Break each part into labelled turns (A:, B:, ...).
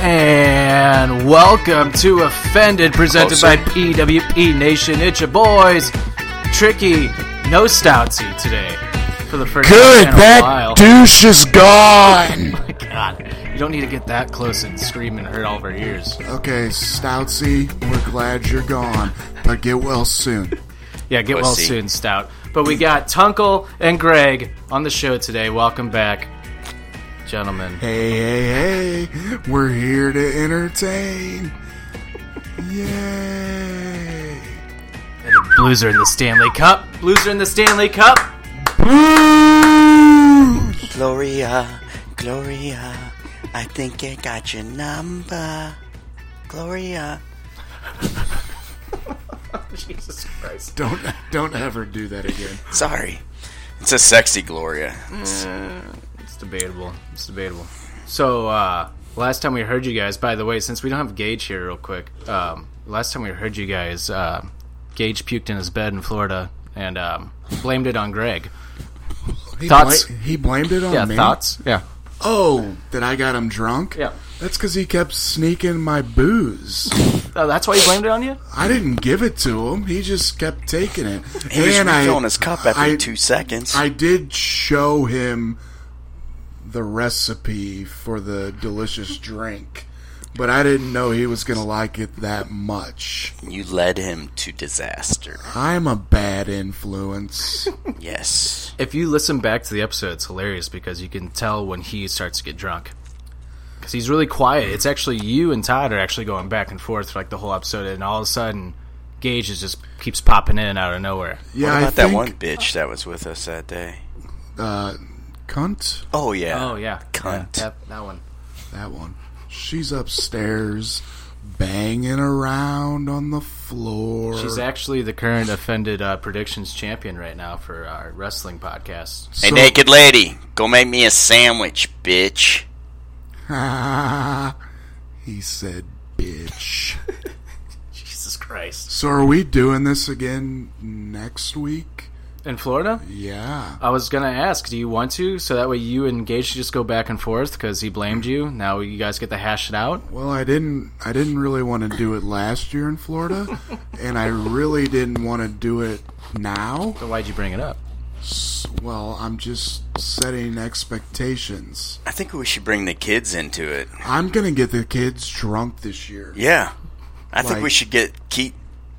A: And welcome to Offended, presented by PWP Nation. It's your boys, Tricky, No Stoutsy today for the first time in a while. Oh
B: douche is gone.
A: My God, you don't need to get that close and scream and hurt all of our ears.
B: Okay, Stoutsy, we're glad you're gone, but get well soon.
A: Yeah, get well soon, Stout. But we got Tunkel and Greg on the show today. Welcome back, gentlemen.
B: Hey, hey, hey, we're here to entertain. Yay!
A: Blues are in the Stanley Cup. Blues are in the Stanley Cup.
C: Gloria, Gloria, I think I got your number. Gloria.
A: Jesus Christ.
B: Don't don't ever do that again.
C: Sorry. It's a sexy Gloria.
A: It's debatable. It's debatable. So, uh, last time we heard you guys, by the way, since we don't have Gage here, real quick, um, last time we heard you guys, uh, Gage puked in his bed in Florida and um, blamed it on Greg.
B: He,
A: Thoughts?
B: bla- he blamed it on
A: Yeah,
B: me.
A: thoughts? Yeah.
B: Oh, that I got him drunk.
A: Yeah.
B: That's because he kept sneaking my booze.
A: Oh, that's why he blamed it on you?
B: I didn't give it to him. He just kept taking it.
C: He was
B: And I-
C: refilling his cup every
B: I-
C: two seconds.
B: I did show him the recipe for the delicious drink, but I didn't know he was going to like it that much.
C: you led him to disaster.
B: I'm a bad influence.
C: Yes.
A: If you listen back to the episode, it's hilarious because you can tell when he starts to get drunk. Because he's really quiet. It's actually you and Todd are actually going back and forth for like the whole episode, and all of a sudden, Gage is just keeps popping in out of nowhere.
B: Yeah,
C: what
B: I
C: about that
B: think,
C: one bitch that was with us that day?
B: Uh, cunt.
C: Oh, yeah.
A: Oh yeah,
C: Cunt.
A: Yeah, that, that one.
B: That one. She's upstairs, banging around on the floor.
A: She's actually the current offended uh, predictions champion right now for our wrestling podcast.
C: Hey,
B: So-
C: naked lady, go make me a sandwich, bitch.
B: he said, "Bitch."
A: Jesus Christ!
B: so are we doing this again next week?
A: In Florida,
B: Yeah.
A: I was gonna ask, do you want to? So that way you and Gage just go back and forth because he blamed you. Now you guys get to hash it out.
B: Well, I didn't. I didn't really want to do it last year in Florida, and I really didn't want to do it now.
A: So why'd you bring it up?
B: Well, I'm just setting expectations.
C: I think we should bring the kids into it.
B: I'm gonna get the kids drunk this year.
C: Yeah. I think
B: Like-
C: we should get keep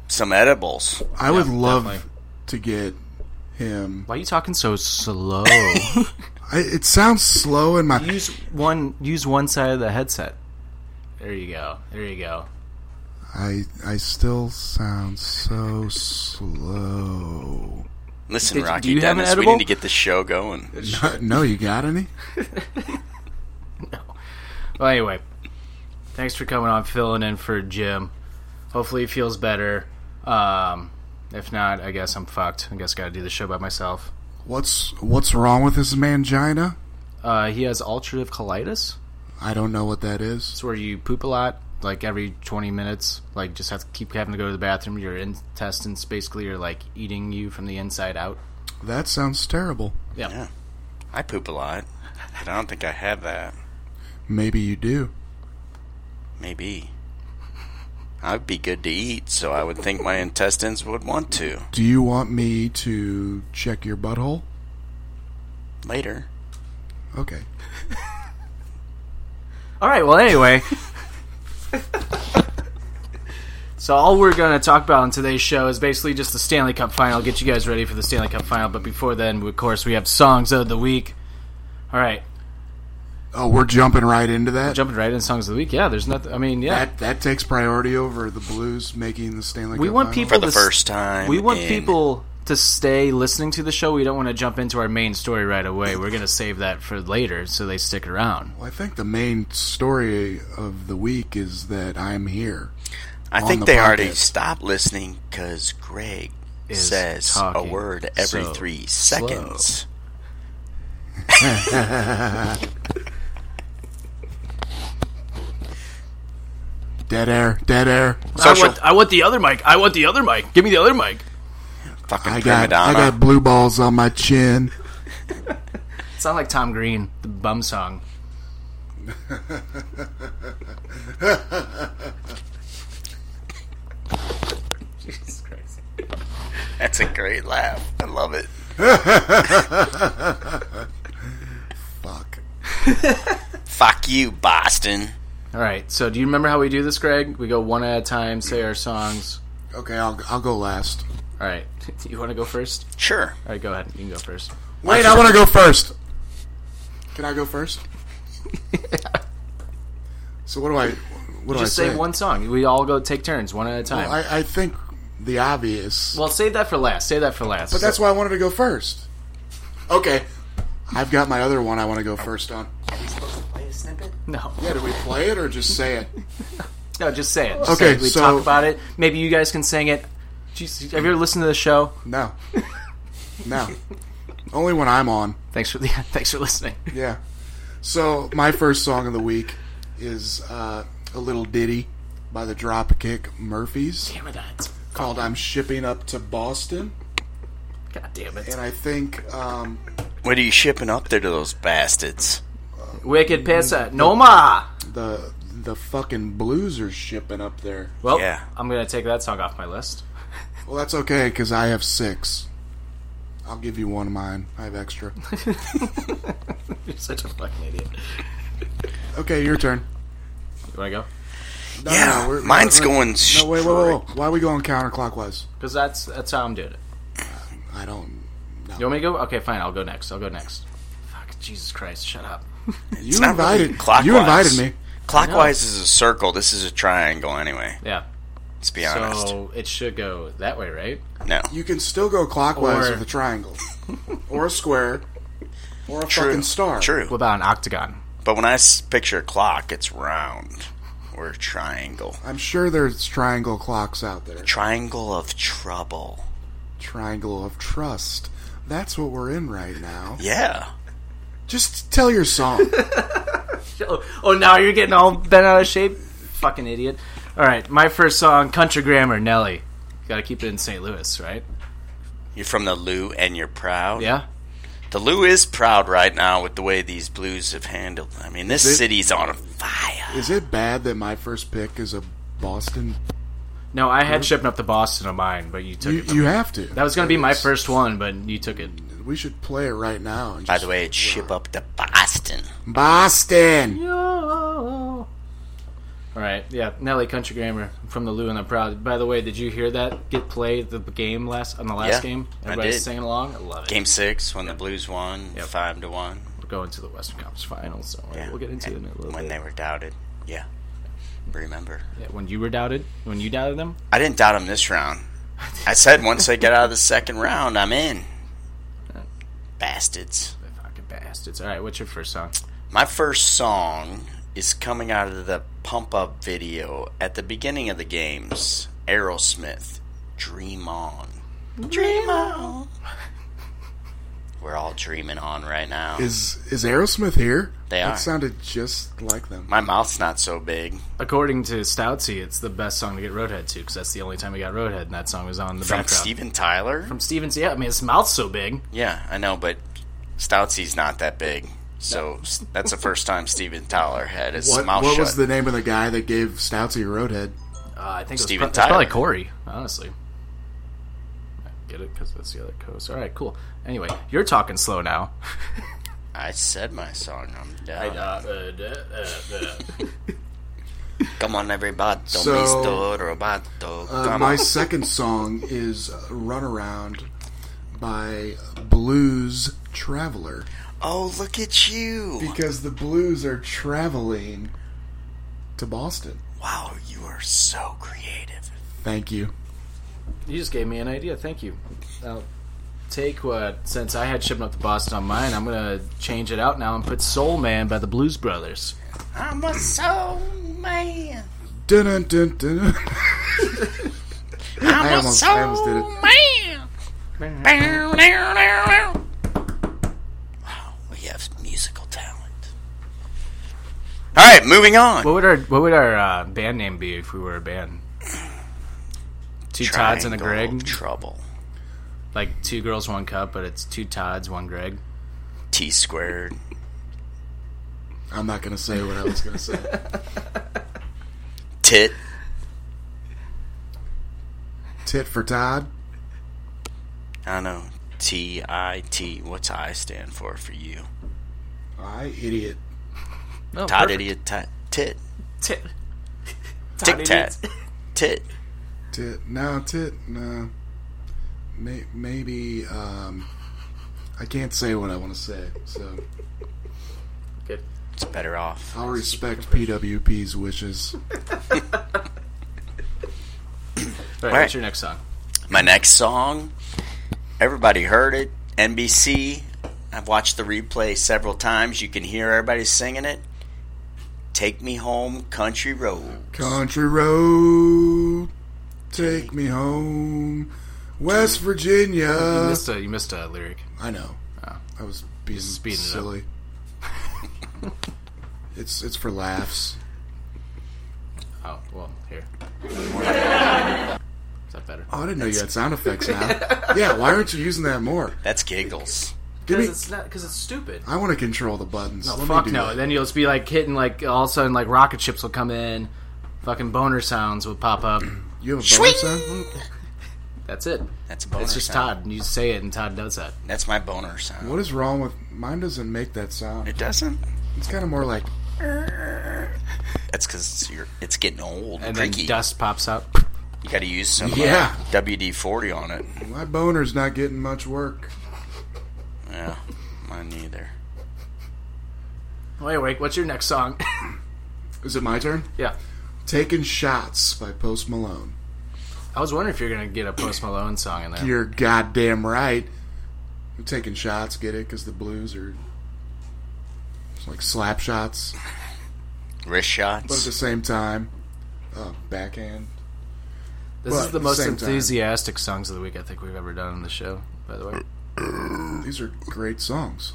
C: some edibles.
B: I would love
A: definitely.
B: to get him.
A: Why are you talking so slow?
B: I, it sounds slow in my.
A: use one. Use one side of the headset. There you go. There you go.
B: I I still sound so slow.
C: Listen,
A: Did-
C: Rocky
A: do you have an
C: Dennis, we
A: edible?
C: need to get this show going.
B: No, you got any?
A: Well, anyway, Thanks for coming on, filling in for Jim. Hopefully, he feels better. Um, if not, I guess I'm fucked. I guess got to do the show by myself.
B: What's what's wrong with his mangina?
A: Uh, he has ulcerative colitis.
B: I don't know what that is.
A: It's where you poop a lot, like every 20 minutes. Like, just have to keep having to go to the bathroom. Your intestines basically are like eating you from the inside out.
B: That sounds terrible.
A: Yeah.
C: I poop a lot, but I don't think I have that.
B: Maybe you do.
C: Maybe. I'd be good to eat, so I would think my intestines would want to.
B: Do you want me to check your butthole?
C: Later.
B: Okay.
A: All right. Well, anyway. So all we're going to talk about on today's show is basically just the Stanley Cup Final. Get you guys ready for the Stanley Cup Final, but before then, of course, we have songs of the week. All right,
B: Oh, we're jumping right into that.
A: jumping right in songs of the week. Yeah, there's nothing. I mean, yeah,
B: That that takes priority over the Blues making the Stanley
A: we
B: Cup
A: want
B: final.
A: people
C: For the
A: to s-
C: first time
A: We want
C: in-
A: people to stay listening to the show. We don't want to jump into our main story right away. We're going to save that for later, so they stick around.
B: Well, I think the main story of the week is that I'm here.
C: I
B: on
C: think
B: the
C: they already
B: podcast.
C: stopped listening because Greg
A: Is
C: says a
A: talking
C: word every
A: so
C: three seconds.
B: Dead air, dead air.
A: I want, I want the other mic. I want the other mic. Give me the other mic.
C: Fucking
B: I
C: prima
B: got I
C: donna.
B: got blue balls on my chin.
A: Sound like Tom Green, the bum song.
C: That's a great laugh. I love it.
B: Fuck.
C: Fuck you, Boston.
A: All right. So, do you remember how we do this, Greg? We go one at a time, say our songs.
B: Okay, I'll I'll go last.
A: All right. You want to go first?
C: Sure.
A: All right, go ahead. You can go first.
B: Wait, I want to go first. Can I go first? So what do I what do
A: Just
B: I
A: say one song. We all go take turns, one at a time.
B: Well,
A: Well,
B: I, I think the obvious.
A: save that for last. Save that for last.
B: But that's why I wanted to go first. Okay. I've got my other one I want to go first on.
A: no.
B: Yeah, do we play it or just say it?
A: No, just say it. Just
B: Okay,
A: say it. we
B: so-
A: talk about it. Maybe you guys can sing it. Jeez, have you ever listened to the show?
B: No. No. Only when I'm on.
A: Thanks for yeah, thanks for listening.
B: Yeah. So my first song of the week is uh, a little ditty by the Dropkick Murphys
A: Damn it, that's-
B: called "I'm Shipping Up to Boston,"
A: God damn it!
B: and I think um,
C: What are you shipping up there to those bastards?
A: Wicked pizza, no ma.
B: the the fucking blues are shipping up there.
A: Well,
C: Yeah.
A: I'm gonna take that song off my list.
B: Well, that's okay because I have six. I'll give you one of mine. I have extra.
A: You're such a fucking idiot. You
B: Okay, your turn.
A: wanna go?
B: No,
C: Yeah,
B: we're-
C: mine's
B: we're-
C: going
B: No, wait, wait, wait, wait. Why are we going counterclockwise?
A: Because that's that's how I'm doing it.
B: I don't. No.
A: You want me to go? Okay, fine. I'll go next. I'll go next. Fuck, Jesus Christ! Shut up.
B: you
C: not really
B: invited.
C: clockwise.
B: you invited me.
C: Clockwise is a circle. This is a triangle, anyway.
A: Yeah.
C: Let's be honest.
A: So it should go that way, right?
C: No.
B: You can still go clockwise
A: Or-
B: with a triangle, or a square, or a fucking star.
A: What
C: True.
A: about an octagon?
C: But when I s- picture a clock, it's round or a triangle.
B: I'm sure there's triangle clocks out there.
C: Triangle of trouble.
B: Triangle of trust. That's what we're in right now.
C: Yeah.
B: Just tell your song.
A: Oh, oh, now you're getting all bent out of shape? Fucking idiot. All right, my first song, Country Grammar, Nelly. Gotta keep it in St. Louis, right?
C: You're from the Lou and you're proud.
A: Yeah?
C: The Lou is proud right now with the way these blues have handled. I mean, this
B: They-
C: city's on fire.
B: is it bad that my first pick is a Boston?
A: No, I had shipping up to Boston on mine, but Mm-hmm. you took
B: You,
A: it. from-
B: you have to.
A: that was gonna be my first one, but you took it.
B: We should play it right now. And
C: By
B: just,
C: the way, it's ship up to Boston.
B: Boston.
A: All right, yeah, Nelly, Country Grammar from the Lou and the Proud. By the way, did you hear that get played the game last on the last
C: Yeah,
A: game?
C: I
A: Everybody's
C: did.
A: singing along. I love it.
C: Game six when the Blues won,
A: Yep.
C: five to one.
A: We're going to the Western Conference Finals, so all right,
C: Yeah.
A: we'll get into it in a little
C: when
A: bit.
C: they were doubted. Yeah, remember.
A: Yeah, when you were doubted, when you doubted them,
C: I didn't doubt them this round. I said once they get out of the second round, I'm in. Bastards.
A: fucking bastards. All right, what's your first song?
C: My first song is coming out of the pump up video at the beginning of the games. Aerosmith, Dream On. Dream On. We're all dreaming on right now.
B: Is is Aerosmith here?
C: They
B: that
C: are.
B: sounded just like them.
C: My mouth's not so big.
A: According to Stoutsy, it's the best song to get Roadhead to because that's the only time we got Roadhead, and that song was on the
C: From
A: background.
C: Steven Tyler?
A: From Stevens, yeah. I mean, his mouth's so big.
C: Yeah, I know, but Stoutsy's not that big. So s- that's the first time Steven Tyler had his
B: what
C: mouth
B: what
C: shut.
B: was the name of the guy that gave Stoutsy Roadhead?
A: Uh, I think it was
C: Steven
A: pro- it's probably
C: Tyler.
A: Corey, honestly. I get it because that's the other coast. All right, cool. Anyway, you're talking slow now.
C: I said my song. I'm done. Come on, everybody.
B: So,
C: Mister Roboto.
B: Uh,
C: Come
B: my
C: on.
B: second song is uh, Runaround by Blues Traveler
C: Oh, look at you.
B: because the blues are traveling to Boston.
C: Wow, you are so creative.
B: Thank you.
A: You just gave me an idea. Thank you. I'll take what since I had shipping up to Boston on mine. I'm gonna change it out now and put Soul Man by the Blues Brothers.
C: I'm a soul man.
B: Dun, dun, dun, dun.
C: I'm
B: I
C: a
B: almost,
C: soul
B: I almost did it.
C: man. Bow, dow, dow, dow. Wow, we have musical talent. All right, moving on.
A: What would our What would our uh, band name be if we were a band? Two Tods and a
C: Triangle of
A: Greg,
C: Trouble.
A: like two girls, one cup, but it's two Tods, one Greg.
C: T squared.
B: I'm not going to say what I was going to say.
C: Tit.
B: Tit for Todd.
C: I don't know. T I T. What's I stand for for you?
B: I idiot.
A: Oh,
C: Todd
A: perfect.
C: idiot. Tit. Tit.
A: Tit.
C: Tic tat. Tit.
B: Tit. No, tit. No. May, maybe. Um, I can't say what I want to say, so
A: Good.
C: It's better off.
B: I'll respect PWP's wishes.
A: All right,
C: All right.
A: What's your next song?
C: My next song, everybody heard it. NBC. I've watched the replay several times. You can hear everybody singing it. Take me home, country road.
B: Country road, take me home, West
A: You
B: Virginia.
A: missed a you missed a lyric.
B: I know. I was being
A: Oh. Speeding it up.
B: silly. it's it's for laughs.
A: Oh well, here. Is that better?
B: Oh, I didn't know you had sound effects now. yeah, why aren't you using that more?
C: That's giggles.
B: Give me.
A: Because it's not because it's stupid.
B: I want to control the buttons. Let me
A: Fuck
B: do
A: no.
B: that.
A: Then you'll just be like hitting like all of a sudden like rocket ships will come in, fucking boner sounds will pop up.
B: You have a bonus sound?
A: That's it.
C: That's a boner.
A: It's just
C: sound.
A: Todd. You say it and Todd does that.
C: That's my boner sound.
B: What is wrong with mine? Doesn't make that sound.
C: It doesn't.
B: It's kind of more like
C: That's because you're. It's getting old.
A: And
C: And
A: then
C: creaky.
A: dust pops up.
C: You got to use some
B: Yeah.
C: uh, WD forty on it.
B: my boner's not getting much work.
C: Yeah, mine neither.
A: Wait, wait. What's your next song?
B: Is it my turn?
A: yeah.
B: Taking shots by Post Malone.
A: I was wondering if you're gonna get a Post Malone song in there.
B: You're goddamn right. I'm taking shots. Get it? Because the blues are it's like slap shots,
C: Wrist
B: but at the
C: shots.
B: same time, uh, backhand.
A: this
B: but
A: is
B: at
A: the
B: the
A: most
B: same time-
A: enthusiastic songs of the week I think we've ever done on the show. By the way,
B: These are great songs.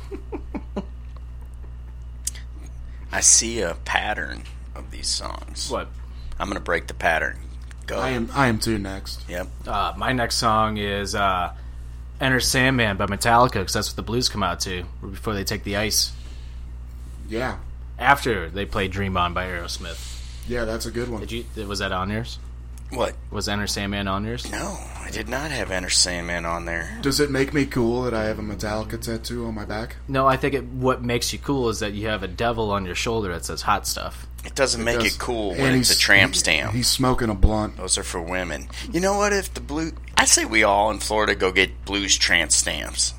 C: I see a pattern of these songs.
A: what?
C: I'm gonna break the pattern. Go.
B: I am. I am too next.
C: Yep.
A: Uh, my next song is uh, "Enter Sandman" by Metallica because that's what the blues come out to before they take the ice.
B: Yeah,
A: After they play "Dream On" by Aerosmith.
B: yeah, that's a good one.
A: Did you? Was that on yours?
C: What?
A: Was "Enter Sandman" on yours?
C: No, I did not have Enter Sandman on there.
B: Does it make me cool that I have a Metallica tattoo on my back?
A: No, I think it, what makes you cool is that you have a devil on your shoulder that says "hot stuff."
C: It doesn't make
B: Does-
C: it cool
B: and
C: when it's a
B: he's-
C: tramp
B: he-
C: stamp.
B: He's smoking a blunt.
C: Those are for women. You know what? If the blue, I say we all in Florida go get blues tramp stamps.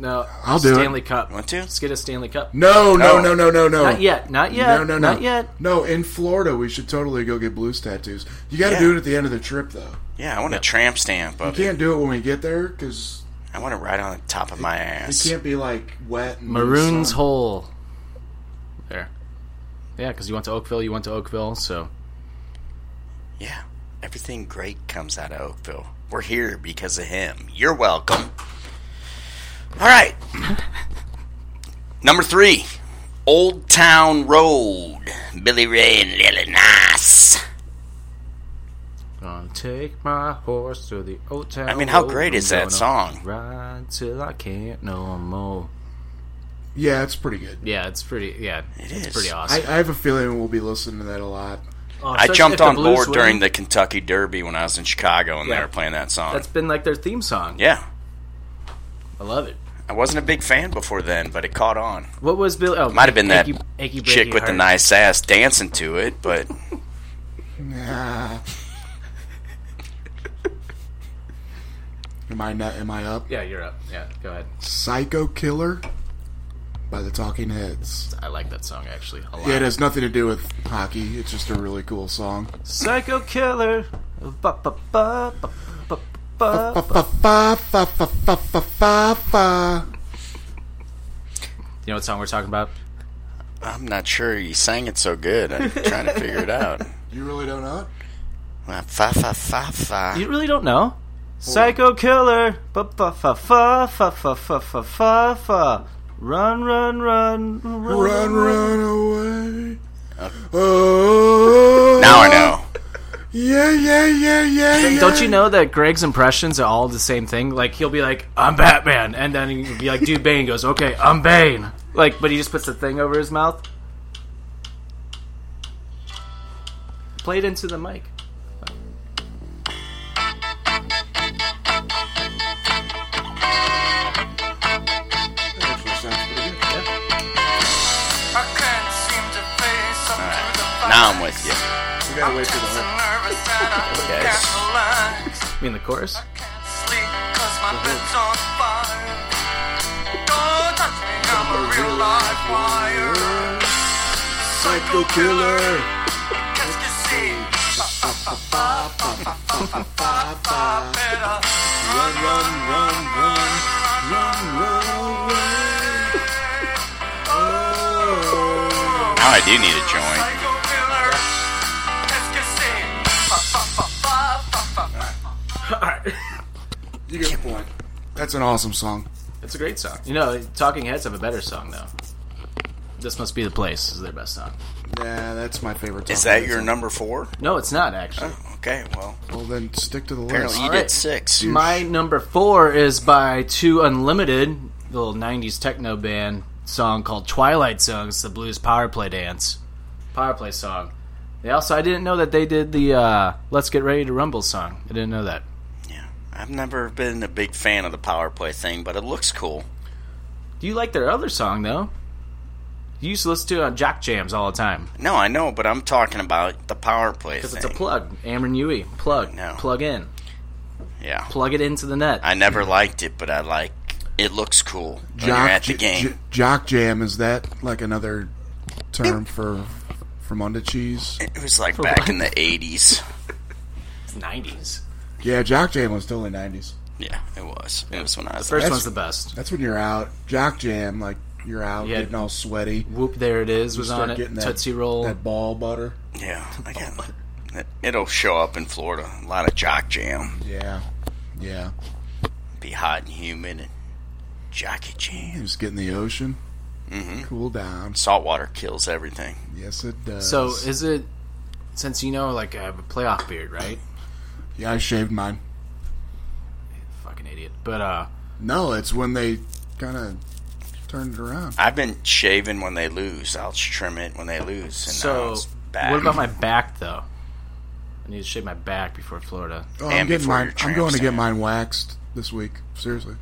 A: No,
B: I'll do it.
A: Stanley Cup.
C: Want to?
A: Let's get a Stanley Cup.
B: No, no,
C: Oh.
B: no, no, no, no.
A: Not yet. Not yet.
B: No, no, no.
A: Not yet.
B: No, in Florida, we should totally go get blues tattoos. You got to
C: Yeah.
B: do it at the end of the trip, though.
C: Yeah, I want a tramp stamp
B: You
C: of it.
B: can't do it when we get there because
C: I want it right on the top of my
B: it
C: ass.
B: can't be like wet. And
A: Maroon's
B: sun.
A: hole. There. Yeah, because you went to Oakville, you went to Oakville, so
C: Yeah, everything great comes out of Oakville. We're here because of him. You're welcome. All right. Number three, Old Town Road. Billy Ray and Lily Nice.
A: Gonna take my horse to the old town.
C: I mean, how
A: road.
C: great
A: I'm
C: is that
A: gonna
C: song?
A: Ride till I can't no more.
B: Yeah, it's pretty good.
A: Yeah, it's pretty. Yeah, it's
C: is.
A: pretty
B: I,
A: awesome.
B: I have a feeling we'll be listening to that a lot.
A: Oh,
C: I
A: especially if
C: jumped
A: the
C: on
A: Blues
C: board
A: win.
C: during the Kentucky Derby when I was in Chicago and
A: Yeah.
C: they were playing that song.
A: That's been like their theme song.
C: yeah.
A: I love it.
C: I wasn't a big fan before then, but it caught on.
A: What was Bill? Oh,
C: Might have been that
A: achy, achy,
C: chick
A: breaky
C: with the
A: heart.
C: nice ass dancing to it, but
B: Nah. am I not, am I up?
A: Yeah, you're up. Yeah, go ahead.
B: Psycho Killer by the Talking Heads.
A: I like that song actually a lot.
B: Yeah, it has nothing to do with hockey. It's just a really cool song.
A: Psycho killer. Ba, ba, ba, ba, ba, ba.
B: Fa fa fa fa fa fa fa fa fa.
A: You know what song we're talking about?
C: I'm not sure you sang it so good. I'm trying to figure it out.
B: You really don't know it?
C: Well, Fa fa fa fa.
A: You really don't know? Psycho killer. Ba, ba, fa, fa, fa, fa, fa, fa, fa, fa. Run, run, run, run.
B: Run, run away.
A: Uh.
B: Oh.
C: Now I know.
B: Yeah, yeah, yeah, yeah, yeah.
A: Don't you know that Greg's impressions are all the same thing? Like he'll be like, "I'm Batman," and then he'll be like, "Dude, Bane goes, okay, I'm Bane." Like, but he just puts the thing over his mouth. Play it into the mic.
C: Now I'm with you.
B: We gotta wait for the whole-
C: Yes.
A: I mean, the chorus.
B: Psycho Killer. Run, run, run, run, run, run away. Oh.
C: Now I do need a joint.
B: You get the point. That's an awesome song.
A: It's a great song. You know, Talking Heads have a better song though. This must be the place is their best song.
B: Yeah, that's my favorite.
C: Is
B: Talking
C: that
B: Heads
C: your
B: song.
C: number four?
A: No, it's not actually.
C: Okay, well,
B: Well, then stick to the list.
C: apparently you
A: Alright.
C: did six.
A: My number four is by Two Unlimited, the little '90s techno band song called "Twilight Zone." It's the blues power play dance, power play song. They also, I didn't know that they did the uh, "Let's Get Ready to Rumble" song. I didn't know that.
C: Yeah. I've never been a big fan of the power play thing, but it looks cool.
A: Do you like their other song though? You used to listen to it on Jock Jams all the time
C: No, I know, but I'm talking about the power play
A: because
C: thing.
A: it's a plug. Amron Yui, plug,
C: No.
A: plug in,
C: yeah.
A: plug it into the net.
C: I never liked it, but I like it looks cool when you're at the
B: J-
C: game.
B: J- jock jam is that like another term for from under cheese?
C: it was like back in the 80s.
A: '90s.
B: Yeah, jock jam was totally nineties.
C: Yeah, it was. It was when I was
A: First
C: like,
A: one's the best.
B: That's when you're out. Jock jam, like you're out
A: Yeah.
B: getting all sweaty.
A: Whoop, there it is. Was
B: Start
A: on it.
B: getting that-
A: Tootsie Roll.
B: that ball butter.
C: Yeah, I got it- It'll show up in Florida. A lot of jock jam.
B: Yeah, yeah.
C: Be hot and humid. And jockey jam.
B: Just get in the ocean,
C: Mm-hmm.
B: cool down.
C: Salt water kills everything.
B: Yes, it does.
A: So is it since you know like I have a playoff beard, right?
B: yeah, I shaved mine.
A: Fucking idiot. But uh
B: No, it's when they kind of turned it around.
C: I've been shaving when they lose. I'll trim it when they lose. And now
A: so
C: it's back.
A: what about my back though? I need to shave my back before Florida.
B: Oh,
C: And
B: I'm getting
C: before
B: mine.
C: your
B: I'm going to
C: tramp
B: get
C: stamp.
B: mine waxed this week. Seriously,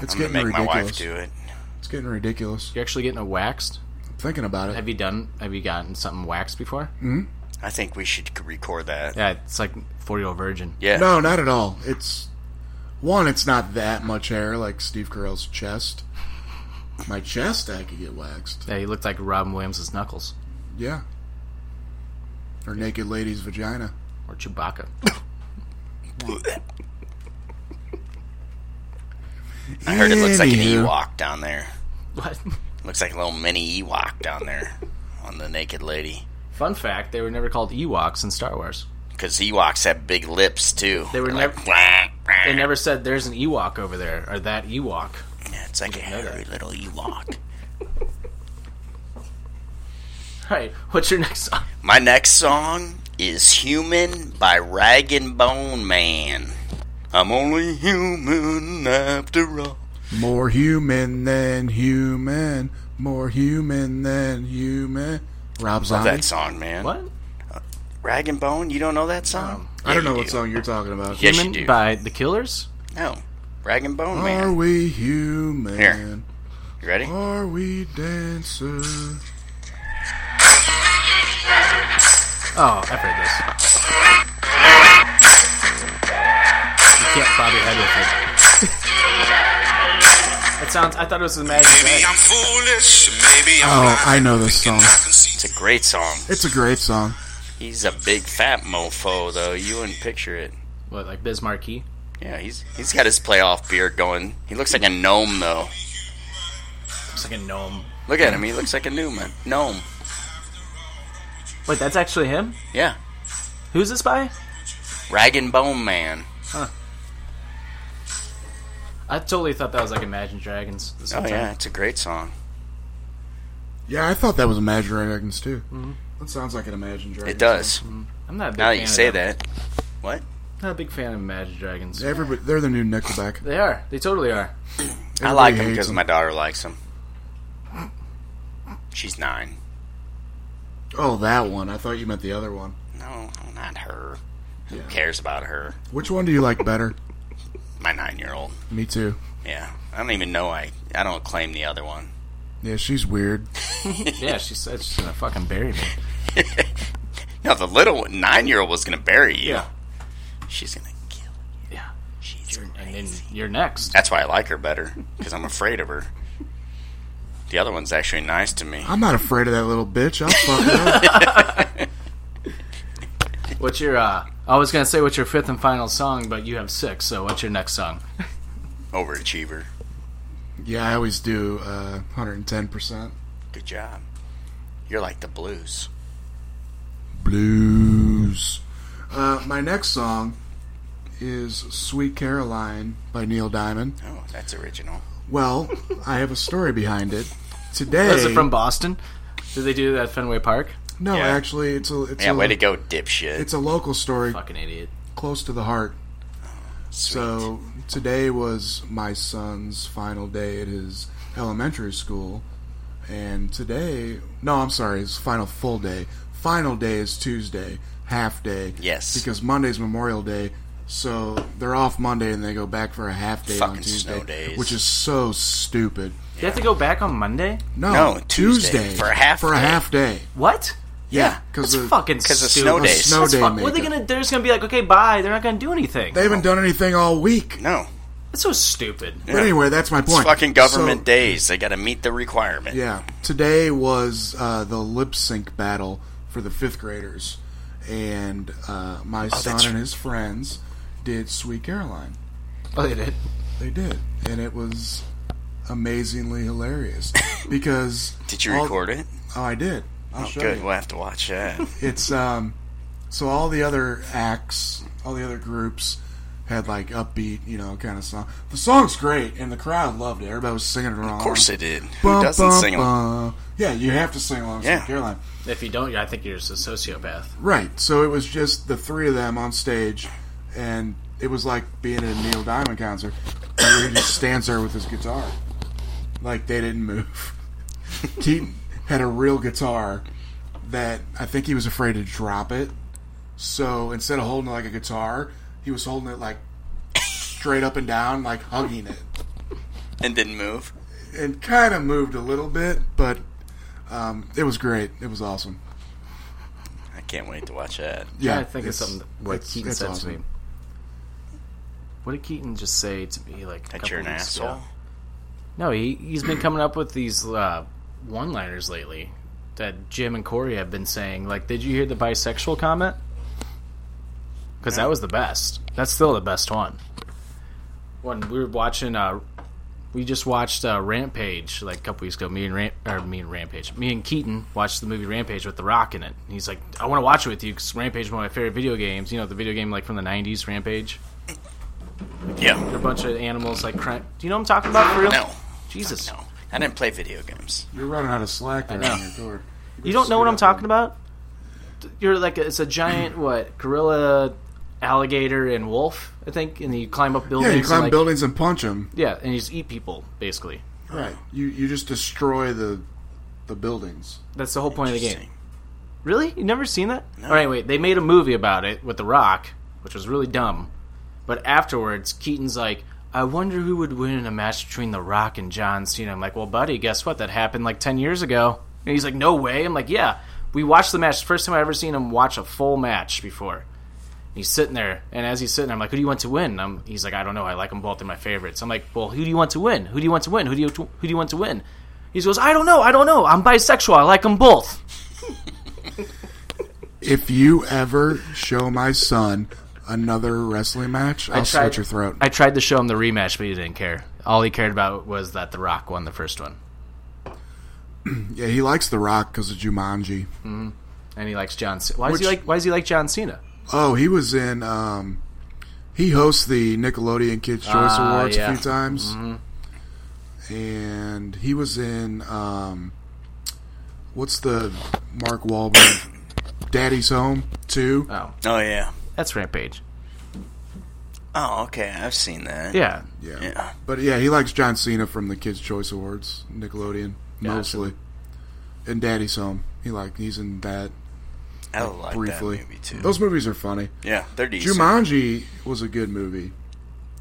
B: it's
C: I'm
B: getting
C: gonna make
B: ridiculous.
C: my wife do it.
B: It's getting ridiculous.
A: You're actually getting a waxed?
B: I'm thinking about it.
A: Have you done have you gotten something waxed before?
C: I think we should c- record that.
A: Yeah, it's like forty year old virgin.
C: Yeah.
B: No, not at all. It's one. It's not that much hair like Steve Carell's chest. My chest, I could get waxed.
A: Yeah, you looked like Robin Williams' knuckles.
B: Yeah. Or naked lady's vagina.
A: Or Chewbacca.
C: I heard it looks like an
B: Anywho.
C: Ewok down there.
A: what?
C: Looks like a little mini Ewok down there. on the naked lady.
A: Fun fact: They were never called Ewoks in Star Wars.
C: Because Ewoks have big lips, too.
A: They were
C: They're
A: nev-
C: like,
A: They never said there's an Ewok over there or that Ewok.
C: Yeah, it's like a hairy little Ewok.
A: All right, what's your next song?
C: My next song is Human by Rag and Bone Man. I'm only human after all.
B: More human than human. More human than human. Rob
C: Love
B: Zombie.
C: that song, man.
A: What? Um,
C: Rag and Bone? You don't know that song?
B: I don't know
C: Yeah, you
B: what
C: do.
B: song you're talking about.
C: Yes, you
A: Human
C: do.
A: by the Killers.
C: No. Rag and Bone
B: Are
C: Man.
B: we human?
C: Here. You ready?
B: Are we dancer?
A: Oh, I've heard this. You can't bob your head with it. it sounds. I thought it was the Magic
D: Maybe
A: Dragon.
D: I'm foolish, maybe I'm
B: Oh,
D: blind.
B: I know this song.
D: I can see
C: It's a great song.
B: It's a great song.
C: He's a big fat mofo, though. You wouldn't picture it.
A: What, like Biz Markie?
C: Yeah, he's he's got his playoff beard going. He looks like a gnome, though.
A: It's like a gnome.
C: Look at him. He looks like a Newman gnome.
A: Wait, that's actually him.
C: Yeah,
A: Who's this by?
C: Rag and Bone Man.
A: I totally thought that was like Imagine Dragons. This
C: Oh
A: whole
C: yeah,
A: time.
C: it's a great song.
B: Yeah, I thought that was Imagine Dragons too. That sounds like an Imagine Dragons.
C: It does.
A: I'm not. A big
C: Now that
A: fan
C: you
A: of
C: say
A: them.
C: that, what?
A: Not a big fan of Imagine Dragons.
B: Everybody, they're the new Nickelback.
A: They are. They totally are.
C: I like him
B: Everybody hates
C: because my daughter likes him. She's nine.
B: Oh, that one. I thought you meant the other one.
C: No, not her. Who
B: Yeah.
C: cares about her?
B: Which one do you like better?
C: My nine-year-old.
B: Me too.
C: Yeah, I don't even know. I I don't claim the other one.
B: Yeah, she's weird.
A: Yeah, she said she's gonna fucking bury me.
C: No, the little one- nine-year-old was gonna bury you.
A: Yeah.
C: She's gonna kill you.
A: Yeah.
C: She's
A: And then you're next.
C: That's why I like her better because I'm afraid of her. The other one's actually nice to me.
B: I'm not afraid of that little bitch. I'll fuck her up.
A: What's your? uh I was gonna say what's your fifth and final song, but you have six. So what's your next song?
C: Overachiever.
B: Yeah, I always do. Uh, 110%.
C: Good job. You're like the blues.
B: Blues. Uh, my next song is Sweet Caroline by Neil Diamond.
C: Oh, that's original.
B: Well, I have a story behind it. Today.
A: Is it from Boston? Did they do that at Fenway Park?
B: No,
C: Yeah.
B: actually, it's a. It's
C: Yeah,
B: a,
C: way to go, dipshit.
B: It's a local story
A: Fucking idiot.
B: close to the heart. So today was my son's final day at his elementary school, and today, no, I'm sorry, his final full day. Final day is Tuesday, half day.
C: Yes.
B: because Monday's Memorial Day, so they're off Monday and they go back for a half day on
C: Fucking
B: Tuesday,
C: snow days.
B: which is so stupid.
A: You have to go back on Monday.
B: No,
C: No, Tuesday, for a half
B: for a
C: day.
B: half day.
A: What?
B: Yeah,
A: That's
B: because
A: fucking
C: Because of
A: stupid.
C: snow
B: a
C: days.
B: snow
A: That's
B: day.
A: fuck- what are they
B: makeup.
A: gonna? They're just gonna be like, okay, bye. They're not gonna do anything.
B: They haven't done anything all week.
C: no,
A: That's so stupid.
B: But anyway, that's my
C: it's
B: point.
C: fucking government
B: So-
C: days. They got to meet the requirement.
B: Yeah. Today was uh, the lip sync battle for the fifth graders. And uh,
C: Oh,
B: my son and his friends did Sweet Caroline.
A: Oh, they did.
B: They did. And it was amazingly hilarious. Because.
C: Did you
B: all-
C: record it?
B: Oh, I did. I'll
C: Oh,
B: show
C: good.
B: you.
C: We'll have to watch that.
B: It's. um, So all the other acts, all the other groups had like upbeat, you know, kind of song. The song's great, and the crowd loved it. Everybody was singing it along.
C: of course it did. Who
B: Bum,
C: doesn't
B: bum,
C: sing 'em?
B: bum. Yeah, you have to sing along to
C: Yeah.
B: Sweet Caroline.
A: If you don't, I think you're just a sociopath.
B: Right. So it was just the three of them on stage, and it was like being at a Neil Diamond concert. And he just stands there with his guitar, like they didn't move. Keaton had a real guitar that I think he was afraid to drop it. So instead of holding it like a guitar, he was holding it like straight up and down, like hugging it,
C: and didn't move?
B: and kind of moved a little bit, but um, it was great. It was awesome.
C: I can't wait to watch that.
A: Yeah, I think it's, something that- what
B: it's-
A: Keaton
B: it's
A: said
B: awesome.
A: to me. What did Keaton just say to me? Like a
C: That
A: couple
C: you're an
A: weeks
C: asshole.
A: ago? No, he he's been coming up with these uh, one-liners lately that Jim and Corey have been saying. Like, did you hear the bisexual comment? Because that was the best. That's still the best one. When we were watching uh, we just watched uh, Rampage like a couple weeks ago. Me and Ram- or me and Rampage, me and Keaton watched the movie Rampage with The Rock in it. And he's like, I want to watch it with you because Rampage is one of my favorite video games. You know, the video game like from the '90s, Rampage.
C: Yeah.
A: They're a bunch of animals like. Cr- Do you know what I'm talking about for real?
C: No.
A: Jesus,
C: No. I didn't play video games.
B: You're running out of slack there
A: know.
B: on your door.
A: you don't know what I'm
B: Screwed up.
A: talking about. You're like it's a
C: Mm.
A: giant what gorilla, alligator, and wolf. I think, and you climb up buildings.
B: Yeah, you
A: and,
B: climb
A: like-
B: buildings and punch them.
A: Yeah, and you just eat people basically.
B: Right. You you just destroy the the buildings.
A: That's the whole point of the game.
C: Interesting.
A: Really? You never seen that? All right, wait. They made a movie about it with The Rock, which was really dumb. But afterwards, Keaton's like, "I wonder who would win in a match between The Rock and John Cena." I'm like, "Well, buddy, guess what? That happened like ten years ago." And he's like, "No way." I'm like, "Yeah, we watched the match. First time I ever seen him watch a full match before." He's sitting there, and as he's sitting, there, I'm like, "Who do you want to win?" And I'm, he's like, "I don't know. I like them both. They're my favorites." I'm like, "Well, who do you want to win? Who do you want to win? Who do you who do you want to win?" He goes, "I don't know. I don't know. I'm bisexual. I like them both."
B: If you ever show my son another wrestling match, I'll slit your throat.
A: I tried to show him the rematch, but he didn't care. All he cared about was that The Rock won the first one,
B: yeah, he likes The Rock because of Jumanji.
A: and he likes John. C- why does he like? Why does he like John Cena?
B: Oh, he was in. Um, he hosts the Nickelodeon Kids Choice
A: Ah,
B: Awards
A: yeah. Mm-hmm.
B: a few times, and he was in. Um, what's the Mark Wahlberg? Daddy's Home Two.
A: Oh,
C: Oh yeah.
A: that's Rampage.
C: Oh okay. I've seen that.
A: Yeah,
B: yeah.
C: Yeah.
B: but yeah, he likes John Cena from the Kids Choice Awards, Nickelodeon mostly, and Daddy's Home. He like he's in that
C: I like
B: briefly.
C: that movie too.
B: Those movies are funny.
C: yeah, they're decent.
B: Jumanji was a good movie.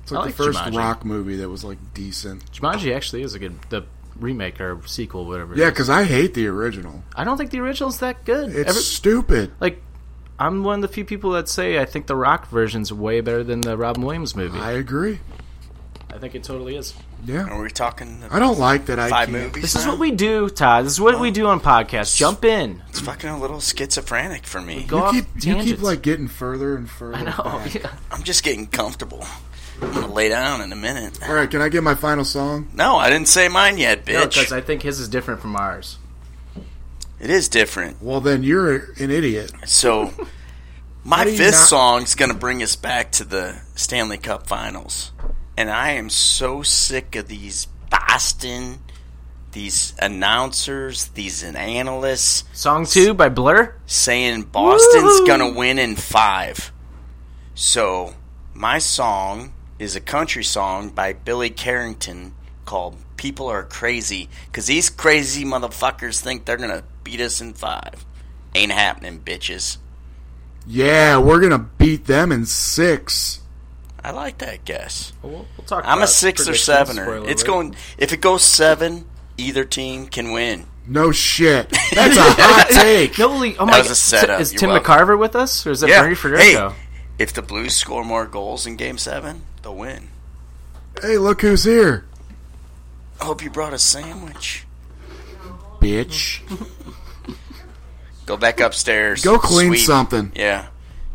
B: It's like,
A: I like
B: the first
A: Jumanji.
B: rock movie that was like decent.
A: Jumanji actually is a good the remake or sequel, whatever. it
B: Yeah,
A: is.
B: because I hate the original.
A: I don't think the original's that good.
B: It's
A: Every-
B: stupid.
A: like, I'm one of the few people that say I think the Rock version's way better than the Robin Williams movie.
B: I
A: I,
B: agree.
A: think it totally is.
B: Yeah,
C: Are we talking
B: I don't like that. I
C: five
B: can't-
C: movies?
A: This is
C: now?
A: what we do, Todd. This is what we do on podcasts. Jump in.
C: It's fucking a little schizophrenic for me.
A: Go off
B: You keep you
A: tangents.
B: keep like getting further and further.
A: I know.
B: back.
A: Yeah.
C: I'm just getting comfortable. I'm gonna lay down in a minute.
B: All right, can I get my final song?
C: No, I didn't say mine yet,
A: No,
C: bitch.
A: because I think his is different from ours.
C: it is different.
B: Well, then you're an idiot.
C: So, my
B: do you
C: fifth
B: not-
C: song's going to bring us back to the Stanley Cup Finals, and I am so sick of these Boston, these announcers, these analysts
A: Song two by Blur.
C: saying Boston's gonna win in five. So my song is a country song by Billy Carrington called "People Are Crazy" because these crazy motherfuckers think they're gonna beat us in five. Ain't happening, bitches.
B: Yeah, we're gonna beat them in six.
C: I like that guess.
A: We'll, we'll talk
C: I'm a
A: about
C: six or
A: predictions,
C: sevener.
A: spoiler
C: It's
A: alert.
C: going. If it goes seven, either team can win.
B: No shit. That's a hot take.
A: No, Lee, oh my
C: was a
A: God.
C: setup.
A: Is
C: You're
A: Tim
C: welcome.
A: McCarver with us, or is that
C: Yeah.
A: Bernie Federico?
C: Hey, if the Blues score more goals in Game Seven, they'll win.
B: Hey, look who's here,
C: I hope you brought a sandwich.
B: bitch.
C: Go back upstairs.
B: Go clean
C: Sweep.
B: something.
C: Yeah.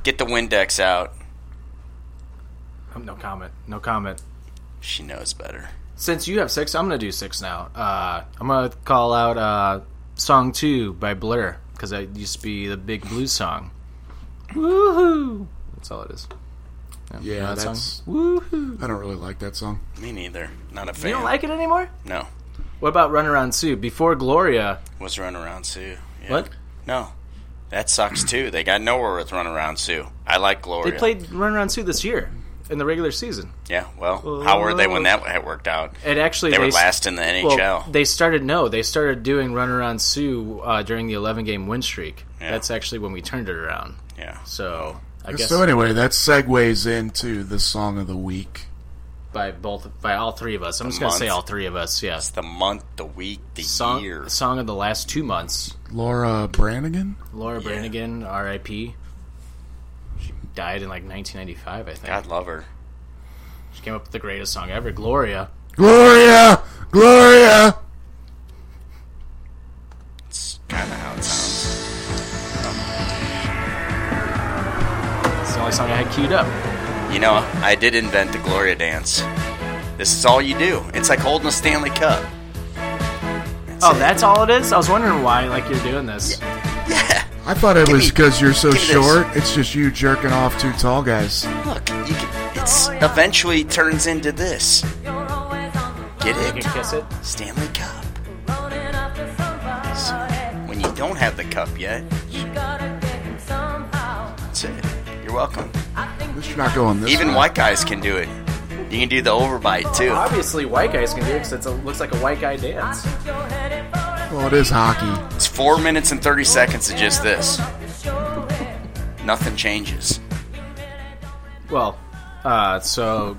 C: Get the Windex out.
A: Um, no comment. No comment.
C: She knows better.
A: Since you have six, I'm gonna do six now. Uh, I'm gonna call out uh, song two by Blur because that used to be the big blues song. Woohoo! That's all it is.
B: Yeah,
A: that song?
B: that's. I don't really like that song.
C: Me neither. Not a fan.
A: You don't like it anymore?
C: No.
A: What about Run Around Sue? Before Gloria,
C: Was Runaround Sue. Yeah.
A: what
C: No. That sucks too. They got nowhere with Runaround Sue. I like Gloria.
A: they played Run Around Sue this year in the regular season.
C: Yeah, well, how were they when that had worked out?
A: It actually
C: They were
A: s-
C: last in the
A: Well,
C: NHL.
A: they started no, they started doing run around Sue uh, during the 11 game win streak.
C: Yeah.
A: That's actually when we turned it around.
C: yeah.
A: So I guess
B: So anyway, that segues into the song of the week.
A: by both by all three of us, I'm just gonna
C: month.
A: say all three of us. Yes,
C: It's the month, the week, the year.
A: song song of the last two months.
B: Laura Branigan.
A: Laura Branigan, R.I.P. She died in like 1995, I think.
C: God love her.
A: She came up with the greatest song ever, Gloria.
B: Gloria, Gloria.
C: It's kind of how it sounds.
A: It's the only song I had queued up.
C: You know, I did invent the Gloria dance. This is all you do. It's like holding a Stanley Cup. That's
A: Oh,
C: it.
A: that's all it is. I was wondering why like you're doing this.
C: yeah.
B: I thought it
C: Give
B: was
C: me-
B: because you're so
C: give me this.
B: short. It's just you jerking off two tall guys.
C: Look, you can, it's eventually turns into this. Get
A: You
C: it?
A: can kiss it.
C: Stanley Cup. So, when you don't have the cup yet, that's it. You're welcome.
B: At least you're not going this
C: Even
B: way.
C: white guys can do it. You can do the overbite too.
A: Obviously, white guys can do it because it looks like a white guy dance.
B: Well, it is hockey.
C: It's four minutes and 30 seconds of just this. Nothing changes.
A: Well, uh, so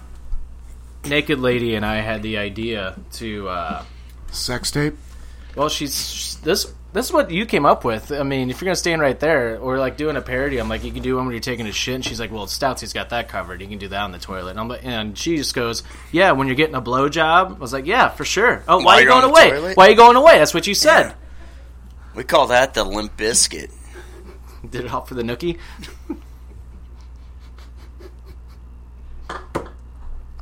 A: naked lady and I had the idea to. Uh,
B: Sex tape?
A: well, she's this. This is what you came up with. I mean, if you're gonna stand right there or like doing a parody, I'm like, you can do one when you're taking a shit. And she's like, well, Stoutsy's got that covered. You can do that on the toilet. And I'm like, and she just goes, yeah, when you're getting a blowjob. I was like, yeah, for sure. Oh, why
C: While
A: are you
C: you're on
A: going
C: the
A: away?
C: toilet?
A: Why are you going away? That's what you said.
C: We call that the limp biscuit.
A: Did it all for the nookie.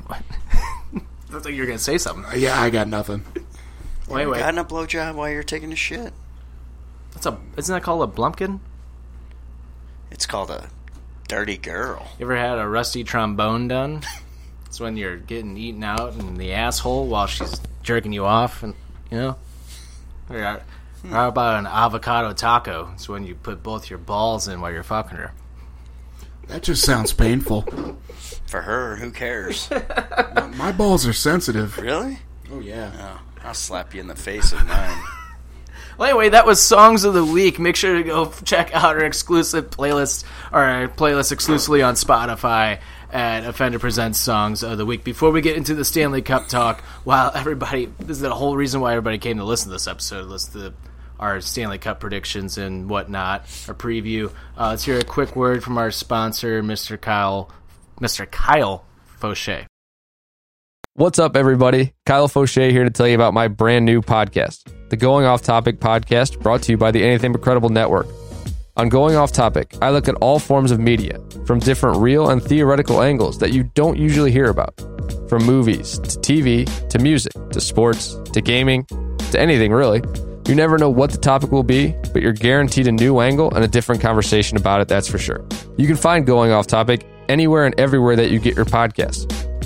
A: What? That's like you're gonna say something.
B: Yeah, I got nothing.
A: Well, anyway,
C: Gotten a blowjob while you're taking a shit?
A: that's a isn't that called a blumpkin?
C: It's called a dirty girl.
A: You ever had a rusty trombone done? it's when you're getting eaten out in the asshole while she's jerking you off, and you know. Or, uh, how about an avocado taco? It's when you put both your balls in while you're fucking her.
B: That just sounds painful.
C: For her, who cares?
B: My balls are sensitive.
C: really?
B: Oh, yeah.
C: Oh, I'll slap you in the face with mine.
A: Well, anyway, that was songs of the week. Make sure to go check out our exclusive playlist, or our playlist exclusively on Spotify at Offender Presents Songs of the Week. Before we get into the Stanley Cup talk, while everybody, this is the whole reason why everybody came to listen to this episode, listen to our Stanley Cup predictions and whatnot, our preview. Uh, let's hear a quick word from our sponsor, Mr. Kyle, Mr. Kyle Fauché.
E: What's up, everybody? Kyle Fauché here to tell you about my brand new podcast, the Going Off Topic podcast, brought to you by the Anything But Credible Network. On Going Off Topic, I look at all forms of media from different real and theoretical angles that you don't usually hear about. From movies to TV to music to sports to gaming to anything really. You never know what the topic will be, but you're guaranteed a new angle and a different conversation about it, that's for sure. You can find Going Off Topic anywhere and everywhere that you get your podcasts.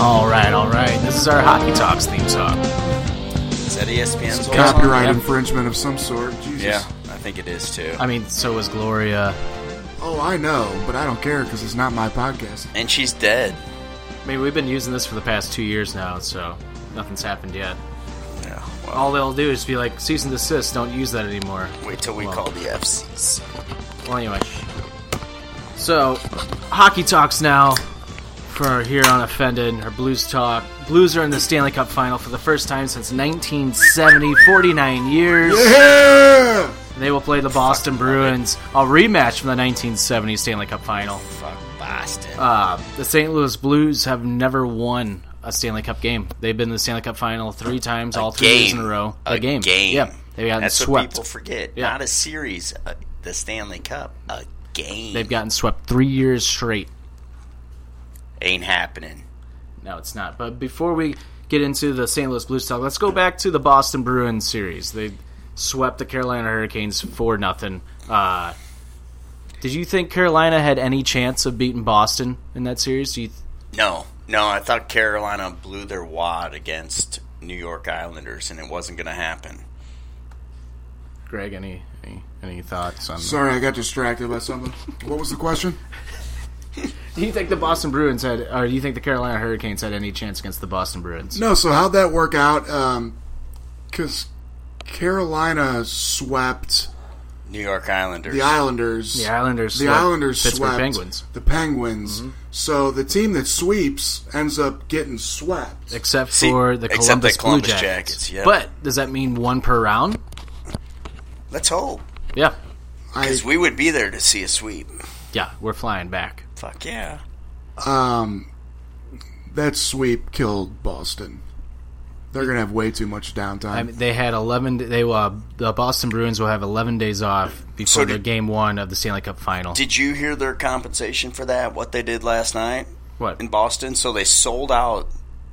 A: All right, all right. This is our Hockey Talks theme song.
C: Is that E ESPN's old song?
B: Copyright
A: Yep.
B: infringement of some sort. Jesus.
C: Yeah, I think it is too.
A: I mean, so was Gloria.
B: Oh, I know, but I don't care because it's not my podcast.
C: And she's dead.
A: I mean, we've been using this for the past two years now, so nothing's happened yet.
C: Yeah,
A: All they'll do is be like, cease and desist, don't use that anymore.
C: wait till we
A: Well.
C: call the FCs.
A: Well, anyway. So, hockey talks now for here on Offended, our Blues talk. Blues are in the Stanley Cup final for the first time since 1970, 49 years.
B: Yeah!
A: They will play the Boston Bruins, a rematch from the 1970 Stanley Cup final.
C: Fuck Boston.
A: Uh, the St. Louis Blues have never won a Stanley Cup game. They've been in the Stanley Cup final three times, all three years in a row.
C: A game.
A: Yeah, they've gotten
C: That's what
A: swept.
C: people forget.
A: Yeah.
C: Not a series, uh, the Stanley Cup. A game.
A: They've gotten swept three years straight.
C: Ain't happening.
A: No, it's not. But before we get into the St. Louis Blues talk, let's go back to the Boston Bruins series. They swept the Carolina Hurricanes for nothing. Uh, did you think Carolina had any chance of beating Boston in that series? Do you
C: No, no. I thought Carolina blew their wad against New York Islanders, and it wasn't going to happen.
A: Greg any any, any thoughts on
B: Sorry, I got distracted by something. What was the question?
A: Do you think the Boston Bruins had, or do you think the Carolina Hurricanes had any chance against the Boston Bruins?
B: No, so how'd that Um, work out? Because Carolina swept
C: New York Islanders.
B: the Islanders.
A: The Islanders
B: The
A: swept
B: Islanders
A: Pittsburgh
B: swept
A: Penguins. Mm-hmm.
B: The Penguins. So the team that sweeps ends up getting swept.
A: except
C: See,
A: for the
C: except
A: Columbus,
C: the Columbus
A: Blue Jackets.
C: Jackets, yeah.
A: But does that mean one per round?
C: Let's hope,
A: Yeah,
B: I,
C: because we would be there to see a sweep.
A: yeah, we're flying back.
C: Fuck yeah.
B: um, that sweep killed Boston. They're gonna have way too much downtime.
A: I mean, they had eleven. They uh, the Boston Bruins will have eleven days off before
C: So
A: their
C: did-
A: game one of the Stanley Cup Final.
C: Did you hear their compensation for that? What they did last night
A: what?
C: in Boston? So they sold out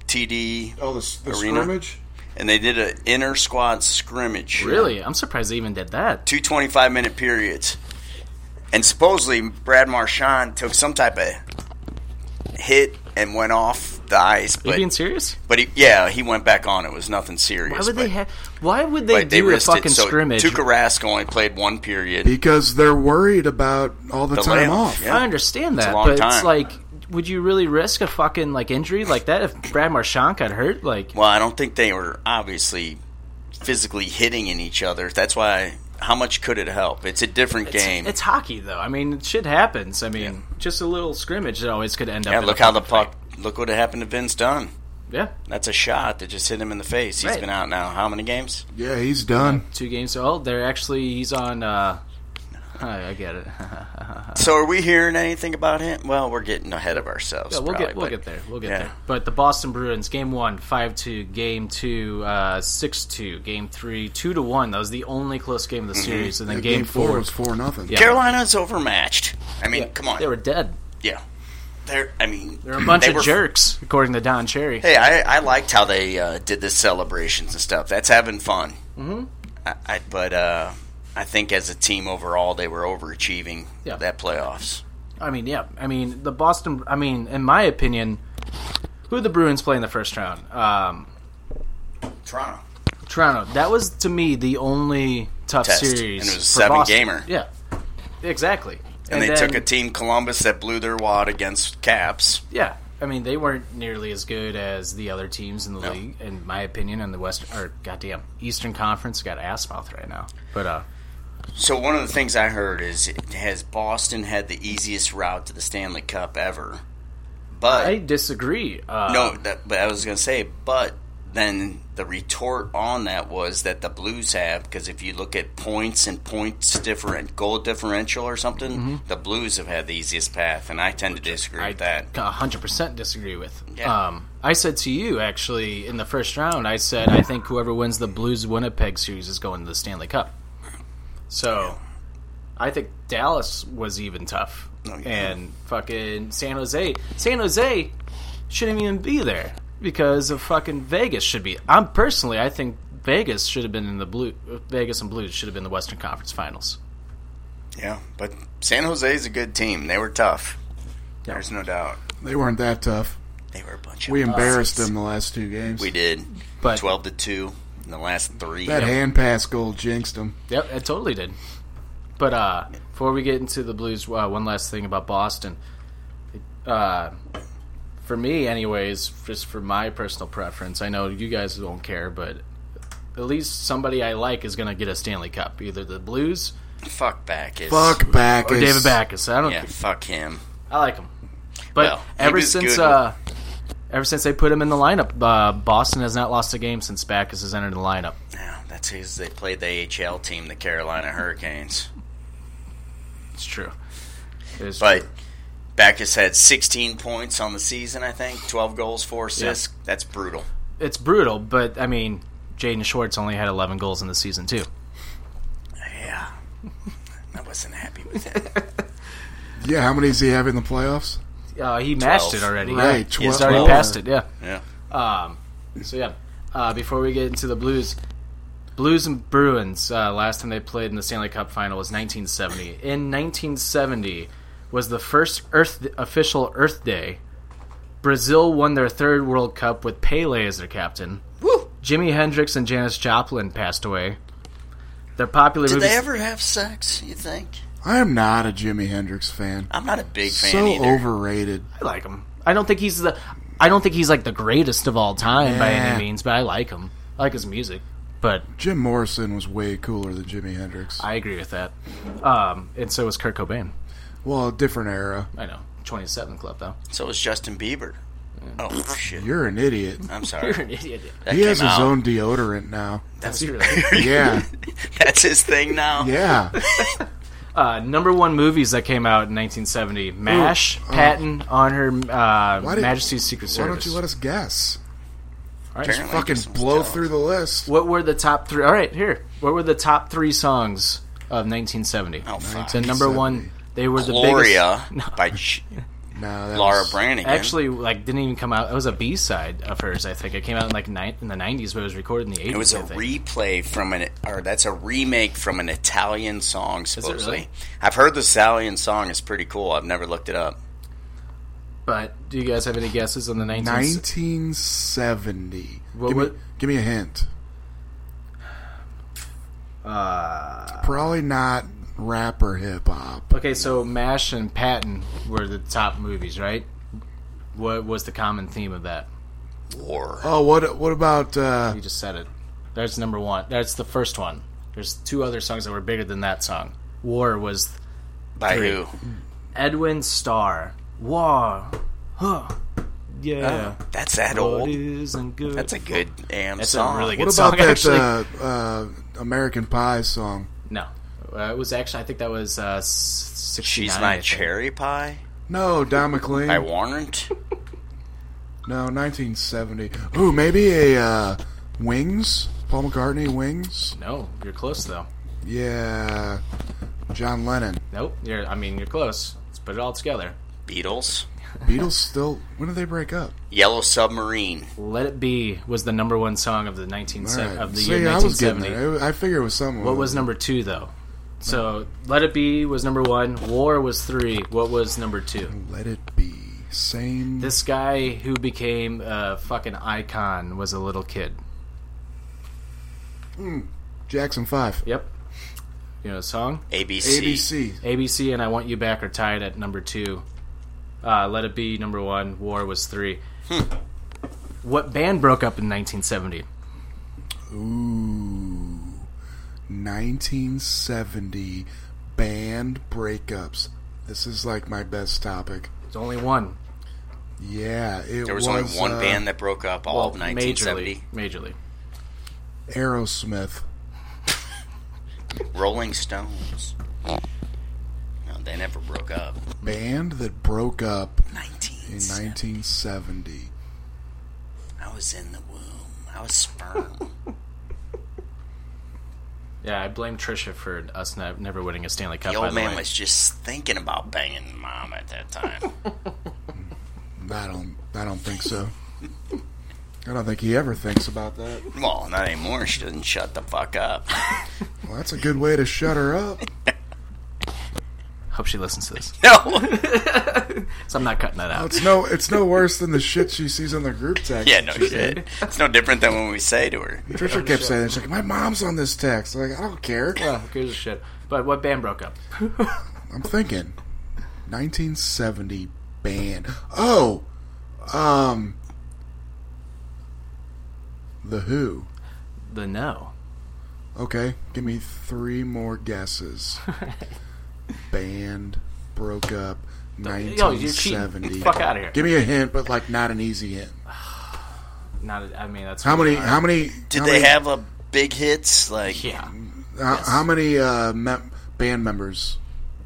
C: TD
B: oh, the, the
C: Arena?
B: scrimmage.
C: and they did an inner squad scrimmage.
A: Really? I'm surprised they even did that.
C: Two 25 minute periods. And supposedly Brad Marchand took some type of hit and went off the ice,
A: Are you
C: but
A: being serious?
C: but he, yeah, he went back on. It was nothing serious.
A: Why would
C: but,
A: they have? Why would they
C: but they
A: do a
C: risked it.
A: fucking
C: So
A: scrimmage?
C: Tuukka Rask only played one period.
B: Because they're worried about all the,
C: The
B: time
C: layoff,
B: off.
C: yeah.
A: I understand that,
C: a long
A: but it's
C: time.
A: like, would you really risk a fucking like injury like that if Brad Marchand got hurt? Like,
C: Well, I don't think they were obviously physically hitting in each other. That's why. How much could it help? It's a different game.
A: it's hockey though. I mean, shit happens. I mean, just a little scrimmage that always could end up.
C: yeah,
A: in a
C: look how the
A: fucking fight.
C: puck. Look what happened to Vince Dunn.
A: Yeah,
C: That's a shot that just hit him in the face. He's
A: Right.
C: been out now. How many games?
B: Yeah, he's done.
A: two games. Oh, they're actually he's on. uh I I get it. Uh,
C: So are we hearing anything about him? Well, we're getting ahead of ourselves.
A: Yeah, we'll
C: probably,
A: get we'll
C: but-
A: get there. We'll get
C: yeah.
A: there. But the Boston Bruins, game one, five two, game two, uh six two, game three, two to one. That was the only close game of
C: Mm-hmm.
A: the series, and then
B: And
A: game, four,
B: was four nothing.
A: Yeah.
C: Carolina's overmatched. I mean, come on.
A: they were dead.
C: yeah, they're. I mean,
A: They're a bunch
C: they
A: of
C: were-
A: jerks, according to Don Cherry.
C: Hey, I, I liked how they uh, did the celebrations and stuff. That's having fun. Mm-hmm. I, I, but uh, I think as a team overall, they were overachieving
A: Yeah.
C: that playoffs.
A: I mean, yeah. I mean, the Boston. I mean, in my opinion, who the Bruins play in the first round? Um,
C: Toronto.
A: Toronto. That was to me the only tough
C: Test.
A: series.
C: And it was a
A: for
C: seven
A: Boston.
C: gamer.
A: Yeah, exactly.
C: And, they
A: then-
C: took a team Columbus that blew their wad against Caps.
A: Yeah, I mean they weren't nearly as good as the other teams in the league, in my opinion. In the West or goddamn Eastern Conference, got ass mouth right now. But uh,
C: So one of the things I heard is has Boston had the easiest route to the Stanley Cup ever? But
A: I disagree. Uh,
B: Um,
C: No, that, but I was going to say, but then the retort on that was that the Blues have, because if you look at points and points different, goal differential or something,
B: Mm-hmm.
C: the Blues have had the easiest path, and I tend to disagree
A: I
C: with that.
A: hundred percent disagree with.
C: Yeah.
A: Um, I said to you actually in the first round, I said I think whoever wins the Blues Winnipeg series is going to the Stanley Cup. So, I think Dallas was even tough,
C: Oh, yeah.
A: and fucking San Jose, San Jose shouldn't even be there because of fucking Vegas should be. I'm personally, I think Vegas should have been in the blue. Vegas and Blues should have been the Western Conference Finals.
C: Yeah, but San Jose is a good team. They were tough. There's no doubt.
B: They weren't that tough.
C: They were a bunch of
B: We embarrassed
C: pussies.
B: them the last two games.
C: Uh, We did.
A: But-
C: 12 to 2 in the last three.
B: That hand pass goal jinxed them.
A: Yep, it totally did. But uh, before we get into the Blues, uh, one last thing about Boston. Uh, for me, anyways, just for my personal preference, I know you guys don't care, but at least somebody I like is going to get a Stanley Cup, either the Blues
C: Fuck Backus.
B: Fuck back.
A: or David Backus. I don't.
C: Yeah, fuck him.
A: I like him, but
C: Well, he
A: ever
C: was
A: since
C: good.
A: uh, ever since they put him in the lineup, uh, Boston has not lost a game since Backus has entered the lineup.
C: Yeah, that's who's they played the AHL team, the Carolina Hurricanes.
A: It's true. It is
C: But
A: true.
C: Backus had 16 points on the season, I think. 12 goals, 4 assists. That's brutal.
A: it's brutal, but I mean, Jaden Schwartz only had 11 goals in the season too.
C: Yeah. I wasn't happy with it.
B: Yeah, how many does he have in the playoffs?
A: Uh, he matched
C: Twelve.
A: it already.
B: Right,
A: yeah. he's
B: twelve.
A: already
C: Twelve.
A: passed it. Yeah.
C: Yeah.
A: So yeah. Uh, before we get into the Blues, Blues and Bruins. Uh, last time they played in the Stanley Cup Final was 1970. In 1970 was the first Earth official Earth Day. Brazil won their third World Cup with Pele as their captain. Woo! Jimi Hendrix and Janis Joplin passed away. Their popular
C: Did
A: movies.
C: they ever have sex, you think?
B: I am not a Jimi Hendrix fan.
C: I'm not a big fan
B: So
C: either.
B: overrated.
A: I like him. I don't think he's the. I don't think he's like the greatest of all time by
B: Yeah.
A: any means, but I like him. I like his music. But
B: Jim Morrison was way cooler than Jimi Hendrix.
A: I agree with that. Um, and so was Kurt Cobain.
B: Well, a different era.
A: I know. 27 Club, though.
C: So is Justin Bieber. Oh shit!
B: You're an idiot.
C: I'm sorry.
A: You're an idiot.
C: That
B: He
C: came
B: has his
C: out.
B: own deodorant now.
A: That's your
B: Yeah,
C: That's his thing now.
B: yeah.
A: uh, number one movies that came out in 1970: MASH, Patton, On Her uh,
B: uh, Why did-
A: Majesty's Secret
B: Why
A: Service.
B: don't you let us guess?
A: All right.
C: Apparently
B: Fucking
C: Justin was
B: blow
C: jealous.
B: through the list.
A: What were the top three? All right, here. What were the top three songs of 1970?
C: Oh, fuck.
A: So number one, they were the
C: Gloria
A: biggest. No,
C: by Ch-
B: No, that
C: Laura
B: was-
C: Branigan.
A: actually, like didn't even come out. It was a B side of hers. I think it came out in like ni- in the 90s, but it was recorded in the 80s.
C: it was a
A: I think.
C: replay from an, or that's a remake from an Italian song. Supposedly,
A: really?
C: I've heard the Italian song is pretty cool. I've never looked it up.
A: But do you guys have any guesses on the 1970s?
B: 1970.
A: What
B: give, me,
A: would-
B: give me a hint.
A: Uh,
B: Probably not rapper hip hop.
A: Okay, so MASH and Patton were the top movies, right? What was the common theme of that?
C: War.
B: Oh, what what about uh,
A: You just said it. That's number one. That's the first one. There's two other songs that were bigger than that song. War was
C: by
A: three.
C: who?
A: Edwin Starr. War. Huh. Yeah.
C: That's that
A: What
C: old.
A: isn't good.
C: That's a good damn
A: That's
C: song.
A: a really good
B: what
A: song,
B: about that
A: actually.
B: uh, uh, American Pie song?
A: no. Uh, it was actually, I think that was uh, s- 69.
C: She's
A: I
C: my
A: think.
C: cherry pie.
B: No, Don McLean.
C: By Warrant.
B: No, 1970. Ooh, maybe a uh, Wings. Paul McCartney Wings.
A: No, you're close, though.
B: Yeah, John Lennon.
A: Nope. You're, I mean, you're close. Let's put it all together.
C: Beatles.
B: Beatles still. When did they break up?
C: Yellow Submarine.
A: Let It Be was the number one song of the 19
B: All right.
A: uh, of the
B: See,
A: year
B: I was getting
A: 1970.
B: there. I I figure it was someone.
A: What was number two though? So Let It Be was number one. War was three. What was number two?
B: Let it be. Same.
A: This guy who became a fucking icon was a little kid.
B: Jackson Five.
A: Yep. You know the song?
C: ABC.
B: ABC.
A: ABC and I Want You Back are tied at number two. Uh, Let It Be number one. War was three. Hmm. What band broke up in 1970?
B: Ooh. 1970 band breakups. This is like my best topic.
A: It's only one.
B: Yeah, it
C: There was, only one
B: uh,
C: band that broke up all of 1970.
A: Majorly. Majorly.
B: Aerosmith.
C: Rolling Stones. No, they never broke up.
B: Band that broke up in
C: 19.
B: 1970.
C: I was in the womb. I was sperm.
A: Yeah, I blame Trisha for us ne- never winning a Stanley Cup.
C: the
A: by
C: old
A: the
C: man
A: way.
C: was just thinking about banging mom at that time.
B: I don't. I don't think so. I don't think he ever thinks about that.
C: well, not anymore. She doesn't shut the fuck up.
B: Well, that's a good way to shut her up.
A: Hope she listens to this.
C: No.
A: So I'm not cutting that out.
B: It's no. It's no worse than the shit she sees on the group text.
C: Yeah, no shit. It's no different than when we say to her.
B: Trisha kept saying, "She's like, my mom's on this text." I'm like, I don't care.
A: Yeah, who gives a shit? But what band broke up?
B: I'm thinking 1970 band. Oh, um, The Who.
A: The No.
B: Okay, give me three more guesses. band broke up.
A: Yo, you're cheating.
B: 1970.
A: Fuck out of here.
B: Give me a hint, but like not an easy hint.
A: Not. I mean, that's
B: How many? How many?
C: Did
B: how
C: they
B: many-
C: have a big hits? Like,
A: Yeah,
B: How, how many uh, mem- band members?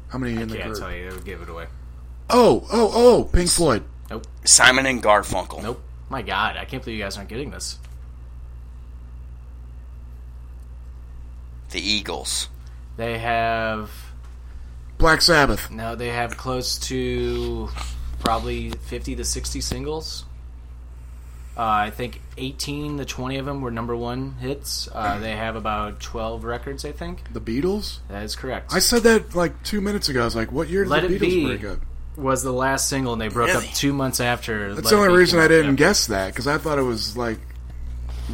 B: How many in the
A: can't
B: group?
A: tell you. They would give it away.
B: Oh, oh, oh! Pink Floyd.
A: Nope.
C: Simon and Garfunkel.
A: Nope. My God, I can't believe you guys aren't getting this.
C: The Eagles.
A: They have
B: Black Sabbath.
A: no. They have close to probably 50 to 60 singles. Uh, I think 18 to 20 of them were number one hits.
B: Hmm.
A: Uh, they have about 12 records, I think.
B: The Beatles.
A: That is correct.
B: I said that like two minutes ago. I was like, "What year did
A: Let
B: the
A: It
B: Beatles
A: Be.
B: break up?"
A: was the last single, and they broke
C: Really?
A: up two months after.
B: That's
A: Let
B: the
A: It
B: only
A: Be
B: reason
A: came
B: I
A: out.
B: didn't
A: Yep.
B: guess that because I thought it was like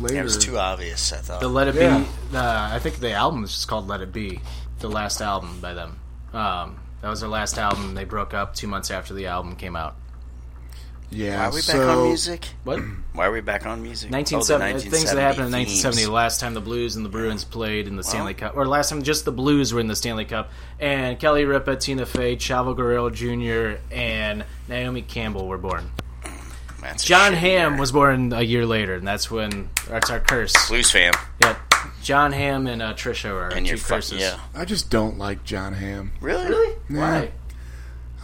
B: later.
C: It was too obvious, I thought.
A: The Let It
B: Yeah.
A: Be. Uh, I think the album is just called Let It Be. The last album by them. Um, that was their last album. They broke up two months after the album came out.
B: Yeah.
C: Why are we back
B: so,
C: on music?
A: What?
C: Why are we back on music? Oh, the
A: 1970, uh, things that happened in 1970.
C: themes.
A: Last time the Blues and the Bruins played in the Stanley Cup, or last time just the Blues were in the Stanley Cup, and Kelly Ripa, Tina Fey, Chavo Guerrero Jr., and Naomi Campbell were born.
C: That's a
A: John
C: shitty
A: Hamm
C: year.
A: was born a year later, and that's when that's our curse.
C: Blues fan.
A: Yep, John Hamm and uh, Trisha are our
C: And
A: two
C: you're fuck-
A: curses.
C: Yeah.
B: I just don't like John Hamm.
C: Really?
A: Why?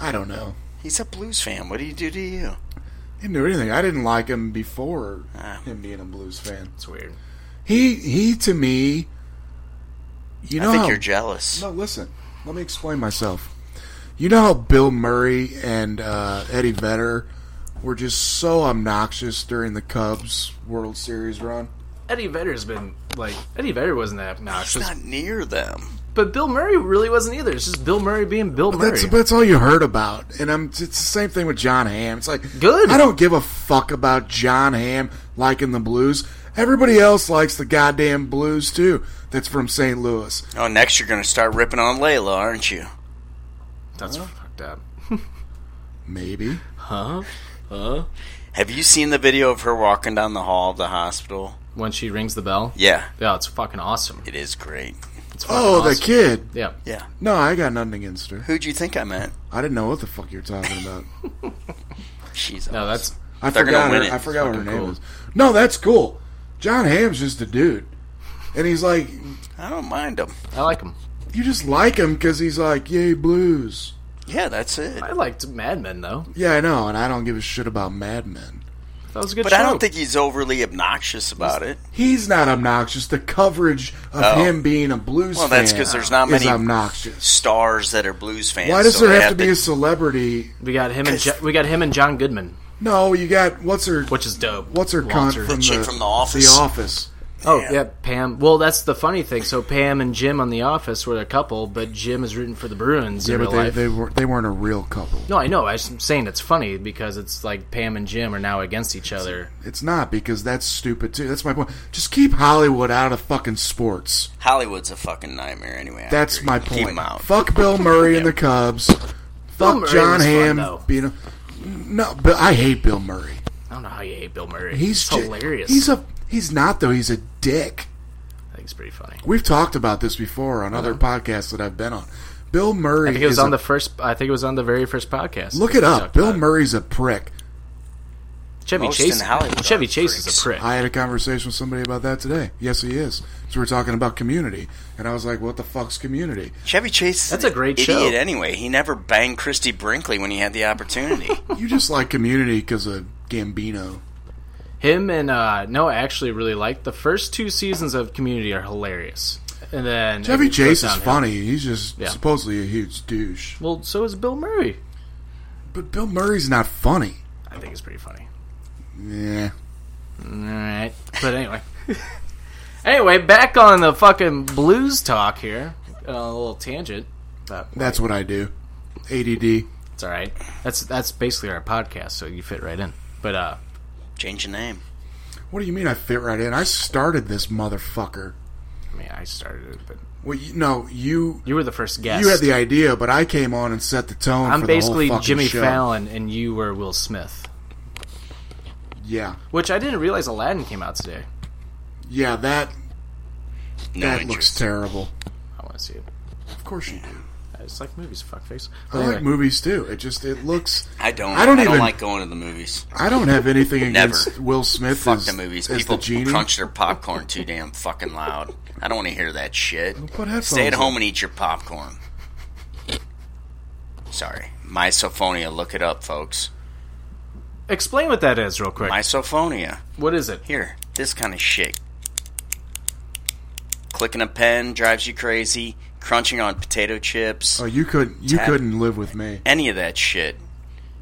B: I don't know.
C: He's a blues fan. What do you do to you?
B: Didn't do anything. I didn't like him before
C: Ah.
B: him being a Blues fan.
A: It's weird.
B: He he to me. You know
C: I think
B: how-
C: you're jealous.
B: No, listen. Let me explain myself. You know how Bill Murray and uh, Eddie Vedder were just so obnoxious during the Cubs World Series run.
A: Eddie Vedder's been like Eddie Vedder wasn't that
C: He's
A: obnoxious,
C: not near them.
A: but Bill Murray really wasn't either. It's just Bill Murray being Bill Murray.
B: That's that's all you heard about, and I'm. It's the same thing with John Hamm. It's like
A: Good.
B: I don't give a fuck about John Hamm liking the blues. Everybody else likes the goddamn blues too. That's from St. Louis.
C: Oh, next you're going to start ripping on Layla, aren't you?
A: That's fucked up.
B: Maybe
C: Have you seen the video of her walking down the hall of the hospital?
A: When she rings the bell,
C: Yeah,
A: yeah, it's fucking awesome.
C: it is great.
A: It's fucking
B: Oh, the
A: awesome.
B: kid.
A: Yeah,
C: Yeah.
B: No, I got nothing against her.
C: Who'd you think I meant?
B: I didn't know what the fuck you're talking about.
C: She's
A: no,
C: awesome.
A: that's
B: I
C: They're gonna
B: forgot.
C: win
B: Her,
C: it.
B: I forgot what her
A: Fucking
B: name
A: cool.
B: is. No, that's cool. John Hamm's just a dude, and he's like,
C: I don't mind him.
A: I like him.
B: you just like him because he's like, yay blues.
C: Yeah, that's it.
A: I liked Mad Men though.
B: Yeah, I know, and I don't give a shit about Mad Men.
A: That was a good.
C: But
A: show.
C: I don't think he's overly obnoxious about it.
B: He's not obnoxious. The coverage of
C: Oh.
B: him being a blues
C: Well, that's
B: fan
C: 'cause there's not
B: is
C: many-
B: obnoxious.
C: Stars that are blues fans.
B: Why does
C: so
B: there
C: they
B: have to be
C: the-
B: a celebrity?
A: we got him and jo- we got him and John Goodman,
B: No, you got what's her
A: which is dope.
B: what's her cunt
A: Walter.
B: from the,
C: chick from The Office.
B: The Office.
A: Oh yeah, Pam. Well, that's the funny thing. So Pam and Jim on The Office were a couple, but Jim is rooting for the Bruins
B: Yeah,
A: in real
B: but they,
A: life.
B: they weren't they weren't a real couple.
A: No, I know. I'm just saying it's funny because it's like Pam and Jim are now against each other.
B: It's not because that's stupid too. That's my point. Just keep Hollywood out of fucking sports.
C: Hollywood's a fucking nightmare anyway. I
B: That's
C: agree.
B: my
C: Keep
B: point.
C: him out.
B: Fuck Bill Murray and the Cubs.
A: Bill
B: Fuck
A: Murray
B: John
A: was fun,
B: Hamm.
A: though.
B: Being a, no, but I hate Bill Murray.
A: I don't know how you hate Bill Murray. He's
B: He's ju-
A: hilarious.
B: He's a he's not though. He's a dick.
A: I think it's pretty funny.
B: We've talked about this before on other podcasts that I've been on. Bill Murray
A: I think it Uh-huh. was
B: is
A: on
B: a-
A: the first. I think it was on the very first podcast.
B: look
A: that
B: it
A: we
B: up.
A: talked
B: Bill
A: about it.
B: Murray's a prick.
A: Chevy
C: Most
A: Chase.
C: in Hollywood
A: Chevy
C: are
A: Chase is
C: pricks.
A: a prick.
B: I had a conversation with somebody about that today. Yes, he is. So we're talking about community, and I was like, "What the fuck's community?"
C: Chevy Chase. Is
A: That's
C: an
A: a great
C: idiot
A: show.
C: Anyway, he never banged Christy Brinkley when he had the opportunity.
B: You just like community because of Gambino.
A: Him and uh, Noah actually really liked the first two seasons of Community are hilarious, and then
B: Chevy
A: it
B: Chase
A: goes
B: is
A: downhill.
B: funny. He's just
A: Yeah.
B: supposedly a huge douche,
A: Well, so is Bill Murray.
B: but Bill Murray's not funny.
A: I think it's pretty funny.
B: Yeah.
A: All right, but anyway, anyway, back on the fucking blues talk here. Uh, a little tangent, but
B: That's what I do. ADD.
A: it's all right. That's that's basically our podcast, so you fit right in. But uh,
C: Change the name.
B: What do you mean I fit right in? I started this motherfucker.
A: I mean, I started it, but
B: Well, you, no, you
A: you were the first guest.
B: You had the idea, but I came on and set the tone.
A: I'm
B: for
A: basically
B: the whole fucking
A: Jimmy
B: show.
A: Fallon, and you were Will Smith.
B: Yeah,
A: Which I didn't realize Aladdin came out today.
B: yeah, that
C: No
B: that looks
C: interest.
B: terrible.
A: I want to see it.
B: Of course you do.
A: I just like movies, fuckface.
B: I like movies too. It just it looks.
C: I don't.
B: I don't even-
C: like going to the movies.
B: I don't have anything
C: Never.
B: against Will Smith
C: Fuck
B: as,
C: the movies.
B: as
C: People
B: the genie.
C: crunch their popcorn too damn fucking loud. I don't want to hear that shit.
B: put headphones
C: Stay at
B: in.
C: home and eat your popcorn. Sorry, misophonia. Look it up, folks.
A: Explain what that is, real quick.
C: Misophonia.
A: What is it?
C: Here, this kind of shit. Clicking a pen drives you crazy. Crunching on potato chips.
B: Oh, you could you
C: Tap.
B: couldn't live with me.
C: Any of that shit.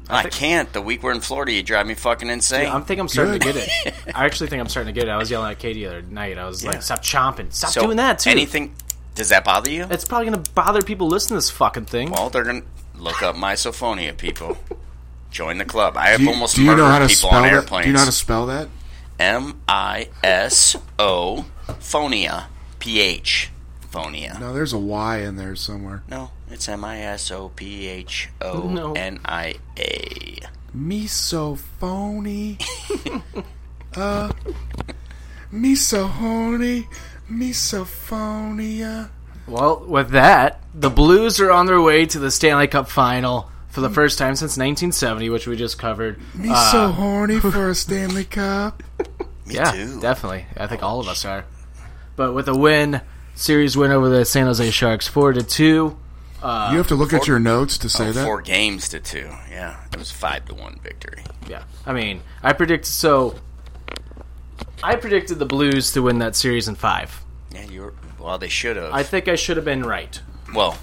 C: I,
A: think-
C: can't. The week we're in Florida, you drive me fucking insane.
A: I'm think I'm starting to get it. I actually think I'm starting to get it. I was yelling at Katie the other night. I was like, "Stop chomping! Stop
C: So,
A: doing that too."
C: Anything? Does that bother you?
A: That's probably gonna bother people listening to this fucking thing.
C: Well, they're gonna look up misophonia, people. Join the club. I have
B: Do you,
C: almost
B: do you
C: murdered
B: know how to
C: people
B: spell
C: on
B: that?
C: airplanes.
B: Do you know how to spell that?
C: M I S O phonia, P H phonia. No.
B: No, there's a Y in there somewhere.
C: it's M I S O P H O N I A.
B: me so phony. uh, me so horny. Misophonia.
A: Well, with that, the Blues are on their way to the Stanley Cup final for the first time since 1970, which we just covered.
B: Me so horny
C: Uh,
B: for a Stanley Cup.
C: Me
A: yeah,
C: too.
A: definitely. I think all of us are. But with a win, series win over the San Jose Sharks, four to two.
C: Uh,
B: you have to look at your notes to say that.
C: Four games to two. Yeah, it was five to one victory.
A: Yeah, I mean, I predicted so. I predicted the Blues to win that series in five.
C: Yeah, you were. Well, they should have.
A: I think I should have been right.
C: well,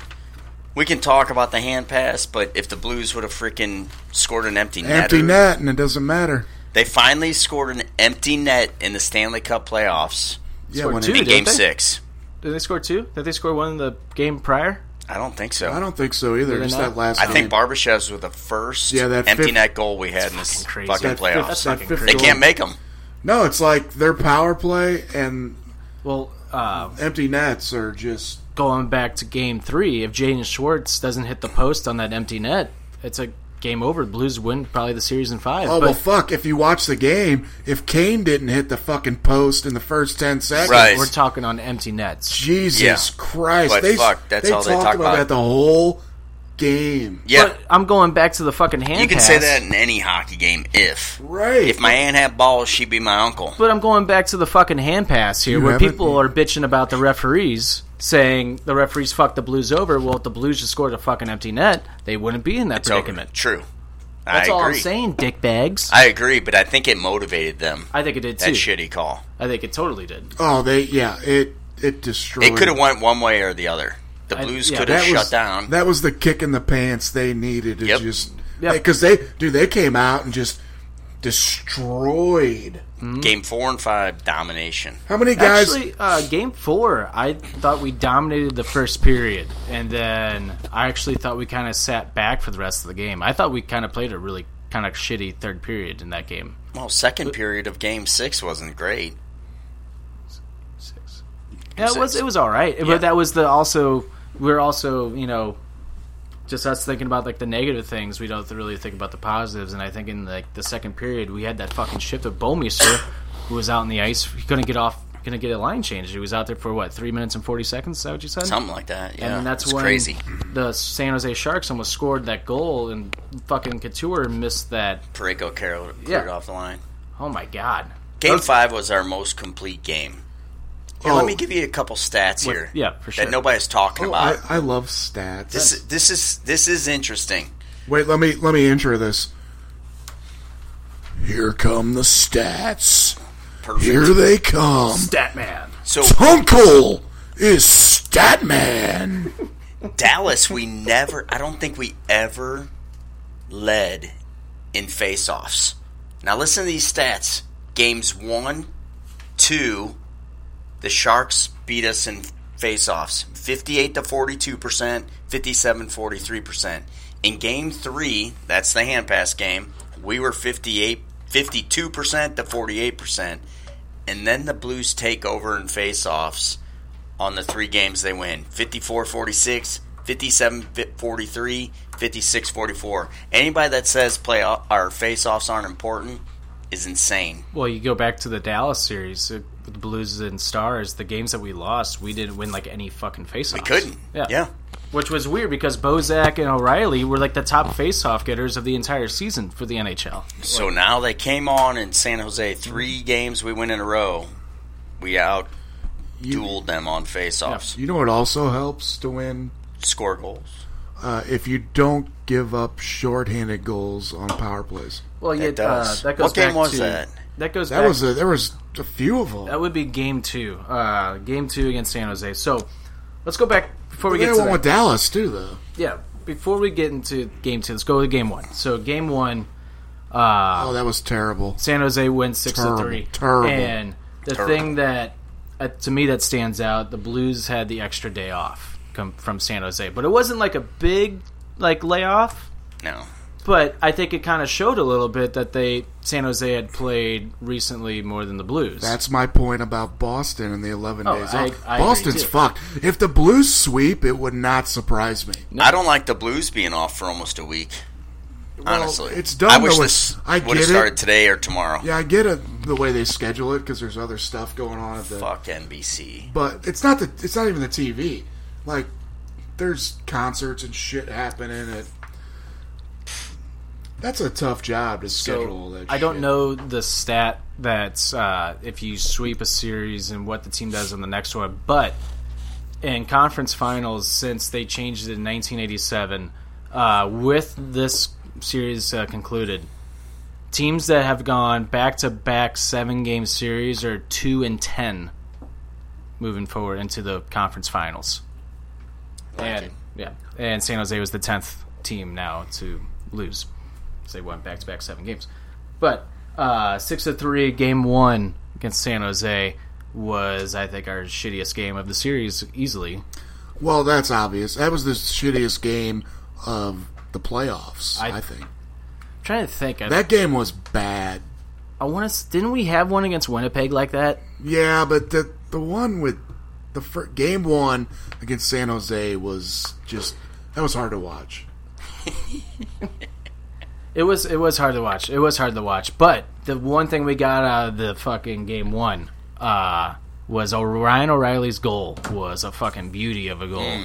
C: we can talk about the hand pass, but if the Blues would have freaking scored an empty net,
B: Empty net, and it doesn't matter.
C: they finally scored an empty net in the Stanley Cup playoffs
B: Yeah,
A: Scored
B: when
A: two,
B: it,
C: in
A: didn't
C: Game
A: they?
C: Six.
A: Did they score two? Did they score one in the game prior?
C: I don't think so.
B: I
C: I,
B: don't think so either.
A: they
B: Just
A: not?
B: that last.
C: think
B: game.
C: Barbashevs were the first
B: Yeah, that
C: empty
B: fifth-
C: net goal we had in this
A: crazy.
C: fucking,
A: That
B: fifth-
C: playoffs.
A: That's
B: that
A: fucking
B: fifth
A: crazy.
C: they
B: goal-
C: can't make them.
B: No, it's like their power play and
A: Well, uh,
B: empty nets are just.
A: going back to game three, if Jaden Schwartz doesn't hit the post on that empty net, it's a game over. The Blues win probably the series in five.
B: Oh
A: but
B: well, fuck! If you watch the game, if Kane didn't hit the fucking post in the first ten seconds,
C: Right.
A: we're talking on empty nets.
B: Jesus
C: Yeah.
B: Christ!
C: But
B: they
C: fuck, that's
B: they
C: all they
B: talked
C: talk about.
B: that the whole game.
C: Yeah,
A: But I'm going back to the fucking hand.
C: you can
A: pass,
C: say that in any hockey game if.
B: Right.
C: If my aunt had balls, she'd be my uncle.
A: But I'm going back to the fucking hand pass here,
B: You
A: where
B: haven't-
A: people are bitching about the referees, saying the referees fucked the Blues over. Well, if the Blues just scored a fucking empty net, they wouldn't be in that
C: So,
A: predicament.
C: True.
A: That's
C: I
A: all I'm
C: agree.
A: saying, dickbags. I,
C: I agree, but I think it motivated them.
A: I think it did too.
C: that shitty call.
A: I think it totally did.
B: oh, they yeah, it it destroyed.
C: It could have went one way or the other. The
A: I-
C: Blues
A: yeah,
C: could
A: that
C: have
A: was-
C: shut down.
B: That was the kick in the pants they needed to
C: Yep.
B: just
A: Yep.
B: because they dude they came out and just destroyed.
C: Game four and five domination.
B: How many guys?
A: Actually, uh, game four, I thought we dominated the first period, and then I actually thought we kind of sat back for the rest of the game. I thought we kind of played a really kind of shitty third period in that game.
C: Well, second period of game six wasn't great.
A: Yeah, it was it was all right, but that was the also we are also you know just us thinking about like the negative things. We don't really think about the positives, and I think in like the second period we had that fucking shift of Bomeister who was out on the ice. He couldn't get off. Gonna get a line change. He was out there for what three minutes and forty seconds. Is that what you said?
C: Something like that. Yeah,
A: and then that's
C: it's
A: when
C: crazy.
A: the San Jose Sharks almost scored that goal, and fucking Couture missed that.
C: Pareko Carroll cleared
A: Yeah.
C: off the line.
A: Oh my god!
C: Game five was our most complete game. Here,
B: Oh.
C: let me give you a couple stats here.
A: yeah, for sure.
C: That nobody's talking
B: Oh,
C: about.
B: I, I love stats.
C: this this is this is interesting.
B: Wait, let me let me intro this. Here come the stats.
C: Perfect.
B: Here they come.
A: Statman.
C: so
B: Uncle is Statman.
C: Dallas, we never. I don't think we ever led in faceoffs. Now listen to these stats. Games one, two, the Sharks beat us in faceoffs, fifty-eight to forty-two percent, 57 43 percent. In game three, that's the hand pass game. We were 58, 52 percent to forty-eight percent, and then the Blues take over in faceoffs on the three games they win 54 46, 57 43, 56 44. Anybody that says play our face offs aren't important is insane.
A: Well, you go back to the Dallas series, uh, the Blues and Stars. The games that we lost, we didn't win like any fucking faceoffs. We
C: Couldn't.
A: Yeah.
C: yeah.
A: Which was weird because Bozak and O'Reilly were like the top faceoff getters of the entire season for the NHL.
C: So now they came on in San Jose. Three games we win in a row. We out dueled them on face offs.
B: You know what also helps to win
C: Score goals.
B: uh, if you don't give up shorthanded goals on power plays.
A: Well, yeah, uh,
C: It does.
A: that goes
C: what game
A: back
C: was
A: to-
C: that?
A: That goes.
B: That
A: back
B: was a, there was a few of them.
A: That would be game two. Uh, game two against San Jose. So let's go back before we
B: they
A: get
B: had
A: to
B: one
A: that.
B: with Dallas too, though.
A: yeah. Before we get into game two, let's go to game one. So game one, Ah.
B: oh, that was terrible.
A: San Jose wins six
B: Terrible,
A: to three.
B: terrible.
A: And the thing that uh, to me that stands out, the Blues had the extra day off come from San Jose, but it wasn't like a big like layoff.
C: No.
A: But I think it kind of showed a little bit that they San Jose had played recently more than the Blues.
B: That's my point about Boston and the 11
A: Oh,
B: days
A: I-
B: off.
A: I agree,
B: Boston's
A: too.
B: fucked. If the Blues sweep, it would not surprise me.
C: I don't like the Blues being off for almost a week. honestly.
B: it's dumb,
C: I wish
B: though.
C: this
B: I
C: would have
B: get it.
C: started today or tomorrow.
B: Yeah, I get it, the way they schedule it because there's other stuff going on at the.
C: Fuck NBC.
B: But it's not the. It's not even the TV. Like, there's concerts and shit happening. At, that's a tough job to schedule all that.
A: I don't
B: shit.
A: know the stat that's uh, if you sweep a series and what the team does on the next one, but in conference finals, since they changed it in 1987, uh, with this series uh, concluded, teams that have gone back to back seven game series are two and ten moving forward into the conference finals. And, yeah, and San Jose was the tenth team now to lose. So they won back to back seven games. But uh, six to three, game one against San Jose was, I think, our shittiest game of the series easily.
B: Well, that's obvious. That was the shittiest game of the playoffs.
A: I-
B: I, think
A: I'm trying to think, I,
B: that game was bad.
A: I want to. Didn't we have one against Winnipeg like that?
B: Yeah, but the the one with the fir- game one against San Jose was just that was hard to watch.
A: It was. It was hard to watch. It was hard to watch. But the one thing we got out of the fucking game one uh, was O- Ryan O'Reilly's goal was a fucking beauty of a goal,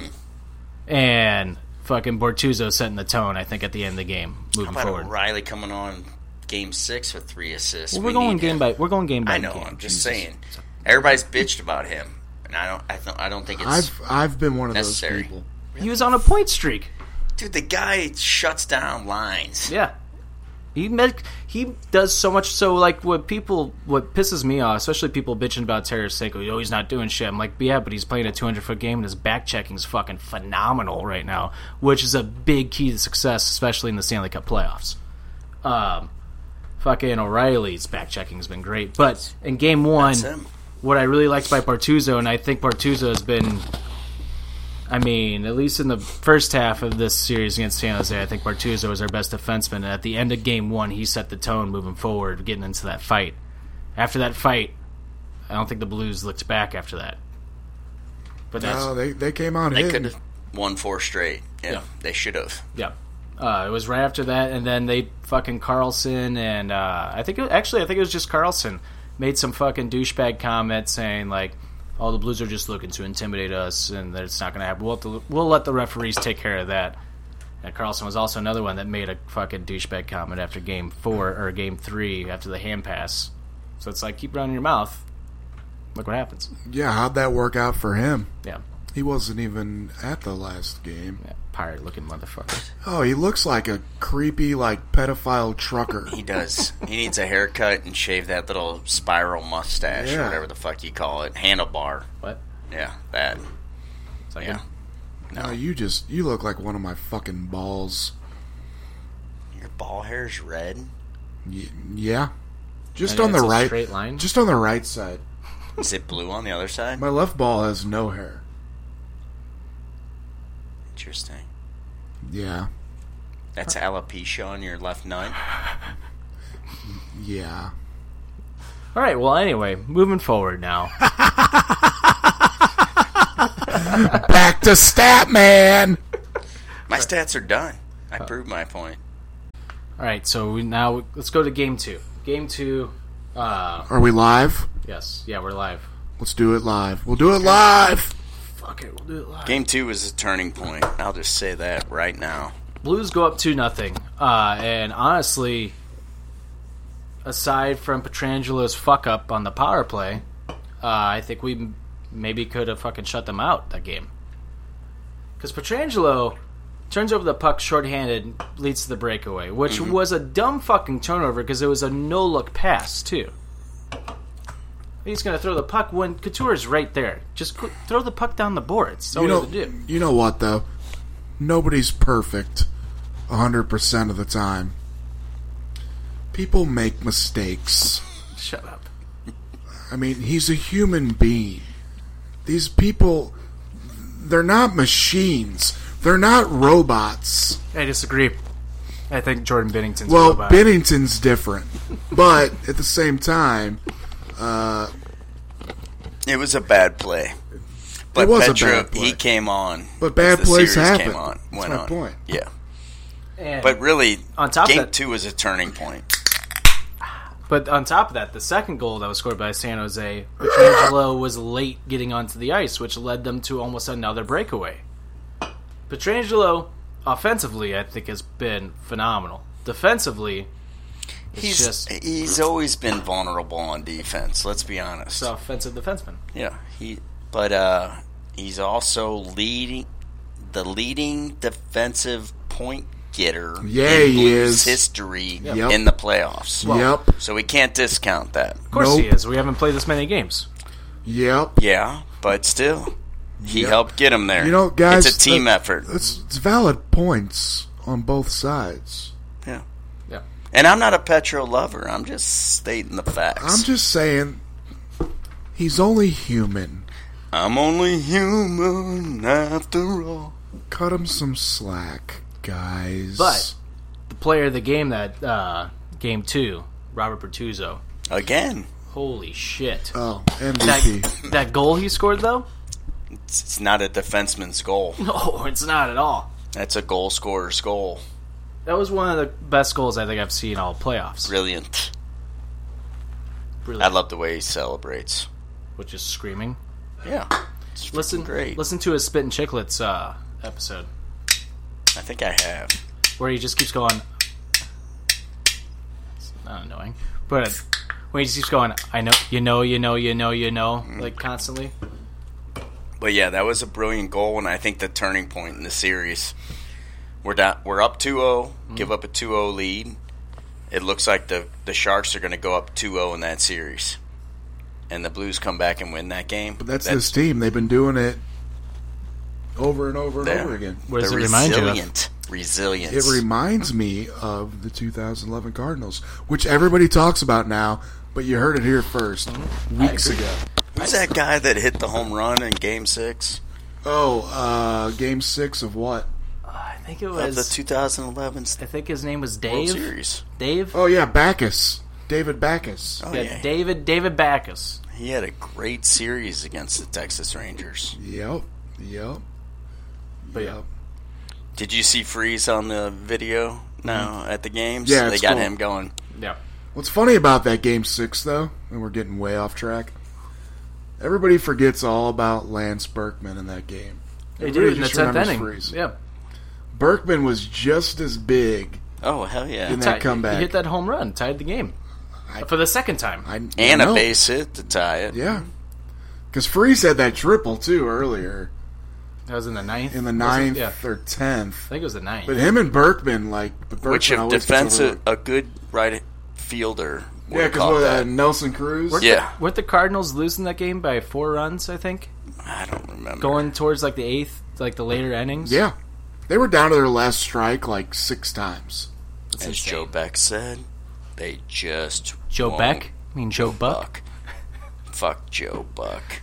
A: and fucking Bortuzzo setting the tone. I think at the end of the game, moving
C: But
A: forward.
C: Riley coming on game six with three assists.
A: Well,
C: We
A: we're going
C: need
A: game
C: him.
A: by we're going game by
C: I know.
A: game.
C: I'm
A: Jesus.
C: just saying. Everybody's bitched about him, and I don't. I don't. I don't think it's.
B: I've I've been one of those
C: necessary.
B: people.
A: He was on a point streak.
C: dude, the guy shuts down lines.
A: Yeah. He make, he does so much so like what people what pisses me off, especially people bitching about Tarasenko, oh he's not doing shit. I'm like, yeah, but he's playing a 200 foot game and his back checking's fucking phenomenal right now, which is a big key to success, especially in the Stanley Cup playoffs. Um, fucking O'Reilly's back checking's been great, but in game one,
C: That's him.
A: what I really liked by Partuzzo, and I think Partuzzo has been, I mean, at least in the first half of this series against San Jose, I think Partuzzo was our best defenseman. And at the end of game one, he set the tone moving forward, getting into that fight. After that fight, I don't think the Blues looked back after that. But that's,
B: No, they they came out.
C: They
B: hitting.
C: could have won four straight. Yeah,
A: Yeah.
C: they should have.
A: yeah. Uh, it was right after that, and then they fucking Carlson and uh, I think it, actually I think it was just Carlson made some fucking douchebag comment saying like, "Oh, the Blues are just looking to intimidate us, and that it's not going to happen. We'll, have to, we'll let the referees take care of that." And Carlson was also another one that made a fucking douchebag comment after game four or game three after the hand pass. So it's like keep running your mouth. Look what happens.
B: Yeah, how'd that work out for him?
A: Yeah,
B: He wasn't even at the last game.
A: yeah. pirate looking motherfucker.
B: Oh, he looks like a creepy, like pedophile trucker.
C: He does. he needs a haircut and shave that little spiral mustache or
B: Yeah.
C: whatever the fuck you call it, handlebar.
A: What?
C: Yeah, that.
A: It's like,
C: Yeah.
B: No, you just you look like one of my fucking balls.
C: Your ball hair's red.
B: Y- yeah, just
A: And
B: on the
A: it's a
B: right
A: straight line?
B: Just on the right side.
C: Is it blue on the other side?
B: My left ball has no hair.
C: Interesting.
B: Yeah,
C: That's alopecia on your left nut.
B: yeah.
A: All right. Well, anyway, moving forward now.
B: Back to stat man.
C: My stats are done. I proved my point.
A: All right, so we now let's go to game two. Game two, uh,
B: Are we live?
A: yes, yeah, we're live.
B: Let's do it live. We'll do it live.
A: Fuck it, we'll do it live.
C: Game two is a turning point. I'll just say that right now.
A: Blues go up two nothing, uh, and honestly, aside from Petrangelo's fuck up on the power play, uh, I think we m- maybe could have fucking shut them out that game. Because Petrangelo turns over the puck shorthanded, leads to the breakaway, which
B: Mm-hmm.
A: was a dumb fucking turnover because it was a no look pass too. He's gonna throw the puck when Couture's right there. Just qu- throw the puck down the board. It's all
B: You
A: you
B: know,
A: to do.
B: you know what though? Nobody's perfect, hundred percent of the time. People make mistakes.
A: Shut up.
B: I mean, he's a human being. These people, they're not machines. They're not robots.
A: I disagree. I think Jordan Bennington's
B: Well,
A: a robot.
B: Bennington's different, but at the same time,
C: It was a bad play. But
B: was a
C: Petro,
B: bad play.
C: he came on.
B: But bad
C: as the
B: plays
C: series
B: happen.
C: Came on,
B: That's
C: went
B: my
C: on.
B: point.
C: Yeah.
A: And
C: But really,
A: On top of
C: game
A: that-
C: two is a turning point.
A: But on top of that, the second goal that was scored by San Jose, Petrangelo was late getting onto the ice, which led them to almost another breakaway. Petrangelo, offensively, I think has been phenomenal. Defensively, it's
C: He's
A: just
C: he's always been vulnerable on defense. Let's be honest.
A: an offensive defenseman.
C: Yeah, he. But uh, he's also leading the leading defensive point getter.
B: Yeah,
C: in
B: he
C: Blues
B: is.
C: History
B: Yep.
C: in the playoffs.
B: Yep.
C: So we can't discount that.
A: Of course he
B: Nope.
A: is. We haven't played this many games.
B: Yep.
C: Yeah, but still, he
B: Yep.
C: helped get him there.
B: You know, guys, uh,
C: it's a team
B: that-
C: effort.
B: It's, it's valid points on both sides.
C: Yeah.
A: Yeah.
C: And I'm not a Petro lover. I'm just stating the facts.
B: I'm just saying, he's only human.
C: I'm only human after all.
B: Cut him some slack, guys.
A: But- The player of the game that uh, game two, Robert Pertuzzo.
C: Again,
A: Holy shit!
B: oh,
A: That,
B: MVP.
A: that goal he scored though?
C: it's, it's not a defenseman's goal.
A: No, it's not at all.
C: That's a goal scorer's goal.
A: That was one of the best goals I think I've seen all playoffs.
C: Brilliant.
A: Really,
C: I love the way he celebrates.
A: which is screaming.
C: Yeah. It's
A: Listen,
C: freaking great.
A: listen to his spit and chicklets uh, episode
C: I think I have.
A: where he just keeps going. It's not annoying, but when he just keeps going, I know, you know, you know, you know, you know,
C: Mm.
A: like constantly.
C: But yeah, that was a brilliant goal, and I think the turning point in the series. We're down. We're up 2-0, Give up a 2-0 lead. It looks like the the Sharks are going to go up 2-0 in that series, and the Blues come back and win that game.
B: But that's, this team. They've been doing it over and over and
C: There.
B: over again.
A: What does
C: they're
A: it remind you of?
C: resilient. Resilience.
B: It reminds me of the 2011 Cardinals, which everybody talks about now, but you heard it here first weeks ago.
C: Who's that guy that hit the home run in Game Six
B: Oh, uh, game six of what?
A: I think it
C: of the
A: was.
C: 2011
A: I think his name was
C: World
A: Dave.
C: Series?
A: Dave.
B: Oh, yeah, Bacchus. David Bacchus.
C: Oh
A: Yeah,
C: yeah,
A: David. David Backus.
C: he had a great series against the Texas Rangers.
B: Yep. Yep.
A: But yeah.
B: Yep.
C: Did you see Freeze on the video? No, at the games.
B: Mm-hmm. Yeah,
C: they
B: it's
C: got
B: cool.
C: him going.
A: Yeah.
B: What's funny about that game six, though, and we're getting way off track, everybody forgets all about Lance Berkman in that game.
A: They
B: Everybody
A: did in the
B: just
A: tenth
B: remembers
A: inning.
B: Freeze.
A: Yeah.
B: Berkman was just as big
C: Oh hell yeah!
B: in
A: Tied-
B: that
A: He
B: comeback.
A: hit that home run, tied the game
B: I-
A: for the second time.
B: I,
C: and
B: I
C: a
B: know.
C: base hit to tie it.
B: Yeah. Because Freeze had that triple, too, earlier
A: That was in the ninth.
B: in the
A: Was it?
B: ninth
A: Yeah.
B: or tenth.
A: I think it was the ninth.
B: But him and Berkman, like, but Berkman
C: Which, if
B: always gets
C: defensive,
B: overlooked.
C: a good right fielder would
B: Yeah,
C: have caught
B: because uh,
C: that.
B: Nelson Cruz.
C: yeah,
A: Weren't the Cardinals losing that game by four runs? I think
C: I don't remember.
A: going towards like the eighth, like the later innings.
B: Yeah. They were down to their last strike like six times.
C: As Joe Beck said, they just
A: Joe
C: won't
A: Beck. I mean Joe Buck.
C: Buck. Fuck Joe Buck.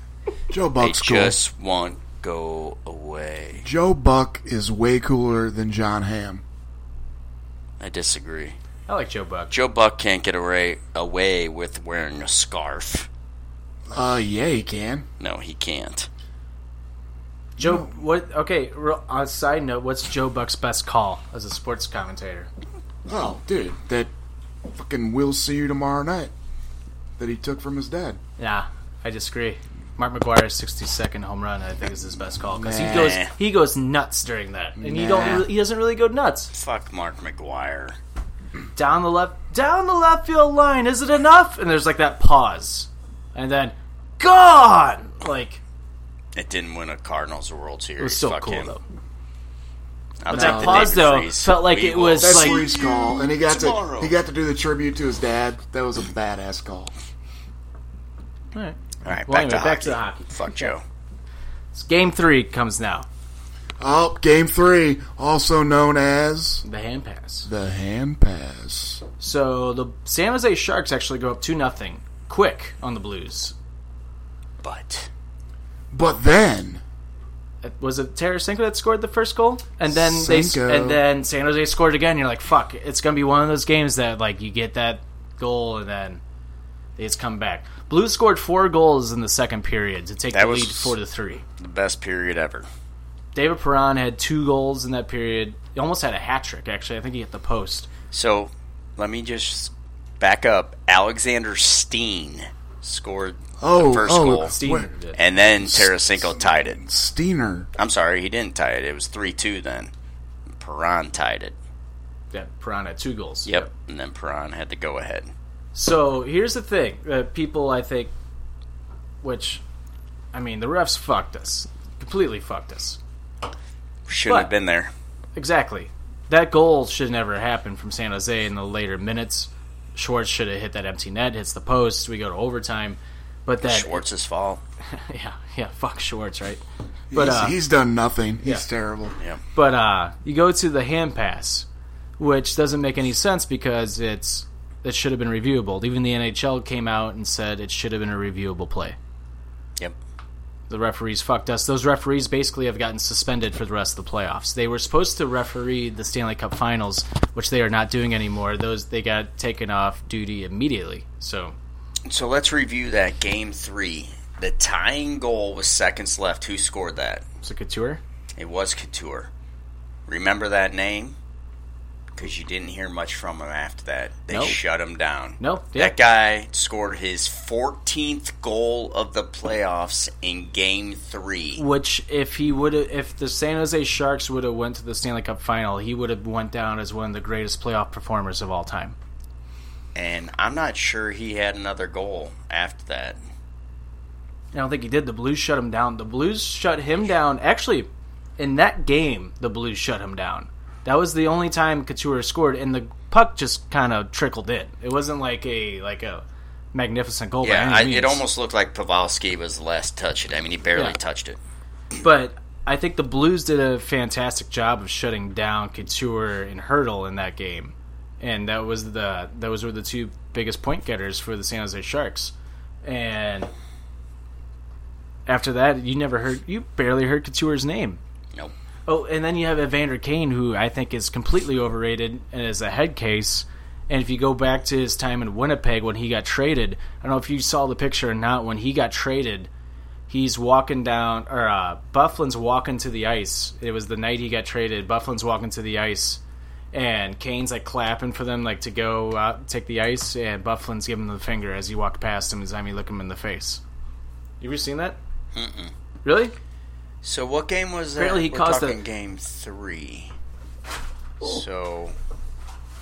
B: Joe
C: They
B: Buck's cool.
C: just won't go away.
B: Joe Buck is way cooler than John Hamm.
C: I disagree.
A: I like Joe Buck.
C: Joe Buck can't get away away with wearing a scarf.
B: Uh, yeah, he can.
C: No, he can't.
A: Joe, what? Okay. real- On a side note, what's Joe Buck's best call as a sports commentator?
B: Oh, dude, that fucking "We'll see you tomorrow night" that he took from his dad.
A: Nah, I disagree. Mark McGuire's 60-second home run, I think, is his best call because he goes he goes nuts during that, and you don't
B: Nah.
A: really, he doesn't really go nuts
C: Fuck Mark McGuire.
A: down the left down the left field line. Is it enough? And there's like that pause, and then gone. Like
C: It didn't win a Cardinals World Series.
A: it was so
C: Fuck
A: cool
C: him.
A: though.
C: I'll
A: But
C: take
A: that
C: the
A: pause,
C: David
A: though,
C: Freese.
A: felt like
C: We
A: it
C: will-
A: was-
B: That's
A: Like-
B: Freeze call, and he got
C: Tomorrow.
B: to he got to do the tribute to his dad. That was a badass call.
A: All right.
C: All right,
A: Well,
C: back,
A: anyway,
C: to
A: back to the
C: hockey.
A: hockey.
C: Fuck Joe.
A: Game three comes now.
B: Oh, game three, also known as
A: The hand pass.
B: the hand pass.
A: So the San Jose Sharks actually go up two nothing, quick on the Blues.
C: But
B: But then,
A: It- Was it Tarasenko that scored the first goal, and then they s-
B: Senko.
A: and then San Jose scored again? You're like, fuck! It's gonna be one of those games that like you get that goal and then they just come back. Blues scored four goals in the second period to take
C: That
A: the
C: was-
A: lead four to three.
C: the best period ever.
A: David Perron had two goals in that period. He almost had a hat trick, actually. I think he hit the post.
C: So let me just back up. Alexander Steen scored
B: Oh,
C: the first
B: oh,
C: goal,
A: Steen
B: Wait.
A: did.
C: and then Tarasenko tied it.
B: Steiner.
C: I'm sorry, he didn't tie it. It was three two then. Perron tied it.
A: Yeah, Perron had two goals.
C: Yep, and then Perron had to go ahead.
A: So here's the thing that people, I think, which, I mean, the refs fucked us. Completely fucked us.
C: Shouldn't have
A: But-
C: been there.
A: Exactly. That goal should never happen from San Jose in the later minutes. Schwartz should have hit that empty net, hits the post, we go to overtime. But that
C: Schwartz's fault.
A: yeah, yeah, fuck Schwartz, right? But
B: he's,
A: uh,
B: he's done nothing. He's terrible.
A: but uh, you go to the hand pass, which doesn't make any sense because it's it should have been reviewable. Even the NHL came out and said it should have been a reviewable play.
C: Yep.
A: the referees fucked us. Those referees basically have gotten suspended for the rest of the playoffs. They were supposed to referee the Stanley Cup Finals, which they are not doing anymore. Those they got taken off duty immediately. So
C: So let's review that game three. The tying goal was seconds left. Who scored that?
A: it's a couture.
C: It was Couture. Remember that name? Because you didn't hear much from him after that. They
A: Nope.
C: shut him down.
A: Nope, yeah.
C: That guy scored his 14th goal of the playoffs in game three.
A: Which if he would if the San Jose Sharks would have went to the Stanley Cup Final, he would have went down as one of the greatest playoff performers of all time.
C: And I'm not sure he had another goal after that.
A: I don't think he did. The Blues shut him down. The Blues shut him down. Actually, in that game, the Blues shut him down. That was the only time Couture scored, and the puck just kind of trickled in. It wasn't like a like a magnificent goal.
C: Yeah,
A: by
C: I,
A: any means.
C: it almost looked like Pavelski was the last touch it. I mean, he barely
A: Yeah.
C: touched it.
A: But I think the Blues did a fantastic job of shutting down Couture and Hurdle in that game, and that was the those were the two biggest point getters for the San Jose Sharks. And after that, you never heard you barely heard Couture's name.
C: Nope.
A: Oh, and then you have Evander Kane, who I think is completely overrated and is a head case. And if you go back to his time in Winnipeg when he got traded, I don't know if you saw the picture or not. When he got traded, he's walking down, or uh, Bufflin's walking to the ice. It was the night he got traded. Bufflin's walking to the ice, and Kane's like clapping for them, like to go out, take the ice, and Bufflin's giving him the finger as he walked past him, as time he look him in the face. You ever seen that? Mm-mm. Really?
C: So what game was that?
A: Apparently he
C: We're
A: caused
C: talking
A: a-
C: game three. So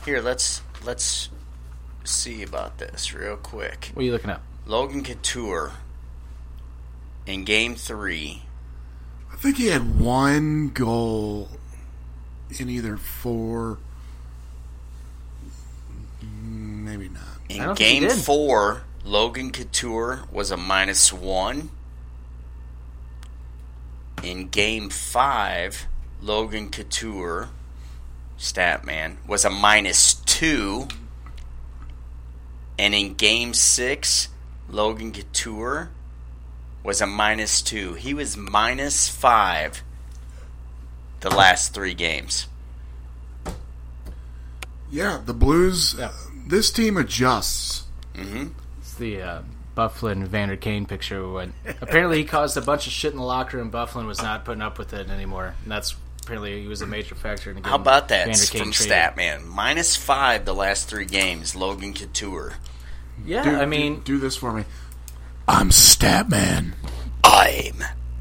C: here, let's let's see about this real quick.
A: What are you looking up?
C: Logan Couture in game three.
B: I think he had one goal in either four. Mm, Maybe not.
C: In
A: don't think he
C: game
A: did.
C: four, Logan Couture was a minus one. In game five, Logan Couture, stat man, was a minus two. And in game six, Logan Couture was a minus two. He was minus five the last three games.
B: Yeah, the Blues. Uh, this team adjusts.
A: the uh, Bufflin Vander Kane picture when apparently he caused a bunch of shit in the locker room. Bufflin was not putting up with it anymore, and that's apparently he was a major factor. In
C: How about that
A: Vander Kane
C: from
A: traded.
C: Statman? Minus five the last three games. Logan Couture.
A: Yeah,
B: Do-
A: I mean,
B: do, do this for me. I'm Statman.
C: I'm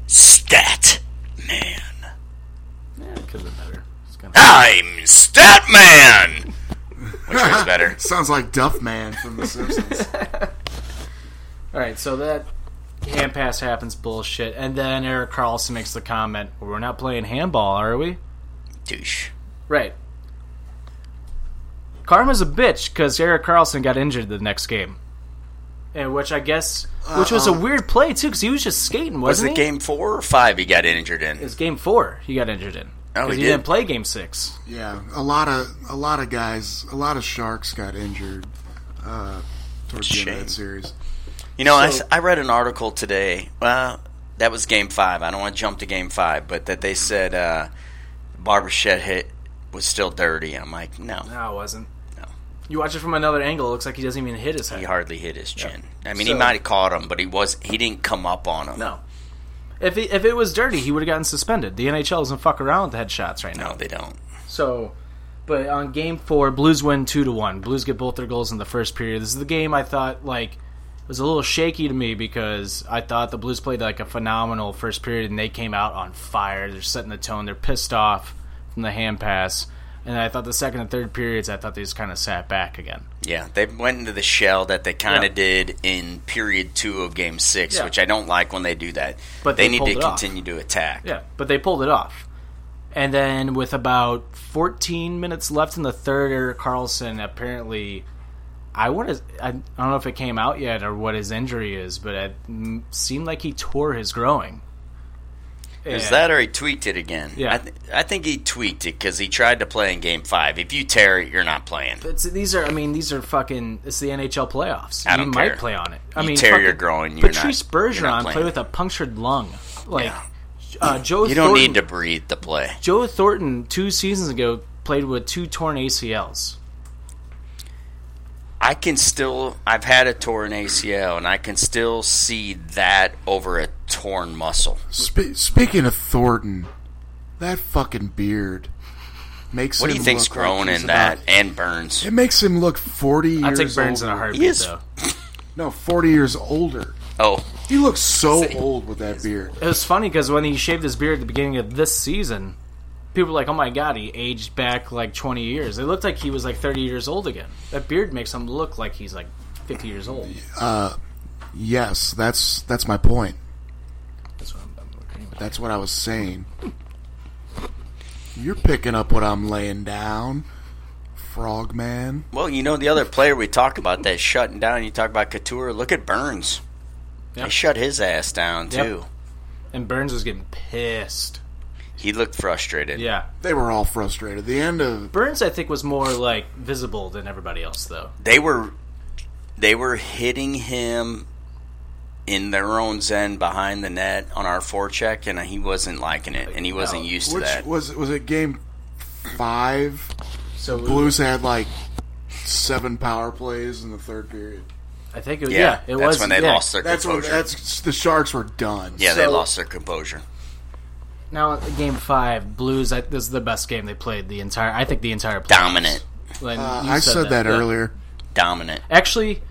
C: Stat Man.
A: could have been better. It's kinda-
C: I'm Stat Man. Which was better?
B: Sounds like Duffman from The Simpsons.
A: All right, so that hand pass happens, bullshit, and then Eric Carlson makes the comment, "We're not playing handball, are we?"
C: Douche.
A: Right. Karma's a bitch because Eric Carlson got injured the next game, and which I guess, which was a weird play too, because he was just skating,
C: Was
A: wasn't
C: it
A: he?
C: game four or five he got injured in?
A: It's game four he got injured in.
C: Oh,
A: 'Cause
C: he
A: he
C: did?
A: didn't play game six.
B: yeah, a lot of a lot of guys, a lot of sharks got injured uh, towards the end
C: Shame.
B: of that series.
C: You know, I s I I, read an article today. Well, that was game five. I don't want to jump to game five, but that they said uh, Barbershop hit was still dirty. I'm like, no.
A: No, it wasn't.
C: No.
A: You watch it from another angle, it looks like he doesn't even hit his head.
C: He hardly hit his chin. I mean, he
A: So-
C: might have caught him, but he was he didn't come up on him.
A: No. If it, if it was dirty, he would have gotten suspended. The NHL doesn't fuck around with headshots right now.
C: No, they don't.
A: So, but on game four, Blues win two to one. Blues get both their goals in the first period. This is the game I thought like was a little shaky to me because I thought the Blues played like a phenomenal first period and they came out on fire. They're setting the tone. They're pissed off from the hand pass. And I thought the second and third periods, I thought they just kind of sat back again.
C: Yeah, they went into the shell that they kind of
A: Yeah.
C: did in period two of game six,
A: Yeah.
C: which I don't like when they do that.
A: But they
C: they, need
A: pulled
C: to
A: it off.
C: continue to attack.
A: Yeah, but they pulled it off. And then with about 14 minutes left in the third, Eric Carlson apparently, I want to, I, I don't know if it came out yet or what his injury is, but it mm, seemed like he tore his growing.
C: Is
A: And-
C: that or he tweaked it again?
A: Yeah.
C: I, th- I think he tweaked it because he tried to play in game five. If you tear it, you're not playing.
A: It's, these are, I mean, these are fucking. It's the NHL playoffs.
C: I don't
A: you
C: care.
A: might play on it. I
C: You
A: mean,
C: tear your
A: fucking
C: groin, you're
A: Patrice
C: not- you're not
A: Bergeron
C: playing.
A: played with a punctured lung. Like uh, Joe,
C: You don't
A: Thornton,
C: need to breathe to play.
A: Joe Thornton two seasons ago played with two torn ACLs.
C: I can still. I've had a torn ACL, and I can still see that over a torn muscle.
B: Spe- speaking of Thornton, that fucking beard makes.
C: What do
B: him
C: you think's
B: look like
C: growing
B: he's
C: in that?
B: about-
C: And Burns.
B: It makes him look forty.
A: I
B: years
A: take Burns in
B: older.
A: a heartbeat,
C: He is-
A: though.
B: No, forty years older.
C: Oh,
B: He looks so old with that beard.
A: It was funny because when he shaved his beard at the beginning of this season, people were like, "Oh my god, he aged back like 20 years." It looked like he was like 30 years old again. That beard makes him look like he's like 50 years old.
B: Yes, that's that's my point.
A: That's what I'm, I'm looking at.
B: That's what I was saying. You're picking up what I'm laying down, Frogman.
C: well, you know the other player we talk about that shutting down. You talk about Couture. Look at Burns.
A: Yeah.
C: They shut his ass down
A: Yep.
C: too.
A: And Burns was getting pissed.
C: He looked frustrated.
A: Yeah,
B: They were all frustrated. The end of
A: Burns I think was more like visible than everybody else though.
C: they were they were hitting him in their own zen behind the net on our forecheck, and he wasn't liking it, and he wasn't
A: No.
C: used to
B: which
C: that.
B: was was it game five?
A: So it was-
B: Blues had like seven power plays in the third period.
A: I think it was,
C: yeah,
A: yeah, it
C: that's
A: was
C: when they
A: yeah.
C: lost their
B: That's when
C: composure.
B: that's the Sharks were done.
C: yeah, they
A: so-
C: lost their composure.
A: Now uh, game five, Blues. I, this is the best game they played the entire. I think the entire playoffs.
C: Dominant,
A: When
B: Uh,
A: you
B: I said that,
A: yeah.
B: earlier.
C: dominant.
A: Actually,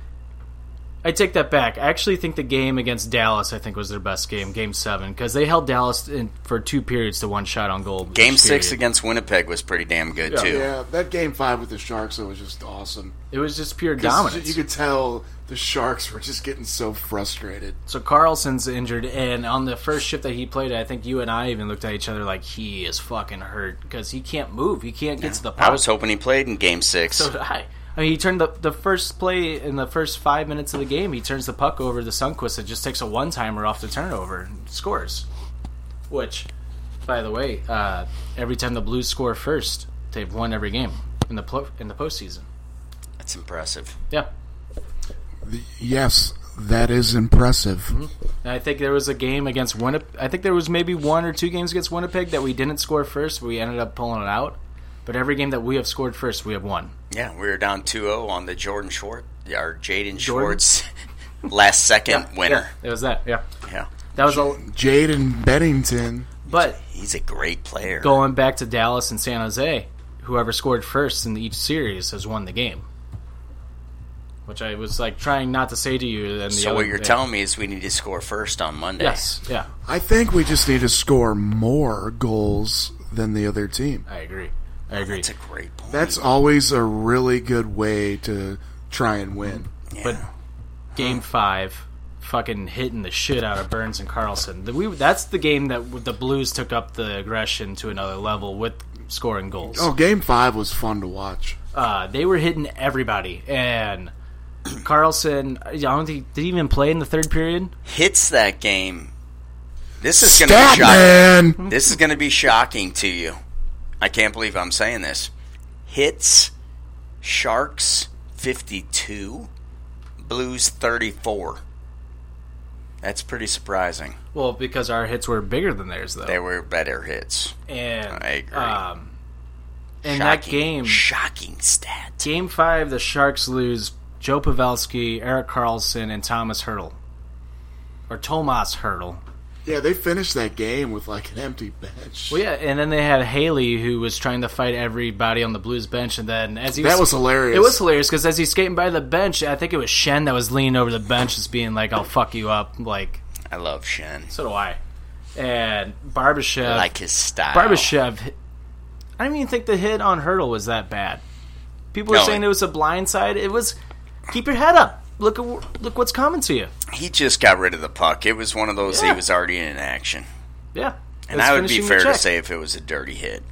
A: I take that back. I actually think the game against Dallas, I think, was their best game, Game Seven, because they held Dallas in for two periods to one shot on goal. each
C: Game six
A: period.
C: against Winnipeg was pretty damn good too.
B: Yeah, that game five with the Sharks it was just awesome.
A: It was just pure
B: 'Cause
A: dominance.
B: You could tell the Sharks were just getting so frustrated.
A: so Carlson's injured, and on the first shift that he played, I think you and I even looked at each other like he is fucking hurt because he can't move. He can't get to the puck.
C: I was hoping he played in Game Six.
A: So did I. I mean, he turned the the first play in the first five minutes of the game. He turns the puck over to Sunquist. It just takes a one timer off the turnover and scores. Which, by the way, uh, every time the Blues score first, they've won every game in the pl- in the postseason.
C: That's impressive.
A: Yeah,
B: Yes, that is impressive.
A: and I think there was a game against Winnipeg. I think there was maybe one or two games against Winnipeg that we didn't score first. But we ended up pulling it out. But every game that we have scored first, we have won.
C: Yeah, we were down 2-0 on the Jordan Schwartz, or Jaden Schwartz, last second winner.
A: Yeah, it was that. Yeah,
C: yeah,
A: that was all.
B: Jaden Bennington.
A: But
C: he's a great player.
A: going back to Dallas and San Jose, whoever scored first in each series has won the game. Which I was like trying not to say to you. And the
C: So
A: other
C: what you're
A: day.
C: telling me is we need to score first on Monday.
A: Yes, yeah,
B: I think we just need to score more goals than the other team.
A: I agree. I agree.
C: That's a great point.
B: That's always a really good way to try and win.
A: But game five, fucking hitting the shit out of Burns and Carlson. The, we, that's the game that w- the Blues took up the aggression to another level with scoring goals.
B: Oh, game five was fun to watch.
A: Uh, they were hitting everybody. And Carlson, I don't think, did he even play in the third period?
C: Hits that game. This is going to be
B: Stat
C: shocking.
B: man.
C: This is going to be shocking to you. I can't believe I'm saying this. Hits Sharks 52, Blues 34. That's pretty surprising.
A: Well, because our hits were bigger than theirs, though.
C: They were better hits.
A: and
C: I agree.
A: Um, in
C: Shocking,
A: that game,
C: shocking stat.
A: game five, the Sharks lose Joe Pavelski, Eric Carlson, and Thomas Hurdle, or Tomas Hurdle.
B: Yeah, they finished that game with like an empty bench.
A: Well, Oh, yeah, and then they had Haley who was trying to fight everybody on the Blues bench, and then as he
B: That was hilarious.
A: It was hilarious because as he's skating by the bench, I think it was Shen that was leaning over the bench, just being like, "I'll fuck you up." Like,
C: I love Shen.
A: so do I. And Barbashev,
C: I like his style.
A: Barbashev, I don't even think the hit on Hurdle was that bad. People were
C: No,
A: saying
C: it-
A: it was a blind side. It was. Keep your head up. Look at wh- look what's coming to you.
C: He just got rid of the puck. It was one of those
A: Yeah.
C: he was already in action.
A: Yeah,
C: And
A: It's
C: I would be
A: finishing the
C: fair to
A: check.
C: say if it was a dirty hit.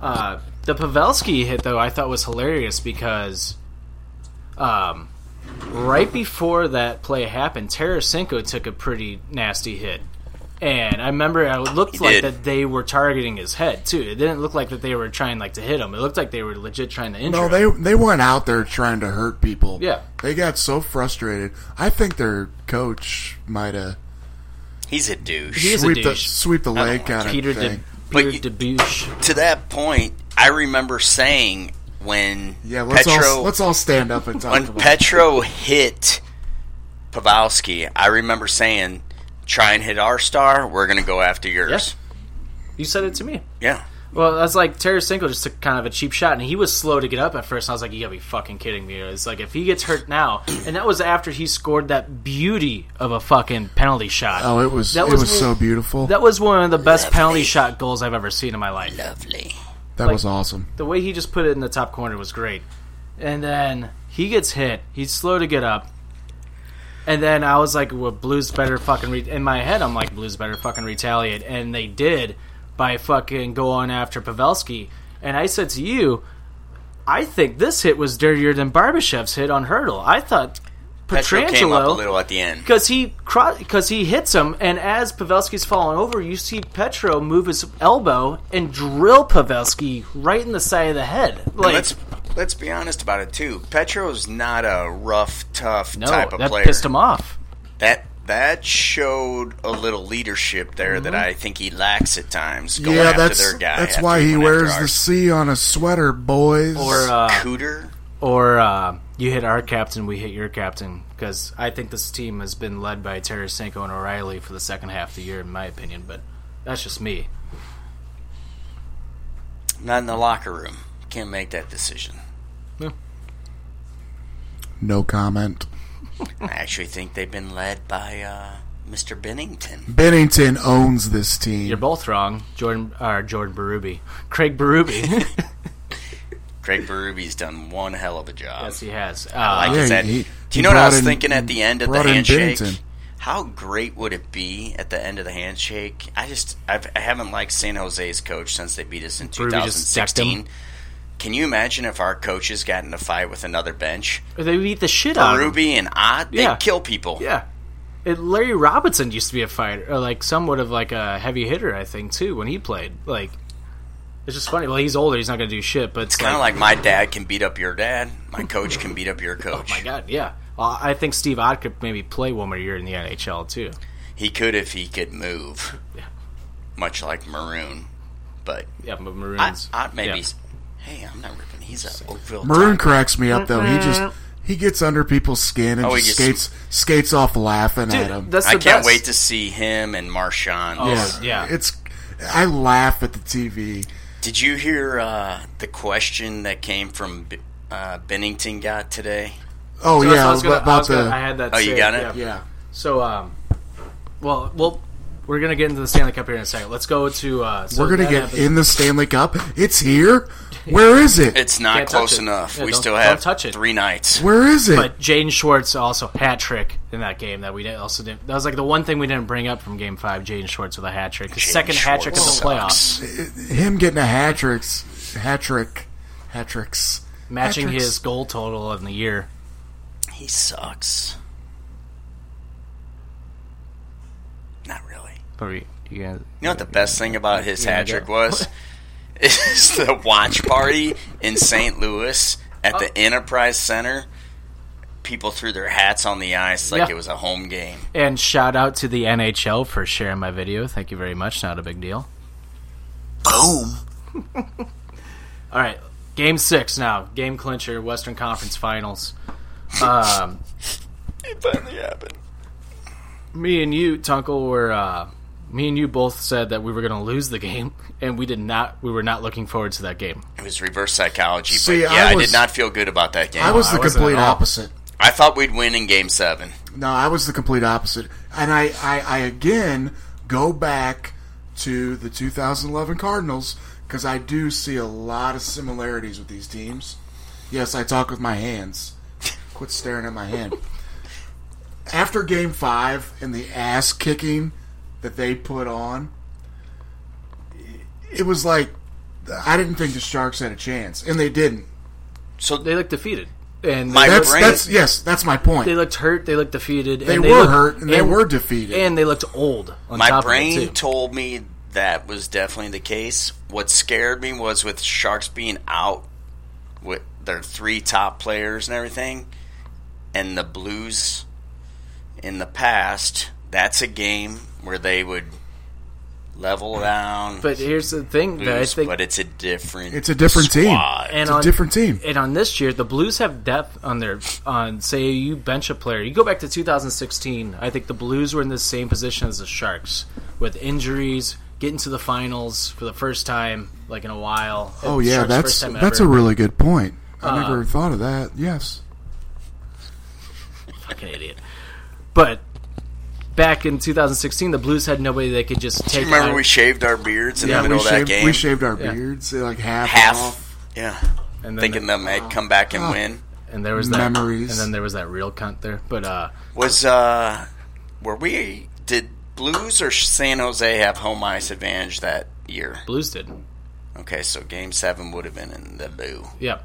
A: Uh, the Pavelski hit though I thought was hilarious because, um, right before that play happened, Tarasenko took a pretty nasty hit, and I remember it looked
C: He
A: like
C: did.
A: that they were targeting his head too. It didn't look like that they were trying like to hit him. It looked like they were legit trying to injure.
B: No,
A: him.
B: they they weren't out there trying to hurt people.
A: Yeah.
B: they got so frustrated. I think their coach might have
C: He's a douche.
A: He is a
B: sweep the
A: douche. Uh,
B: sweep the lake out of
A: Peter de,
B: thing.
A: Peter
C: But you-
A: Debuche.
C: to that point, I remember saying when
B: Yeah, let's
C: Petro
B: all let's all stand up and talk
C: when
B: about.
C: Petro hit Pavelski, I remember saying, "Try and hit our star. We're gonna go after yours."
A: You said it to me.
C: Yeah,
A: Well, that's like Tarasenko just took kind of a cheap shot, and he was slow to get up at first. And I was like, "You gotta be fucking kidding me!" It's like if he gets hurt now, and that was after he scored that beauty of a fucking penalty shot.
B: oh, it was
A: that
B: it
A: was
B: was,
A: one-
B: so beautiful. That,
A: that was one of the best penalty shot goals I've ever seen in my life.
C: lovely.
B: was awesome.
A: The way he just put it in the top corner was great. And then he gets hit. He's slow to get up. And then I was like, "Well, Blues better fucking." Re-. In my head, I'm like, "Blues better fucking retaliate," and they did by fucking going after Pavelski. And I said to you, I think this hit was dirtier than Barbashev's hit on Hurdle. I thought
C: Petro came up a
A: Petrangelo
C: little at the end.
A: because he because he hits him, and as Pavelski's falling over, you see Petro move his elbow and drill Pavelski right in the side of the head. Like
C: let's let's be honest about it too. Petro's not a rough, tough
A: no,
C: type of
A: that
C: player.
A: pissed him off.
C: That that showed a little leadership there that
A: Mm-hmm.
C: I think he lacks at times. Going
B: yeah,
C: after
B: that's
C: their guy.
B: that's
C: after
B: why he
C: went after
B: wears the
C: ours.
B: C on a sweater, boys.
A: Or uh,
C: Cooter.
A: or uh, you hit our captain, we hit your captain. Because I think this team has been led by Tarasenko and O'Reilly for the second half of the year, in my opinion. But that's just me.
C: Not in the locker room. Can't make that decision.
B: no comment.
C: I actually think they've been led by uh, Mr. Bennington.
B: Bennington owns this
A: You're
B: team.
A: both wrong, Jordan or Jordan Berube, Craig Berube.
C: Craig Berube's done one hell of a job.
A: yes, he has. Uh,
C: I like
B: Yeah,
C: his
B: he-
C: head.
B: he-
C: Do
B: he
C: you know what I
B: brought
C: was
B: in-
C: thinking at the end of the
B: brought in
C: handshake?
B: Bennington.
C: How great would it be at the end of the handshake? I just I've, I haven't liked San Jose's coach since they beat us in
A: Berube just decked
C: 2016. Can you imagine if our coaches got in a fight with another bench?
A: Uh, they beat the shit out of him.
C: Ruby and Ott, they
A: Yeah.
C: would kill people.
A: Yeah. And Larry Robinson used to be a fighter, or like somewhat of like a heavy hitter, I think, too, when he played. Like, it's just funny. Well, he's older; he's not going to do shit. But it's
C: Kind of like my dad can beat up your dad. My coach can beat up your coach.
A: Oh, my God, yeah. Uh, I think Steve Ott could maybe play one more year in the NHL too.
C: He could if he could move, much like Maroon. But
A: Yeah, but
C: I,
A: Maroons.
C: I maybe.
A: Yeah.
C: Hey, I'm not ripping. He's a Oakville.
B: Maroon
C: Tiger.
B: cracks me up though. He just he gets under people's skin and
C: Oh, he
B: just
C: gets-
B: skates skates off laughing at him.
A: Dude, that's the
C: I can't
A: best.
C: wait to see him and Marshawn.
A: yeah.
B: It's I laugh at the TV.
C: Did you hear uh, the question that came from B- uh, Bennington got today?
B: Oh
A: So
B: yeah,
A: I was gonna, I,
B: about
A: was gonna- I
B: the
A: had that.
C: Oh, you
A: saved,
C: got it?
A: yeah.
B: yeah.
A: So, um, well, well, we're gonna get into the Stanley Cup here in a second. Let's go to. Uh, so
B: We're gonna
A: that
B: get
A: happens-
B: in the Stanley Cup. It's here. Where is it?
C: It's not
A: Can't touch
C: close
A: it.
C: enough.
A: Yeah,
C: we
A: don't-
C: still
A: don't
C: have
A: touch it.
C: three nights.
B: Where is it?
A: But Jaden Schwartz also hat trick in that game that we didn't, also didn't. That was like the one thing we didn't bring up from Game Five. Jaden Schwartz with a hat trick, his
C: Jaden
A: second hat trick in the
C: Schwartz
A: playoffs,
C: sucks.
B: Him getting a hat tricks, hat trick, hat tricks.
A: matching
B: Hat-tricks.
A: his goal total in the year.
C: He sucks. Not really.
A: But we, you guys,
C: You know what the best thing about his
A: I
C: hat trick
A: don't.
C: was? Is the watch party in St. Louis at
A: Oh.
C: the Enterprise Center. People threw their hats on the ice like
A: Yeah.
C: it was a home game.
A: and shout out to the NHL for sharing my video. Thank you very much. Not a big deal.
C: Boom.
A: All right, Game Six now. Game clincher, Western Conference Finals. Um,
C: It finally happened.
A: me and you, Tunkel, were uh, me and you both said that we were going to lose the game, and we did not. We were not looking forward to that game.
C: It was reverse psychology,
B: See,
C: but
B: I
C: yeah, I,
B: was-
C: did not feel good about that game.
B: I was the
A: wasn't
B: complete
A: at all.
B: opposite.
C: I thought we'd win in game seven.
B: No, I was the complete opposite. And I, I, I again go back to the 2011 Cardinals because I do see a lot of similarities with these teams. Yes, I talk with my hands. Quit staring at my hand. After game five and the ass kicking that they put on, it was like I didn't think the Sharks had a chance, and they didn't.
C: So
A: They looked defeated, and
C: My
A: they,
B: That's
A: looked,
C: brain-
B: that's yes, that's my point.
A: they looked hurt. They looked defeated.
B: They
A: and
B: were
A: looked-
B: hurt and they were defeated.
A: and they looked old. On
C: my
A: top
C: brain
A: of it, too.
C: told me that was definitely the case. What scared me was with Sharks being out with their three top players and everything, and the Blues in the past. That's a game where they would level down,
A: But here's the thing that I
C: lose,
A: think
C: but it's a different.
B: It's a different team.
C: squad.
A: and
B: It's a
A: on,
B: different team.
A: And on this year, the Blues have depth on their on. Say you bench a player, you go back to 2016. I think the Blues were in the same position as the Sharks with injuries, getting to the finals for the first time like in a while.
B: Oh
A: Sharks'
B: yeah,
A: first
B: that's
A: time
B: that's a
A: ever. Uh,
B: really good point. I never thought of that. Yes,
A: fucking idiot. But back in 2016, the Blues had nobody they could just take.
C: Remember,
A: out.
C: we shaved our beards in
A: Yeah,
C: the middle
B: we
C: of that
B: shaved,
C: game.
B: we shaved our
A: Yeah.
B: beards uh, like half,
C: half.
A: Oh,
B: off.
C: Yeah,
A: and then
C: thinking them they'd come back and win.
A: and there was that,
B: Memories.
A: and then there was that real cunt there. But uh,
C: Was uh, were we? Did Blues or San Jose have home ice advantage that year?
A: Blues did.
C: Okay, so Game Seven would have been in the Blue.
A: Yeah,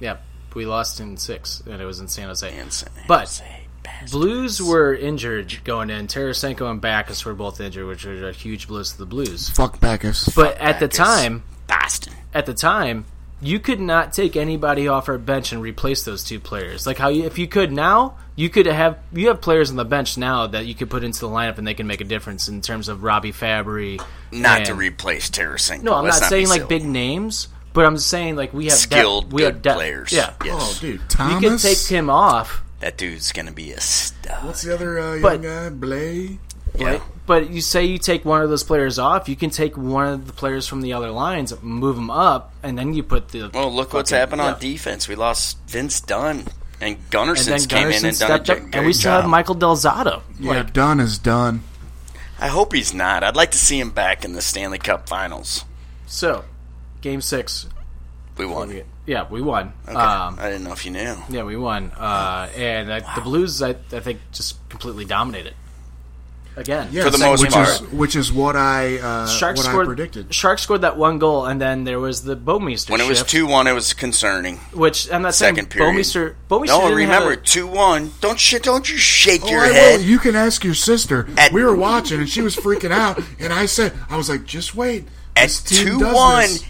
A: yeah. We lost in six, and it was in San Jose.
C: And San
A: But-
C: Jose bastards.
A: Blues were injured going in. Tarasenko and Backus were both injured, which was a huge blows to the Blues.
B: Fuck Backus.
A: But at the
C: Backus.
A: time,
C: Boston.
A: at the time, you could not take anybody off our bench and replace those two players. Like how you, if you could now, you could have you have players on the bench now that you could put into the lineup and they can make a difference in terms of Robbie Fabry.
C: Not to
A: and-
C: replace Tarasenko.
A: No, I'm
C: Let's
A: not, saying
C: be
A: like
C: silly.
A: big names, but I'm saying like we have depth-
C: skilled
A: we
C: good
A: have depth.
C: players.
A: Yeah, Oh,
C: yes.
B: Oh, dude,
A: you
B: Thomas.
A: could take him off,
C: that dude's gonna be a stud.
B: What's the other uh, young
A: But-
B: guy? Blay.
C: yeah.
A: But you say you take one of those players off, you can take one of the players from the other lines, move them up, and then you put the.
C: Well, look what's
A: fucking-
C: happened on
A: yeah.
C: defense. We lost Vince Dunn and
A: And
C: Gunnarsson
A: then
C: came
A: Gunnarsson
C: in and done a
A: stepped up,
C: j-
A: and we
C: great
A: still
C: job.
A: have Michael Delzato.
B: Yeah, done is done.
C: I hope he's not. I'd like to see him back in the Stanley Cup Finals.
A: So, game six,
C: We won. Okay.
A: yeah, we won. Um,
C: I didn't know if you knew.
A: yeah, we won, uh, and I, the Blues, I, I think, just completely dominated. Again,
B: Yeah,
C: For the most
B: which
C: part.
B: is which is what I uh,
A: Sharks
B: what
A: scored.
B: I predicted.
A: Sharks scored that one goal, and then there was the Bowmeister
C: When it was
A: shift,
C: two one, it was concerning.
A: which I'm not saying
C: Second period.
A: Bowmeister. Bowmeister
C: No,
A: didn't have
C: remember
A: a-
C: two one. Don't shit. Don't you shake
B: Oh,
C: your
B: I will.
C: head.
B: You can ask your sister.
C: At-
B: we were watching and she was freaking out, and I said, I was like, just wait.
C: At
B: This team
C: two
B: does
C: one,
B: this.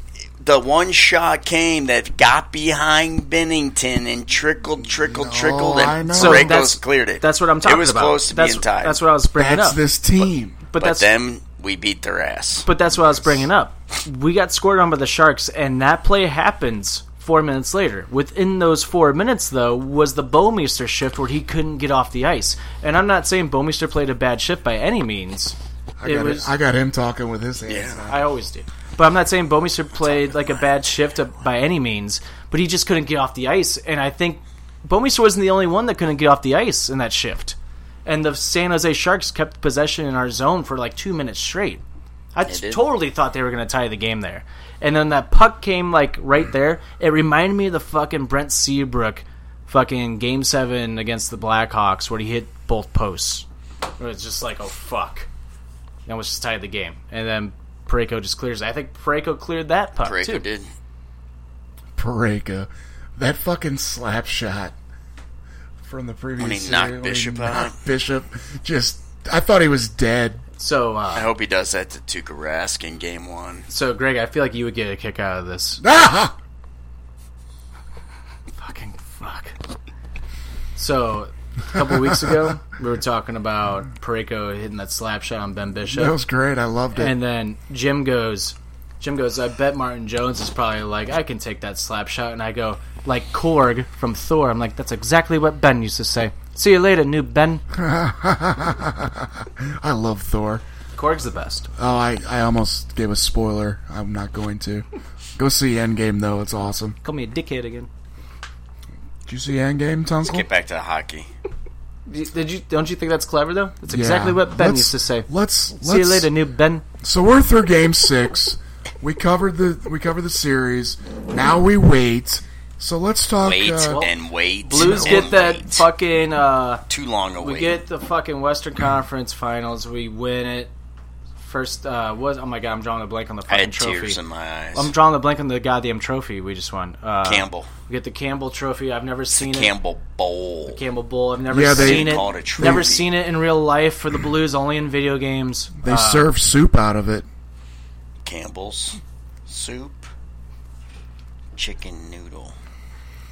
C: the one shot came that got behind Bennington and trickled, trickled, trickled,
B: I
C: and
B: know.
A: so
B: Dragos
A: that's,
C: Stamkos cleared it.
A: That's what I'm talking about.
C: It was close to
A: that's,
C: being tied.
A: That's what I was bringing
B: That's
A: up.
B: this team.
A: but
C: but
A: that's
C: them, we beat their ass.
A: but that's what I was bringing up. We got scored on by the Sharks, and that play happens four minutes later. Within those four minutes, though, was the Bomeister shift where he couldn't get off the ice. And I'm not saying Bomeister played a bad shift by any means.
B: I
A: it
B: got,
A: was-
B: it. I got him talking with his hands. now.
A: I always do. But I'm not saying Bomeister played like a bad shift up by any means, but he just couldn't get off the ice. And I think Bomeister wasn't the only one that couldn't get off the ice in that shift. And the San Jose Sharks kept possession in our zone for like two minutes straight. I
C: did.
A: totally thought they were going to tie the game there. And then that puck came like right there. It reminded me of the fucking Brent Seabrook fucking game seven against the Blackhawks where he hit both posts. It was just like, oh fuck. And it was just tied the game. And then Pareko just clears. I think Pareko cleared that puck
C: Breaker
A: too.
C: did.
B: Pareka. That fucking slap shot from the previous
C: When he
B: series,
C: knocked
B: when
C: Bishop
B: knocked
C: out.
B: Bishop just I thought he was dead.
A: So,
C: I
A: uh,
C: hope he does that to Tuukka Rask in Game One.
A: so Greg, I feel like you would get a kick out of this.
B: Ah!
A: Fucking fuck. So, a couple weeks ago, we were talking about Pareko hitting that slap shot on Ben Bishop.
B: That was great. I loved it.
A: And then Jim goes, Jim goes, I bet Martin Jones is probably like, I can take that slap shot. And I go, like Korg from Thor. I'm like, that's exactly what Ben used to say. See you later, noob Ben.
B: I love Thor.
A: Korg's the best.
B: Oh, I, I almost gave a spoiler. I'm not going to. Go see Endgame though. It's awesome.
A: Call me a dickhead again.
B: Did you see Endgame, Tunsil?
C: Get back to the hockey.
A: Did you? Don't you think that's clever though? That's
B: Yeah.
A: exactly what Ben
B: Let's-
A: used to say.
B: Let's, let's
A: See you later, noob Ben.
B: So we're through game six. We covered the we covered the series. Now we wait. So let's talk.
C: Wait
B: uh,
C: and wait.
A: Blues
C: and
A: get that
C: wait.
A: fucking. uh
C: Too long a
A: We
C: wait.
A: get the fucking Western Conference Finals. We win it. First, uh, was oh my god, I'm drawing a blank on the
C: I
A: fucking
C: had
A: trophy.
C: tears in my eyes.
A: I'm drawing a blank on the goddamn trophy we just won. Uh,
C: Campbell.
A: We get the Campbell Trophy. I've never seen it.
C: Campbell Bowl.
A: Campbell Bowl. I've never
B: Yeah, they-
A: seen it.
C: Call it a trophy.
A: Never seen it in real life for the Blues. Only in video games.
B: they serve soup out of it.
C: Campbell's soup. Chicken noodle.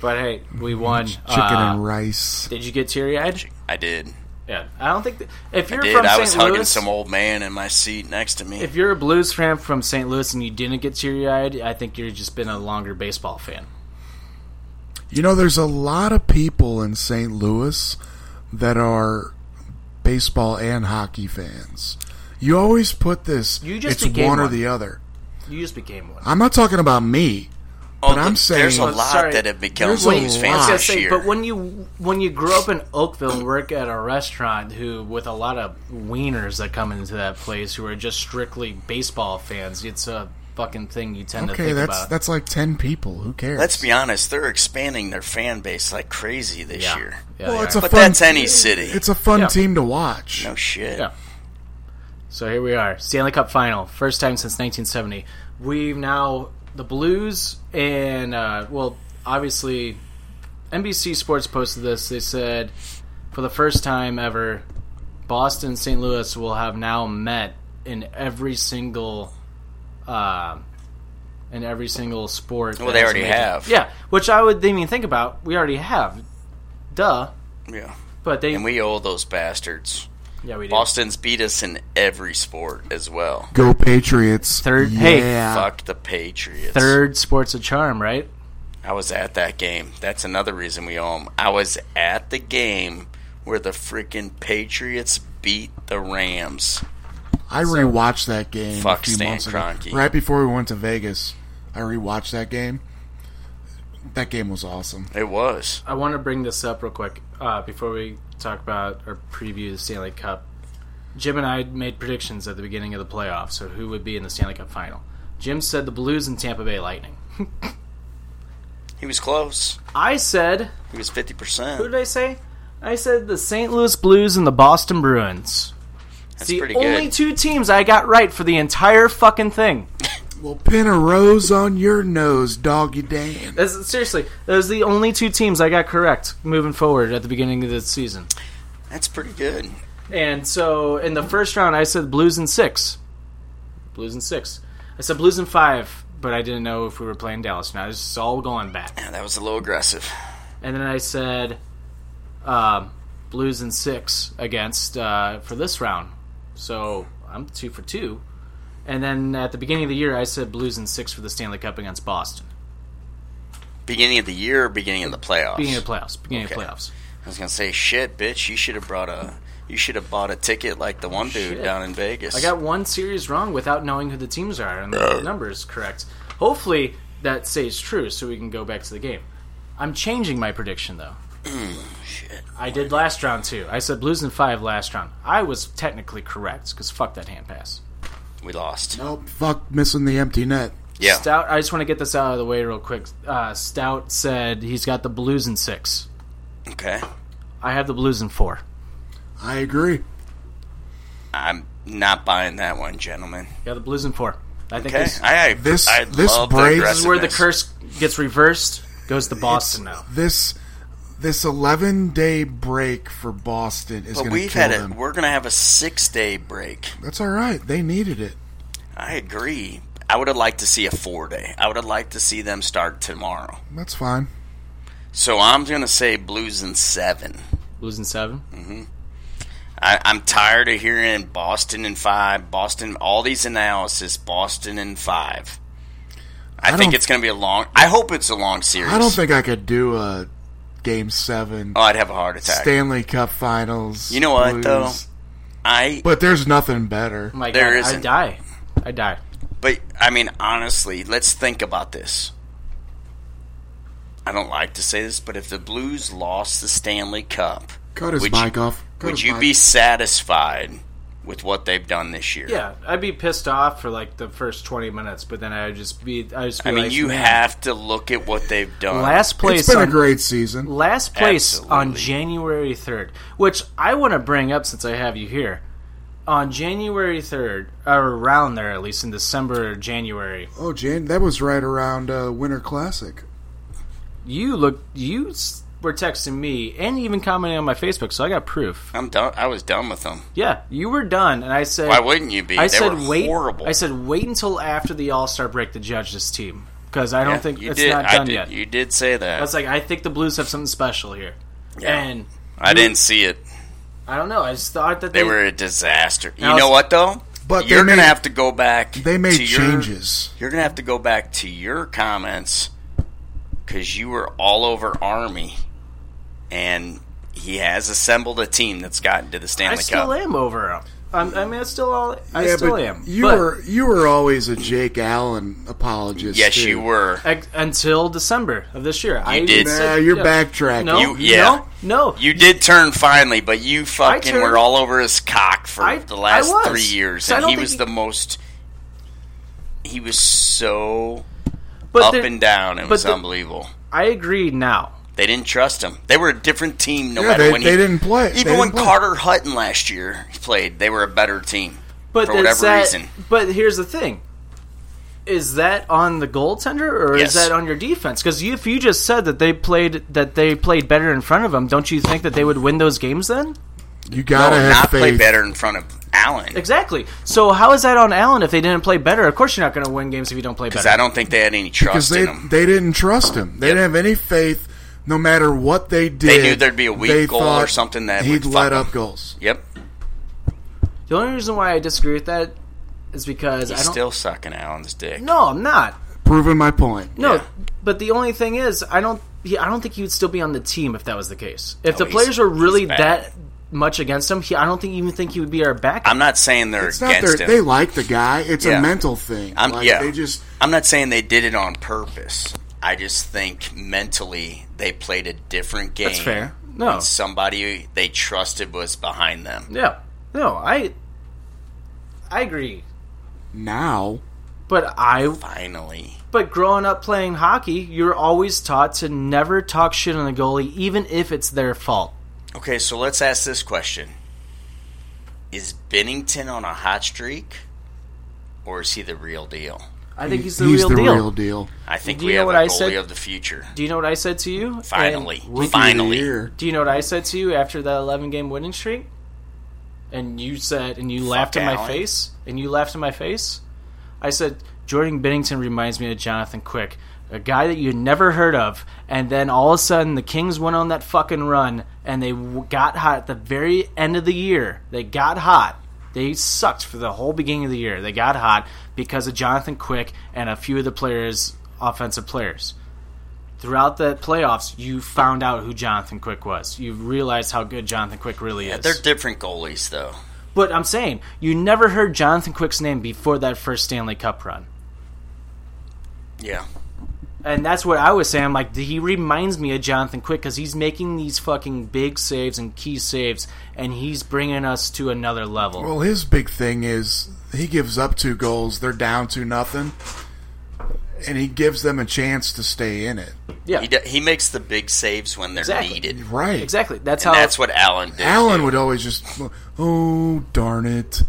A: But hey, we won. Chicken
B: Chicken and rice.
A: Did you get teary eyed?
C: I did.
A: Yeah, I don't think that, if you're
C: Did
A: from
C: I
A: St.
C: was hugging
A: Louis,
C: some old man in my seat next to me.
A: if you're a Blues fan from St. Louis and you didn't get teary eyed, I think you've just been a longer baseball fan.
B: You know, there's a lot of people in St. Louis that are baseball and hockey fans. You always put this.
A: You just
B: it's
A: became
B: one or
A: one.
B: the other.
A: You just became one.
B: I'm not talking about me.
C: Oh,
B: But I'm
C: look, there's
B: saying-
C: a lot
A: Sorry.
C: that have become
B: There's a
C: Blues
B: lot. I was
C: fans
B: gonna
C: this
A: say,
C: year.
A: but when you when you grow up in Oakville and work at a restaurant who with a lot of wieners that come into that place who are just strictly baseball fans, it's a fucking thing you tend to
B: Okay,
A: think
B: that's
A: about.
B: that's like ten people. Who cares?
C: Let's be honest, they're expanding their fan base like crazy this
A: yeah.
C: year.
A: Yeah,
B: Well,
A: they
B: it's
A: are.
B: a
C: But
B: fun.
C: that's any city.
B: It's a fun
A: Yeah.
B: team to watch.
C: no shit.
A: Yeah. So here we are, Stanley Cup final, first time since 1970. We've now the Blues and uh, well, obviously, NBC Sports posted this. They said for the first time ever, Boston, St. Louis will have now met in every single, uh, in every single sport.
C: Well,
A: that
C: they
A: has a
C: already
A: major-
C: have.
A: Yeah, which I would didn't even think about. We already have, duh.
C: Yeah.
A: But they,
C: And we owe those bastards.
A: yeah, we did.
C: Boston's beat us in every sport as well.
B: Go Patriots!
A: Third-
B: yeah.
A: hey,
C: Fuck the Patriots.
A: Third sports a charm, right?
C: I was at that game. That's another reason we owe them. I was at the game where the freaking Patriots beat the Rams.
B: I rewatched that game
C: Fuck
B: a few
C: Stan
B: months ago.
C: Kroenke.
B: Right before we went to Vegas, I rewatched that game. That game was awesome.
C: It was.
A: I want to bring this up real quick uh, before we talk about or preview the Stanley Cup. Jim and I made predictions at the beginning of the playoffs of who would be in the Stanley Cup final. Jim said the Blues and Tampa Bay Lightning.
C: He was close.
A: I said,
C: He was
A: who
C: 50%.
A: did I say? I said the St. Louis Blues and the Boston Bruins.
C: That's
A: the
C: pretty
A: only
C: good.
A: two teams I got right for the entire fucking thing.
B: Well, pin a rose on your nose, doggy Dan.
A: That's, seriously, those are the only two teams I got correct moving forward at the beginning of the season.
C: That's pretty good.
A: And so in the first round, I said Blues in six. Blues in six. I said Blues in five, but I didn't know if we were playing Dallas. Now this is all going back.
C: Yeah, that was a little aggressive.
A: And then I said um, Blues in six against uh, for this round. So I'm two for two. And then at the beginning of the year, I said Blues in six for the Stanley Cup against Boston.
C: Beginning of the year or beginning of the playoffs?
A: Beginning of playoffs. Beginning
C: Okay.
A: of playoffs.
C: I was gonna say, shit, bitch, you should have brought a, you should have bought a ticket like the one dude
A: Shit.
C: down in Vegas.
A: I got one series wrong without knowing who the teams are and the numbers correct. Hopefully that stays true so we can go back to the game. I'm changing my prediction though. I did last round too. I said Blues in five last round. I was technically correct because fuck that hand pass.
C: we lost.
B: Oh, fuck, missing the empty net.
C: Yeah,
A: Stout. I just want to get this out of the way real quick. Uh, Stout said he's got the Blues in six.
C: okay.
A: I have the Blues in four.
B: I agree.
C: I'm not buying that one, gentlemen.
A: Yeah, the Blues in four. I think
C: Okay,
A: this,
C: I, I
B: This-
C: I
B: this
C: love the
B: braids-
A: this is where the
C: aggressiveness.
A: curse gets reversed. Goes to Boston now.
B: This this eleven day break for Boston is
C: But
B: going to
C: we've
B: kill
C: had a,
B: them.
C: we're gonna have a six day break.
B: That's all right. They needed it.
C: I agree. I would have liked to see a four day. I would have liked to see them start tomorrow.
B: That's fine.
C: So I'm gonna say Blues in seven.
A: Blues in seven.
C: I, I'm tired of hearing Boston and five, Boston, all these analysis, Boston and five. I,
B: I
C: think
B: don't-
C: it's going to be a long. I hope it's a long series.
B: I don't think I could do a Game Seven,
C: Oh, I'd have a heart attack.
B: Stanley Cup Finals.
C: You know what, though?
B: Blues.
C: I
B: But there's nothing better.
A: My
C: There
A: God, I
C: isn't.
A: die. I die.
C: But I mean, honestly, let's think about this. I don't like to say this, but if the Blues lost the Stanley Cup,
B: Cut his
C: would
B: mic
C: you,
B: off. Cut
C: would
B: his
C: you
B: mic.
C: be satisfied with what they've done this year?
A: Yeah, I'd be pissed off for like the first twenty minutes, but then I'd just be. I just. Be
C: I mean,
A: like,
C: you
A: "Man,
C: have to look at what they've done.
A: last place.
B: It's been a
A: on-
B: great season.
A: last place on
C: Absolutely.
A: January 3rd, which I want to bring up since I have you here. On January 3rd, or around there at least, in December or January,
B: Oh, Jan, that was right around uh, Winter Classic.
A: you look you s- were texting me and even commenting on my Facebook, so I got proof.
C: I'm done. I was done with them.
A: Yeah, you were done, and I said,
C: Why wouldn't you be?
A: I
C: they
A: said
C: were
A: wait.
C: horrible.
A: I said wait until after the All Star break to judge this team because I don't
C: Yeah,
A: think
C: you
A: it's
C: did.
A: not
C: I
A: done
C: did-
A: yet.
C: You did say that.
A: I was like, I think the Blues have something special here,
C: Yeah.
A: and
C: I didn't see it.
A: I don't know. I just thought that
C: They were a disaster. You
A: Now-
C: know what though?
B: But they
C: you're gonna
B: made-
C: have to go back.
B: They made
C: to your-
B: changes.
C: You're gonna have to go back to your comments because you were all over Army, and he has assembled a team that's gotten to the
A: I
C: Stanley
A: still
C: Cup.
A: am over him. I'm, I mean, I still all. I
B: Yeah,
A: still
B: but
A: am.
B: You
A: but
B: were you were always a Jake Allen apologist.
C: Yes,
B: too.
C: you were.
A: ex- until December of this year. I
C: did.
B: Nah, you're backtracking.
A: No,
C: You- yeah.
A: no, no.
C: You did turn finally, but you fucking
A: turned-
C: were all over his cock for
A: I-
C: the last
A: I was.
C: three years,
A: So I
C: and
A: don't
C: he
A: think
C: was
A: he-
C: the most. He was so
A: but
C: up
A: there-
C: and down. It was
A: the-
C: unbelievable.
A: I agree now.
C: They didn't trust him. They were a different team no
B: Yeah,
C: matter
B: they-
C: when he
B: they didn't play. They
C: Even
B: didn't
C: when
B: play.
C: Carter Hutton last year played, they were a better team.
A: But
C: For
A: is
C: whatever
A: that,
C: reason.
A: But here's the thing: is that on the goaltender or
C: Yes.
A: is that on your defense? Because if you just said that they played that they played better in front of him, don't you think that they would win those games then?
B: You gotta
C: No,
B: have
C: not
B: faith.
C: play better in front of Allen
A: Exactly. So how is that on Allen if they didn't play better? Of course, you're not going to win games if you don't play
C: because
A: better.
C: I don't think they had any
B: because
C: trust
B: they
C: in him.
B: they didn't trust him. They didn't have any faith. No matter what they did,
C: knew there'd be a weak
B: they
C: goal or
B: thought
C: something that
B: he'd
C: would fuck
B: let up
C: them.
B: goals.
C: Yep,
A: the only reason why I disagree with that is because I
C: he's
A: don't.
C: still sucking Allen's dick.
A: no, I'm not.
B: Proving my point.
A: No,
C: Yeah.
A: but the only thing is, I don't. He, I don't think he would still be on the team if that was the case. If the
C: he's-
A: players were really
C: he's bad.
A: that much against him, he, I don't think even think he would be our backup.
C: I'm not saying they're
B: It's not their,
C: against
B: they
C: him.
B: like the guy. It's
C: Yeah.
B: a mental thing.
C: I'm-
B: like,
C: yeah.
B: They just
C: I'm not saying they did it on purpose. I just think mentally they played a different game.
A: That's fair. No.
C: when somebody they trusted was behind them.
A: yeah. No, I. I agree,
B: now
A: but I.
C: Finally,
A: But growing up playing hockey, you're always taught to never talk shit on the goalie, even if it's their fault.
C: Okay, so let's ask this question. Is Bennington on a hot streak or is he the real deal?
A: I think he's the,
B: he's
A: real,
B: the
A: deal.
B: real deal.
C: I think
A: Do you
C: we
A: know
C: have a
A: what I
C: goalie
A: said?
C: of the future.
A: Do you know what I said to you? And
C: Finally.
B: Rookie of the
C: Finally.
B: year.
A: do you know what I said to you after that 11 game winning streak? And you said, and you laughed in my
C: Allen.
A: face, and you laughed in my face. I said, Jordan Bennington reminds me of Jonathan Quick, a guy that you never heard of. And then all of a sudden, the Kings went on that fucking run, and they w- got hot at the very end of the year. They got hot. They sucked for the whole beginning of the year. They got hot because of Jonathan Quick and a few of the players, offensive players throughout the playoffs, you found out who Jonathan Quick was. You realized how good Jonathan Quick really is.
C: They're different goalies though.
A: but I'm saying you never heard Jonathan Quick's name before that first Stanley Cup run,
C: Yeah.
A: and that's what I was saying. I'm like, he reminds me of Jonathan Quick because he's making these fucking big saves and key saves, and he's bringing us to another level.
B: Well, his big thing is he gives up two goals. They're down to nothing, and he gives them a chance to stay in it.
A: yeah,
C: He, d he makes the big saves when they're
A: Exactly.
C: needed. And
B: Right.
A: exactly. That's how.
C: that's what Allen did.
B: Allen would always just, oh darn it,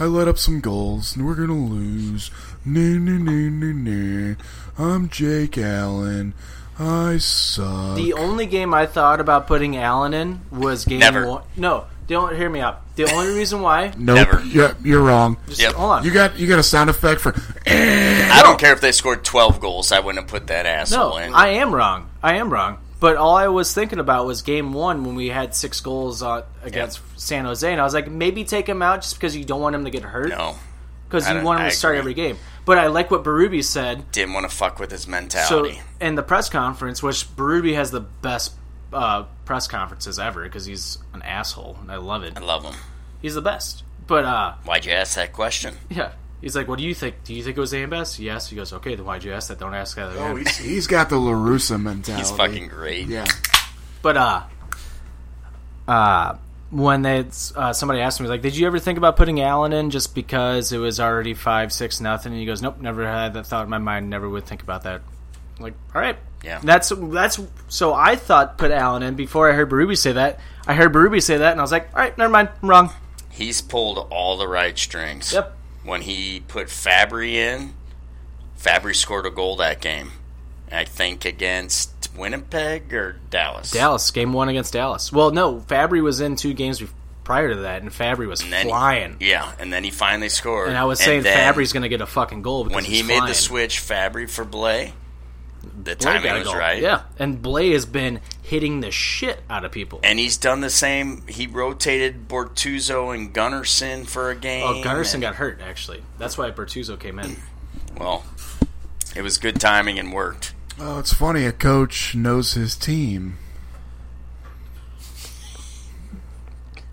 B: I let up some goals and we're gonna lose. No, no, no, no, no. I'm Jake Allen. I suck.
A: The only game I thought about putting Allen in was game
C: Never.
A: one. No, don't hear me out. The only reason why.
B: nope.
C: Never.
B: Yeah, you're wrong.
C: Yep.
A: Hold on.
B: You got you got a sound effect for
C: I don't care if they scored 12 goals. I wouldn't have put that asshole
A: No,
C: in.
A: I am wrong. I am wrong. But all I was thinking about was game one when we had six goals on, against San Jose, and I was like, maybe take him out just because you don't want him to get hurt
C: no.
A: because
C: I
A: you
C: don't-
A: want him
C: I
A: to start
C: agree.
A: every game. But I like what Berube said.
C: Didn't want to fuck with his
A: So
C: mentality.
A: in the press conference, which Berube has the best uh, press conferences ever because he's an asshole, and I love it.
C: I love him.
A: He's the best. But uh,
C: Why'd you ask that question?
A: yeah, he's like, "What do you think? Do you think it was AM Best?" Yes. He goes, "Okay, then why'd you ask that? Don't ask that again."
B: Oh, he's, he's got the Larusa mentality.
C: He's
A: Oh,
C: fucking great.
B: Yeah,
A: But uh, uh, when they uh, somebody asked me like, "Did you ever think about putting Allen in just because it was already five six nothing?" And he goes, "Nope, never had that thought in my mind. Never would think about that." I'm like, all right,
C: Yeah.
A: That's that's so I thought put Allen in before I heard Baruby say that. I heard Baruby say that, and I was like, all right, never mind, I'm wrong.
C: He's pulled all the right strings.
A: Yep.
C: When he put Fabry in, Fabry scored a goal that game. I think against Winnipeg or Dallas.
A: Dallas game one against Dallas. Well, no, Fabry was in two games bef- prior to that, and Fabry was
C: then he-
A: flying.
C: Yeah, and then he finally scored.
A: and I was saying
C: then
A: Fabry's going to get a fucking goal because
C: when he
A: he's
C: made
A: flying.
C: the switch, Fabry for Blay.
A: Blay
C: The timing
A: got a
C: was
A: goal.
C: right.
A: Yeah, and Blay has been hitting the shit out of people.
C: And he's done the same. He rotated Bortuzzo and Gunnarsson for a game.
A: oh, Gunnarsson
C: and-
A: got hurt actually. That's why Bertuzzo came in.
C: Well, it was good timing and worked.
B: oh, it's funny. A coach knows his team.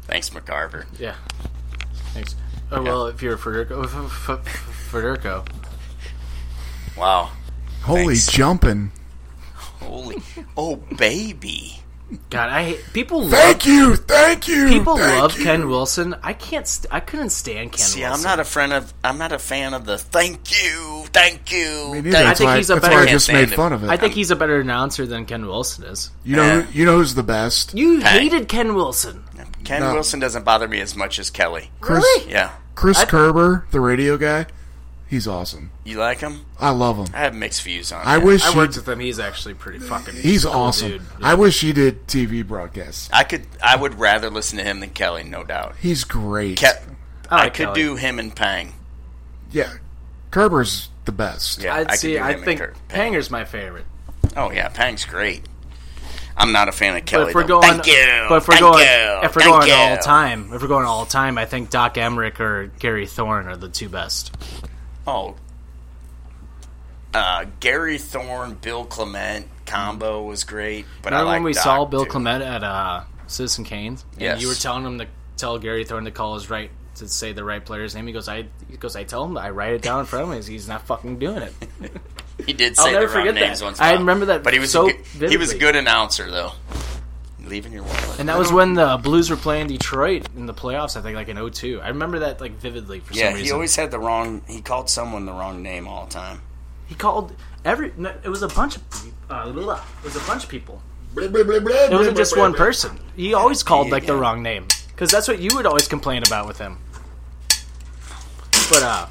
C: Thanks, McCarver.
A: Yeah. Thanks. Oh well, if you're Federico, F- F- F- Federico.
C: Wow.
B: Holy
C: Thanks.
B: jumping!
C: Holy. Oh, baby.
A: God, I hate, people love
B: Thank you, thank you.
A: people
B: thank
A: love
B: you.
A: Ken Wilson. I can't. St- I couldn't stand Ken
C: See, I'm
A: Wilson.
C: not a friend of. I'm not a fan of the thank you, thank you.
B: Me
C: thank
B: neither.
A: I
B: That's
A: think
B: why,
A: he's a
B: that's why
A: better-
B: I just
C: Can't
B: made
C: stand
B: fun of
C: him.
B: it.
A: I think he's a better announcer than Ken Wilson is.
B: you know,
C: Yeah.
B: who- you know who's the best.
A: You hated Ken Wilson.
C: Ken
B: No.
C: Wilson doesn't bother me as much as Kelly.
B: Chris,
C: Yeah,
B: Chris Kerber, the radio guy. He's awesome.
C: you like him?
B: I love him.
C: I have mixed views on.
B: I
C: him.
B: wish
A: I
B: he,
A: worked with him. He's actually pretty fucking.
B: he's
A: cool
B: awesome.
A: Dude.
B: I wish he did TV broadcasts.
C: I could. I would rather listen to him than Kelly, no doubt.
B: He's great.
C: Ke-
A: I,
C: I
A: like
C: could
A: Kelly.
C: do him and Pang.
B: yeah, Kerber's the best.
C: Yeah,
A: I'd
C: could
A: see.
C: do
A: I
C: him and
A: think
C: Kurt Pang.
A: Panger's my favorite.
C: Oh yeah, Pang's great. I'm not a fan of
A: But
C: Kelly.
A: if we're
C: though.
A: going,
C: thank you.
A: but if we're
C: thank
A: going,
C: you,
A: if we're
C: thank
A: going
C: you.
A: all time, if we're going all time, I think Doc Emmerich or Gary Thorne are the two best.
C: Oh. Uh, Gary Thorne, Bill Clement combo was great, but I
A: Remember
C: like
A: when we
C: Doc,
A: saw Bill
C: too.
A: Clement at uh, Citizen Kane's, and
C: Yes.
A: you were telling him to tell Gary Thorne to call his right to say the right player's name. He goes, I he goes, I tell him, I write it down in front of him. He's- He's not fucking doing it.
C: He did
A: I'll
C: say
A: never
C: the wrong
A: forget that.
C: names once. in a
A: I
C: while.
A: remember that
C: but he was
A: so
C: a good, he was a
A: vividly.
C: good announcer though. Leaving your wallet.
A: And that was when the Blues were playing Detroit in the playoffs. I think like in 02. I remember that like vividly for
C: yeah,
A: some reason.
C: he always had the wrong. He called someone the wrong name all the time.
A: He called every. no, It was a bunch of. Uh, blah, blah. It was a bunch of people. It wasn't just one person. He always called like the
C: Yeah.
A: wrong name because that's what you would always complain about with him. But uh,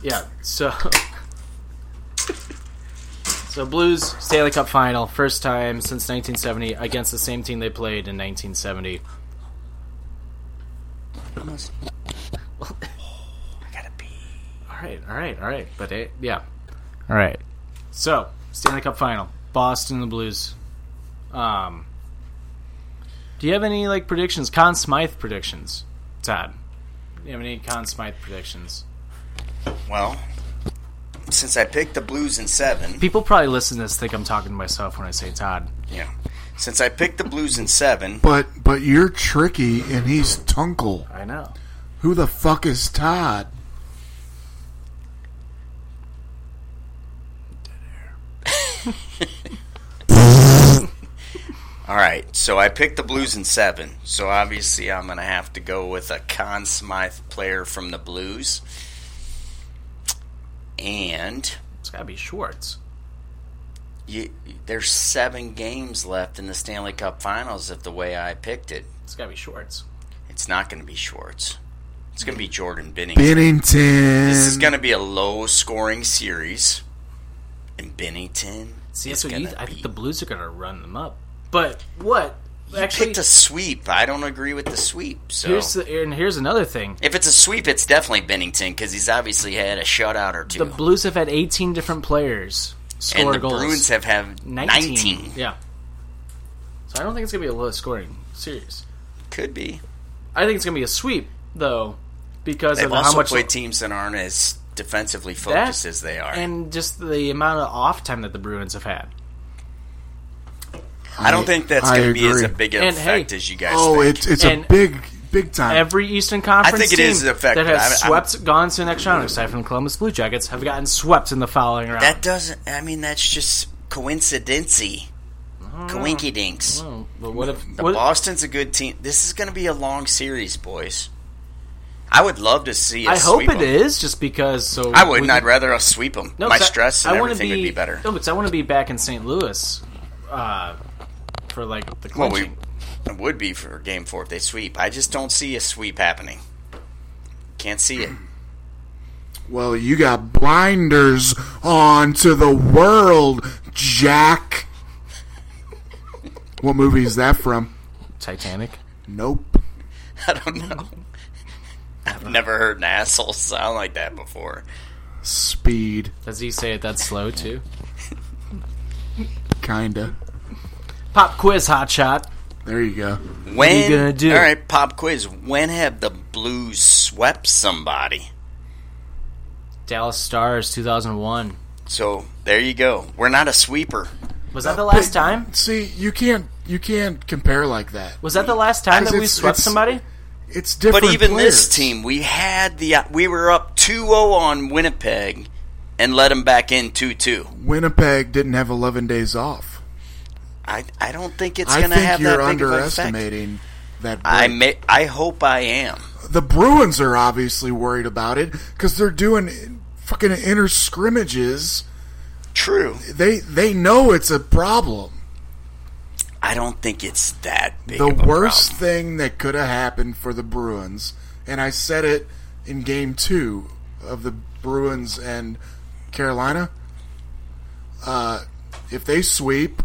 A: yeah. So, so Blues Stanley Cup final, first time since 1970 against the same team they played in 1970.
C: I gotta pee.
A: All right, all right, all right. But it, yeah, all right. So Stanley Cup final, Boston the Blues. Um, do you have any like predictions? Con Smythe predictions, Todd? Do you have any Con Smythe predictions?
C: Well, since I picked the Blues in seven,
A: People probably listen to this think I'm talking to myself when I say Todd.
C: yeah. Since I picked the Blues in seven,
B: But but you're tricky, and he's Tunkel.
A: I know.
B: Who the fuck is Todd?
C: all right. So I picked the Blues in seven. So obviously I'm gonna have to go with a Conn Smythe player from the Blues, and.
A: It's got to be Schwartz.
C: you, there's seven games left in the Stanley Cup Finals. If the way I picked it,
A: It's got to be Schwartz.
C: it's not going to be Schwartz. It's going to be Jordan Binnington.
B: Bennington.
C: This is going to be a low-scoring series, and Binnington.
A: See,
C: is
A: that's what you.
C: gonna
A: I think
C: be-
A: the Blues are gonna run them up. But what? Actually,
C: picked a sweep. I don't agree with the sweep. So
A: here's the, and here's another thing.
C: if it's a sweep, it's definitely Binnington because he's obviously had a shutout or two.
A: The Blues have had 18 different players score
C: and the
A: goals.
C: Bruins have have
A: 19.
C: 19.
A: Yeah. So I don't think it's going to be a low scoring series.
C: Could be.
A: I think it's going to be a sweep, though, because
C: They've
A: of how
C: also
A: much.
C: played teams that aren't as defensively
A: that
C: focused as they are.
A: And just the amount of off time that the Bruins have had.
C: I, don't think that's
B: I
C: going to be as
B: agree.
C: a big an
A: And hey-
C: effect as you guys
B: Oh,
C: think.
B: it's it's
A: And-
B: a big big time.
A: Every Eastern Conference
C: think it
A: team
C: is effective.
A: that has
C: I'm- I'm-
A: swept, gone to the next round, aside from Columbus Blue Jackets, have gotten swept in the following round.
C: that doesn't. I mean, that's just coincidency.
A: Mm.
C: Coinky dinks.
A: Oh, but what if
C: The
A: what-
C: Boston's a good team. This is going to be a long series, boys. I would love to see.
A: I
C: us
A: hope
C: sweep
A: it
C: 'em.
A: is just because. So
C: I wouldn't.
A: we-
C: I'd rather us sweep them.
A: No,
C: My
A: 'cause I-
C: stress and
A: I wanna
C: everything would be better.
A: No, because I want to be back in St. Louis uh, for like the
C: Well,
A: clinching.
C: we it would be for Game Four if they sweep. I just don't see a sweep happening. Can't see it.
B: Well, you got blinders on to the world, Jack. What movie is that from?
A: Titanic.
B: Nope.
C: I don't know. I've never heard an asshole sound like that before.
B: Speed,
A: Does he say it that slow too?
B: kinda.
A: Pop quiz, hot shot.
B: There you go.
C: When
A: you gonna do?
C: All right, pop quiz. When have the Blues swept somebody?
A: Dallas Stars, 2001.
C: So there you go. We're not a sweeper.
A: Was that the last time?
B: See, you can't you can't compare like that.
A: Was that the last time that we
B: It's-
A: swept
B: it's-
A: somebody?
B: It's
C: But
B: different.
C: even
B: players.
C: this team, we had the uh, we were up 2-0 on Winnipeg and let them back in 2-2.
B: Winnipeg didn't have 11 days off.
C: I I don't think it's
B: I
C: going to
B: think
C: have that
B: you're
C: big of an effect.
B: underestimating that.
C: I
B: break.
C: may, I hope I am.
B: the Bruins are obviously worried about it because they're doing fucking inner scrimmages.
C: True.
B: They they know it's a problem.
C: I don't think it's that big.
B: the
C: of a
B: worst
C: problem.
B: thing that could have happened for the Bruins, and I said it in game two of the Bruins and Carolina. Uh, if they sweep,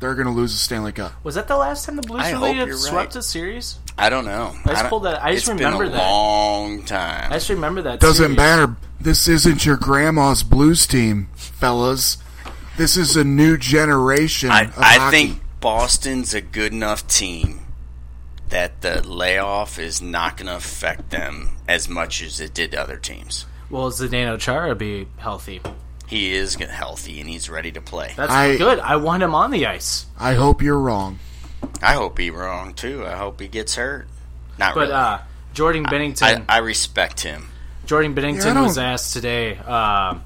B: they're going to lose the Stanley Cup.
A: Was that the last time the Blues
C: I
A: really
C: hope
A: had
C: you're
A: swept
C: right.
A: a series?
C: I don't know.
A: I just
C: don't-
A: pulled that- I just
C: it's
A: remember
C: been a
A: that.
C: long time.
A: I just remember that.
B: Doesn't
A: series.
B: matter. This isn't your grandma's Blues team, fellas. This is a new generation.
C: I,
B: of
C: I
B: hockey.
C: think Boston's a good enough team that the layoff is not going to affect them as much as it did other teams.
A: Will Zdeno Chara be healthy?
C: He is get- healthy and he's ready to play.
A: That's
B: I-
A: good. I want him on the ice.
B: I hope you're wrong.
C: I hope he wrong too. I hope he gets hurt. Not
A: But
C: really.
A: uh, Jordan
C: I,
A: Bennington.
C: I respect him.
A: Jordan Bennington
B: Yeah, I
A: was
B: don't-
A: asked today. Uh,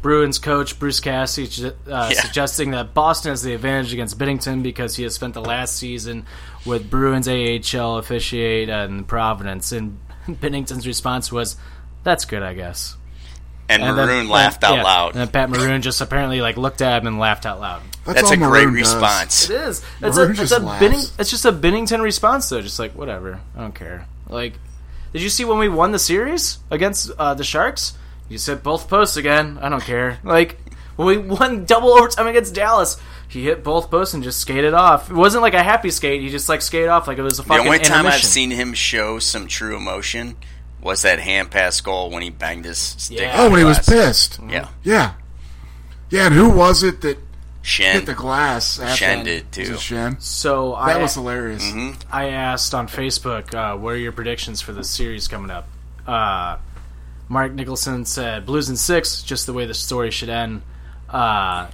A: Bruins coach Bruce Cassidy ju- uh,
C: Yeah.
A: suggesting that Boston has the advantage against Bennington because he has spent the last season with Bruins AHL officiate and Providence. And Bennington's response was, "That's good, I guess."
C: And,
A: And then-
C: Maroon laughed out
A: yeah.
C: loud.
A: And then Pat Maroon just apparently like looked at him and laughed out loud.
C: That's
B: all
C: a great
B: Maroon does.
C: response.
A: It is. That's
B: Maroon
A: a, that's
B: just
A: a
B: laughs.
A: Benning, That's just a Bennington response though. Just like whatever, I don't care. Like, did you see when we won the series against uh, the Sharks? You hit both posts again. I don't care. Like when we won double overtime against Dallas, he hit both posts and just skated off. It wasn't like a happy skate. He just like skated off like it was a
C: The
A: fucking.
C: only time I've
A: intermission.
C: seen him show some true emotion was that hand pass goal when he banged his stick.
A: Yeah.
C: on
B: Oh, when he was
C: glass.
B: pissed.
C: Yeah,
B: Yeah. Yeah, and who was it that
C: Shen.
B: hit the glass after
C: Shen did, too. Mm-hmm.
B: Was it Shen?
A: So I
B: That was hilarious.
A: I asked on Facebook, uh, what are your predictions for the series coming up? Uh, Mark Nicholson said, Blues in six, just the way the story should end. Uh,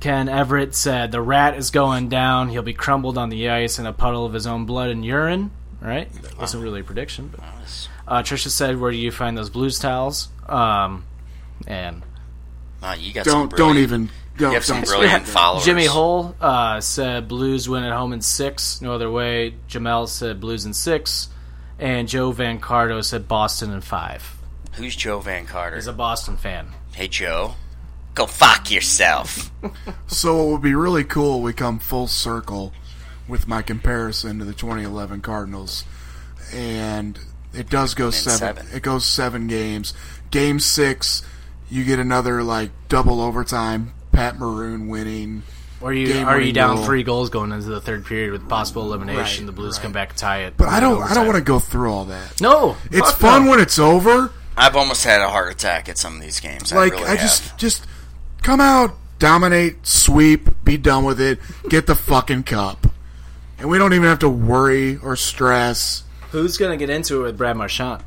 A: Ken Everett said, the rat is going down. He'll be crumbled on the ice in a puddle of his own blood and urine. All right? That wasn't really a prediction. But, uh, Trisha said, where do you find those blues towels? Um, and
C: Wow, you got some
B: Don't don't
C: brilliant-
B: even don't,
C: You have some
B: don't-
C: brilliant followers.
A: Jimmy Hole uh, said Blues win at home in six. No other way. Jamel said Blues in six. And Joe Van Cardo said Boston in five.
C: Who's Joe Van Carter?
A: He's a Boston fan.
C: hey, Joe. Go fuck yourself.
B: So it would be really cool we come full circle with my comparison to the 2011 Cardinals, and it does go seven,
C: seven.
B: It goes seven games. Game six, you get another like double overtime. Pat Maroon winning.
A: Or you
B: Game
A: are you
B: winning
A: down
B: goal.
A: three goals going into the third period with possible elimination? the Blues come back and tie it.
B: But I don't I don't want to go through all that.
A: No,
B: It's
A: fuck
B: fun
A: no.
B: when it's over.
C: I've almost had a heart attack at some of these games.
B: like
C: I,
B: I,
C: really have.
B: just just come out, dominate, sweep, be done with it, get the fucking cup, and we don't even have to worry or stress.
A: Who's gonna get into it with Brad Marchand?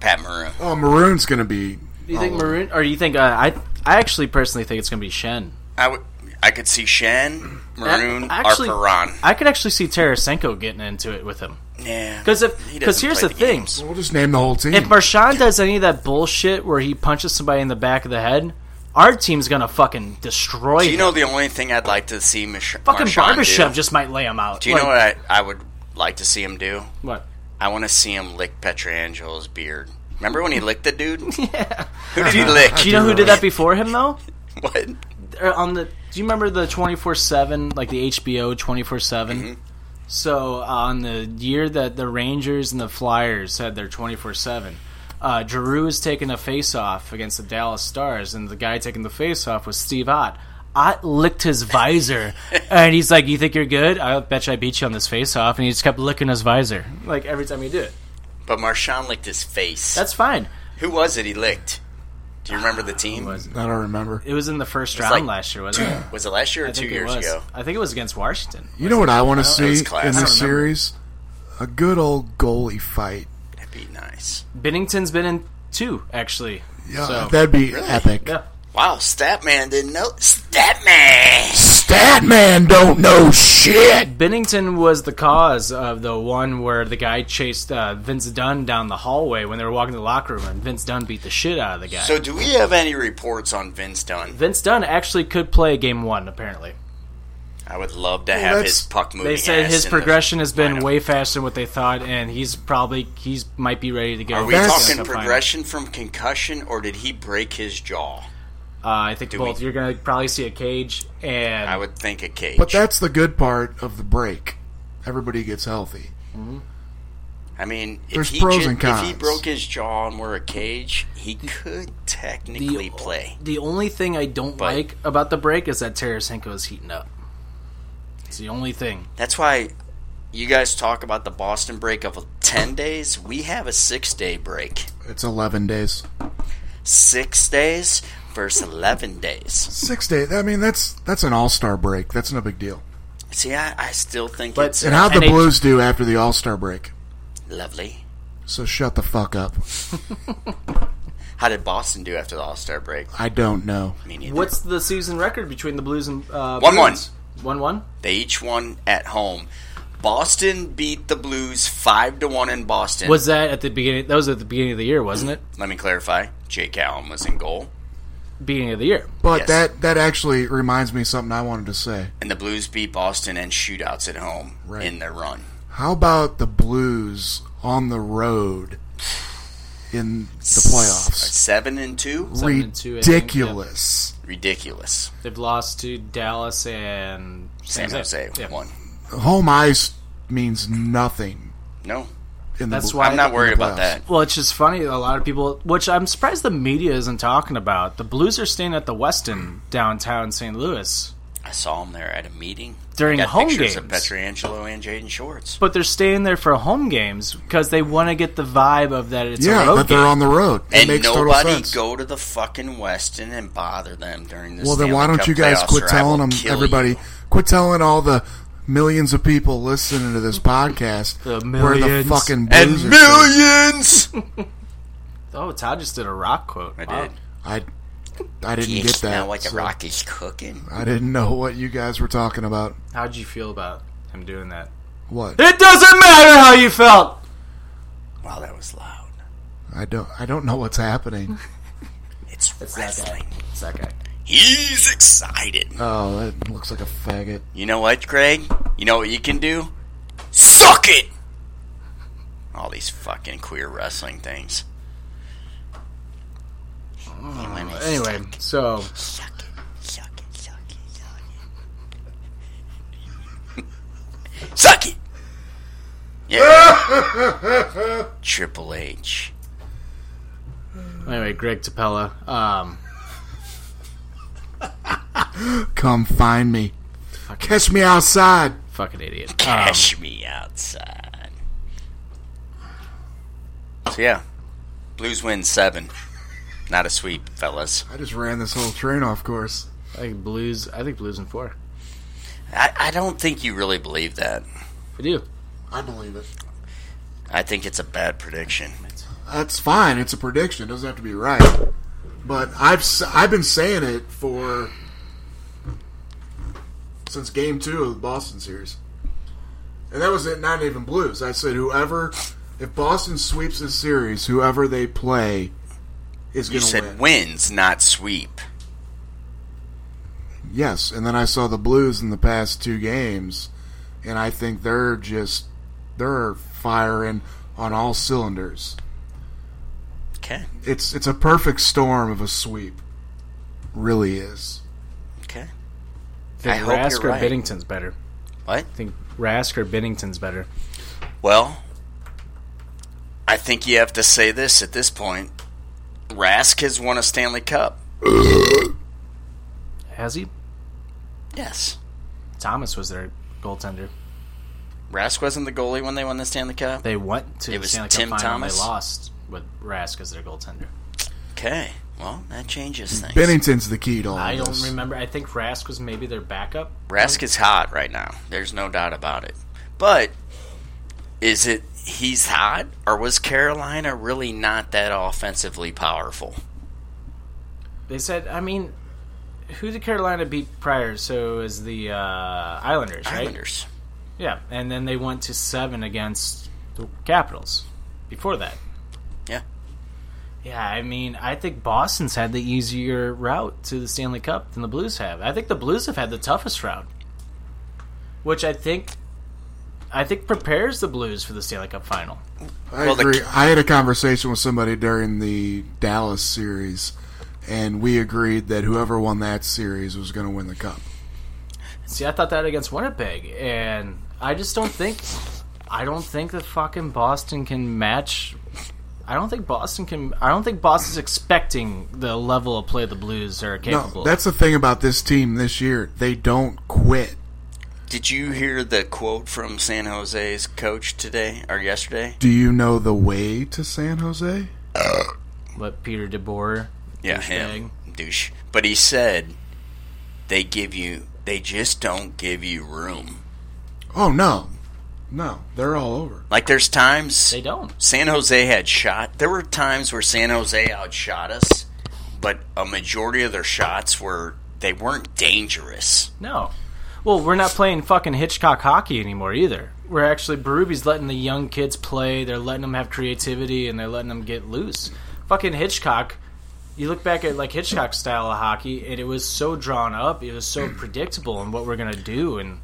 C: Pat Maroon.
B: Oh, Maroon's gonna be.
C: Oh.
A: Do you think Maroon or do you think uh, I? I actually personally think it's gonna be Shen.
C: I would. I could see Shan, Maroon,
A: Actually-
C: or Perron.
A: I could actually see Tarasenko getting into it with him.
C: Yeah.
A: Because if
C: He doesn't
A: because here's
C: play
A: the,
C: the
A: thing,
C: games.
B: We'll just name the whole team.
A: if Marshawn does any of that bullshit where he punches somebody in the back of the head, our team's gonna fucking destroy.
C: you
A: him.
C: know the only thing I'd like to see Mish-
A: fucking
C: Marshawn
A: Barbashev
C: do?
A: just might lay him out.
C: Do you know what I, I would like to see him do?
A: What?
C: I want to see him lick Petrangelo's beard. Remember when he licked the dude? yeah. Who did he lick?
A: Do you know who did that before him though?
C: What?
A: Or er, on the. Do you remember the twenty four seven like the HBO twenty four seven?
C: Mm-hmm.
A: So uh, on the year that the Rangers and the Flyers had their twenty four seven. Uh, Giroux is taking a face-off against the Dallas Stars, and the guy taking the face-off was Steve Ott. Ott licked his visor, and he's like, "You think you're good? I bet you I beat you on this face-off." And he just kept licking his visor, like every time he did it.
C: But Marshawn licked his face.
A: That's fine.
C: who was it he licked? Do you remember the team?
A: was
C: Was,
B: I don't remember.
A: It was in the first round
C: like-
A: last year, wasn't it?
C: it last year or
A: I
C: two
A: think it
C: years
A: was.
C: ago?
A: I think it was against Washington.
B: You know what I want to
C: It
B: see
C: was
B: in
C: class. I don't
B: this
A: remember.
B: series? A good old goalie fight.
C: That'd be nice.
A: Bennington's been in two, actually.
B: Yeah,
A: So-
B: that'd be epic.
A: Yeah.
C: Wow, Statman didn't know. Statman!
B: Statman don't know shit.
A: Bennington was the cause of the one where the guy chased uh, Vince Dunn down the hallway when they were walking to the locker room, and Vince Dunn beat the shit out of the guy.
C: So, do we have any reports on Vince Dunn?
A: Vince Dunn actually could play game one, apparently.
C: I would love to have
B: that's-
C: his puck moving.
A: They said
C: ass
A: his
C: in
A: progression
C: the
A: has been
C: lineup.
A: way faster than what they thought, and he's probably he's might be ready to go.
C: Are we
A: He's
B: That's-
C: talking
A: gonna find-
C: progression from concussion, or did he break his jaw?
A: Uh, I think both.
C: we-
A: You're gonna probably see a cage, and
C: I would think a cage.
B: But that's the good part of the break. Everybody gets healthy.
C: I mean, if
B: There's
C: he,
B: pros
C: ju-
B: and
C: if he
B: cons.
C: broke his jaw and were a cage, he could technically play.
A: The only thing I don't
C: But-
A: like about the break is that Tarasenko is heating up. It's the only thing.
C: That's why you guys talk about the Boston break of 10 days. We have a six day break.
B: It's 11 days.
C: Six days versus 11 days.
B: Six days. I mean, that's that's an all star break. That's no big deal.
C: See, I, I still think
A: But-
C: it's
B: And how'd the
A: And it-
B: Blues do after the all star break?
C: lovely.
B: So shut the fuck up.
C: How did Boston do after the All Star break?
B: I don't know.
C: I mean,
A: What's the season record between the Blues and uh,
C: One, one.
A: Bruins? one one?
C: they each won at home. Boston beat the Blues five to one in Boston.
A: Was that at the beginning? That was at the beginning of the year, wasn't it?
C: Let me clarify. Jake Allen was in goal,
A: Beginning of the year.
B: But
C: Yes.
B: that that actually reminds me of something I wanted to say.
C: and the Blues beat Boston in shootouts at home
B: Right.
C: in their run.
B: How about the Blues on the road in the playoffs?
C: Seven and two,
A: Seven and two, I think, yeah.
B: Ridiculous.
C: ridiculous.
A: They've lost to Dallas and
C: San Jose
A: Yeah.
C: won.
B: Home ice means nothing.
C: No,
B: In the
A: That's
B: Blu-
A: why-
C: I'm not worried
B: in the
C: about that.
A: Well, it's just funny. A lot of people, which I'm surprised the media isn't talking about. The Blues are staying at the Westin downtown St. Louis,
C: I saw him there at a meeting
A: During
C: I got
A: home
C: pictures of
A: games.
C: Petrangelo and Jaden Shorts.
A: but they're staying there for home games because they want to get the vibe of that it's
B: Yeah,
A: a road
B: that they're
A: game.
B: on the road. It
C: And
B: makes total
C: nobody
B: sense.
C: go to the fucking Weston and bother them during this.
B: well, then
C: Stanley
B: why don't
C: Cup
B: you guys
C: playoffs or
B: quit
C: I
B: telling
C: will
B: them,
C: kill
B: everybody,
C: you.
B: quit telling all the millions of people listening to this podcast
A: The
B: where the
A: millions.
B: fucking
C: And
B: Blues are sitting.
C: millions.
A: Oh, Todd just did a rock quote.
C: I
A: Wow.
C: did.
B: I, I didn't
C: You
B: get that.
C: smell like the
B: so
C: rock is cooking.
B: I didn't know what you guys were talking about.
A: How'd you feel about him doing that?
B: What?
A: It doesn't matter how you felt.
C: Wow, that was loud.
B: I don't. I don't know what's happening.
C: It's wrestling.
A: It's that guy.
C: He's excited.
B: Oh, that looks like a faggot.
C: You know what, Craig? You know what you can do? Suck it! All these fucking queer wrestling things.
A: Anyway, so
C: Suck it, suck it, suck it, suck it. suck it! Yeah. Triple H.
A: anyway, Greg Tapella. Um,
B: Come find me. Catch me outside.
A: fucking idiot. Um,
C: Cash me outside. So yeah, Blues win seven. Not a sweep, fellas.
B: I just ran this whole train off course.
A: I think Blues. I think Blues in four.
C: I, I don't think you really believe that.
A: I do.
B: I believe it.
C: I think it's a bad prediction.
B: That's fine. It's a prediction. It doesn't have to be right. But I've s- I've been saying it for since game two of the Boston series. And that was it, not even blues. I said, whoever, if Boston sweeps this series, whoever they play is
C: You
B: going to
C: said
B: win.
C: wins, not sweep.
B: Yes, and then I saw the Blues in the past two games, and I think they're just they're firing on all cylinders.
C: Okay.
B: It's it's a perfect storm of a sweep, really is.
C: Okay.
A: Think
C: I hope
A: Rask
C: you're
A: or
C: right.
A: Bennington's better.
C: What?
A: I think Rask or Bennington's better.
C: Well, I think you have to say this at this point. Rask has won a Stanley Cup.
A: Has he?
C: Yes.
A: Thomas was their goaltender.
C: Rask wasn't the goalie when they won the Stanley Cup.
A: They went to
C: It
A: the
C: was
A: Stanley
C: Tim
A: Cup final. and They
C: Thomas?
A: lost with Rask as their goaltender.
C: Okay. Well, that changes things.
B: Bennington's the key to all
A: I don't
B: this.
A: remember. I think Rask was maybe their backup.
C: Rask is hot right now. There's no doubt about it. But is it he's hot or was Carolina really not that offensively powerful?
A: They said, I mean, who did Carolina beat prior? So it was the uh, Islanders, right?
C: Islanders.
A: Yeah, and then they went to seven against the Capitals before that.
C: Yeah.
A: Yeah, I mean, I think Boston's had the easier route to the Stanley Cup than the Blues have. I think the Blues have had the toughest route, which I think, I think prepares the Blues for the Stanley Cup final.
B: I
C: Well, the-
B: agree. I had a conversation with somebody during the Dallas series, and we agreed that whoever won that series was going to win the cup.
A: See, I thought that against Winnipeg, and I just don't think, I don't think that fucking Boston can match. I don't think Boston can. I don't think Boston's expecting the level of play the Blues are capable.
B: No,
A: of.
B: that's the thing about this team this year. They don't quit.
C: Did you hear the quote from San Jose's coach today or yesterday?
B: Do you know the way to San Jose?
A: what Peter DeBoer.
C: Yeah, him. Douche. But he said they give you they just don't give you room.
B: Oh no, no, they're all over.
C: Like there's times
A: They don't.
C: San Jose had shot. There were times where San Jose outshot us, but a majority of their shots were they weren't dangerous.
A: No. Well, we're not playing fucking Hitchcock hockey anymore either. We're actually Berube's letting the young kids play. They're letting them have creativity and they're letting them get loose. Fucking Hitchcock. You look back at like Hitchcock style of hockey, and it was so drawn up. It was so predictable in what we're gonna do, and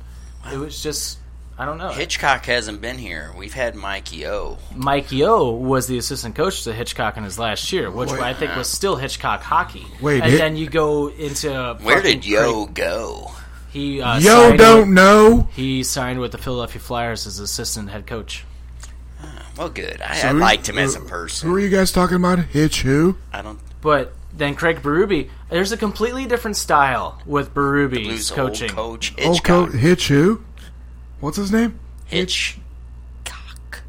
A: it was just I don't know.
C: Hitchcock hasn't been here. We've had Mikey O.
A: Mike Yo was the assistant coach to Hitchcock in his last year, which I think was still Hitchcock hockey.
B: Wait,
A: and
B: Hit-
A: then you go into
C: Where
A: fucking
C: did Yo go?
A: Craig- He uh,
B: Yo,
A: signed
B: don't know.
A: He signed with the Philadelphia Flyers as assistant head coach.
C: Well, good. I,
B: So
C: I
B: who-
C: liked him as a
B: who- Who
C: person.
B: are you guys talking about? Hitch who?
C: I don't.
A: But then Craig Berube, there's a completely different style with Berube's
C: Blues
A: coaching.
C: old coach
B: Old
C: Hitchcock.
B: coat Hitch who? What's his name?
C: Hitchcock.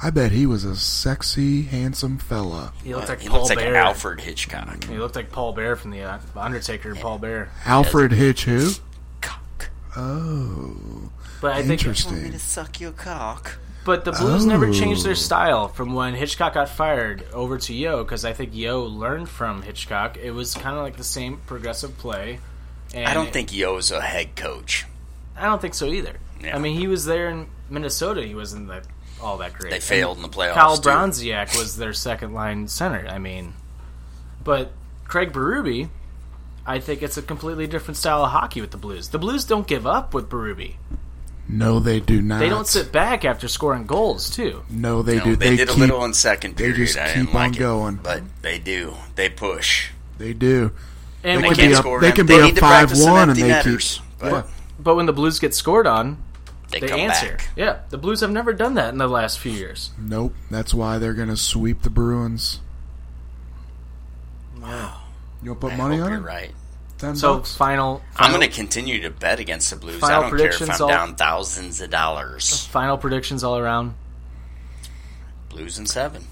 B: I bet he was a sexy, handsome fella.
A: He looked like
C: Uh, He
A: Paul
C: looks like
A: Bear.
C: Alfred Hitchcock.
A: He looked like Paul Bear from the uh, Undertaker. Paul Bear.
B: Alfred Hitch who?
C: Cock.
B: Oh,
A: But I think,
C: Want me to
B: interesting.
C: suck your cock?
A: but the Blues never changed their style from when Hitchcock got fired over to Yo because I think Yo learned from Hitchcock. It was kind of like the same progressive play. And
C: I don't
A: it-
C: think Yo's a head coach.
A: I don't think so either.
C: Yeah.
A: I mean, he was there in Minnesota. He wasn't that all that great.
C: They
A: And
C: failed in the playoffs.
A: Kyle
C: too.
A: Bronziak was their second line center. I mean, but Craig Berube, I think it's a completely different style of hockey with the Blues. The Blues don't give up with Berube.
B: No, they do not.
A: They don't sit back after scoring goals too.
B: No, they
C: No,
B: do.
C: they,
B: They,
C: did
B: keep,
C: a little in second
B: they
C: period.
B: just
C: I
B: keep
C: didn't like
B: on
C: it,
B: going.
C: but they do. They push.
B: They do.
A: And
B: They
A: when the-
B: could be
C: can't
B: up-
C: score
B: they
C: them.
B: can be up
C: need to practice some
B: 5-1 and
C: empty
B: they keep-
C: netters, but
B: What?
A: but when the Blues get scored on,
C: They,
A: they
C: come
A: answer.
C: back.
A: Yeah, the Blues have never done that in the last few years.
B: Nope. That's why they're gonna sweep the Bruins.
A: Wow.
B: You'll put
C: I
B: money
C: hope
B: on
C: you're
B: it.
C: right.
B: Ten
A: So
B: bucks?
A: final,
C: I'm
A: final,
C: going to continue to bet against the Blues. I
A: final
C: don't care if
A: predictions
C: I'm
A: all-
C: down thousands of dollars.
A: final predictions all around.
C: Blues in seven.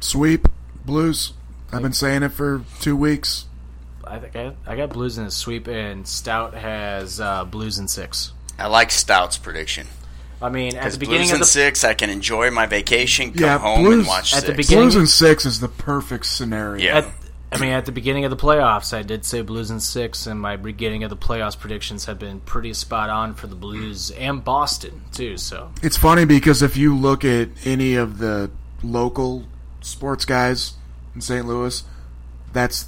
B: Sweep Blues. I've been saying it for two weeks.
A: I think I, I got Blues in a sweep, and Stout has uh, Blues in six.
C: I like Stout's prediction.
A: I mean, at
C: Because
A: the
C: Blues
A: beginning of
C: in
A: the
C: six, I can enjoy my vacation, come
B: Yeah,
C: home,
B: Blues
C: and watch
A: at the
C: six.
A: beginning-
B: Blues and six is the perfect scenario.
C: Yeah.
A: at I mean, at the beginning of the playoffs, I did say Blues in six, and my beginning of the playoffs predictions have been pretty spot on for the Blues and Boston too. So
B: It's funny because if you look at any of the local sports guys in St. Louis, that's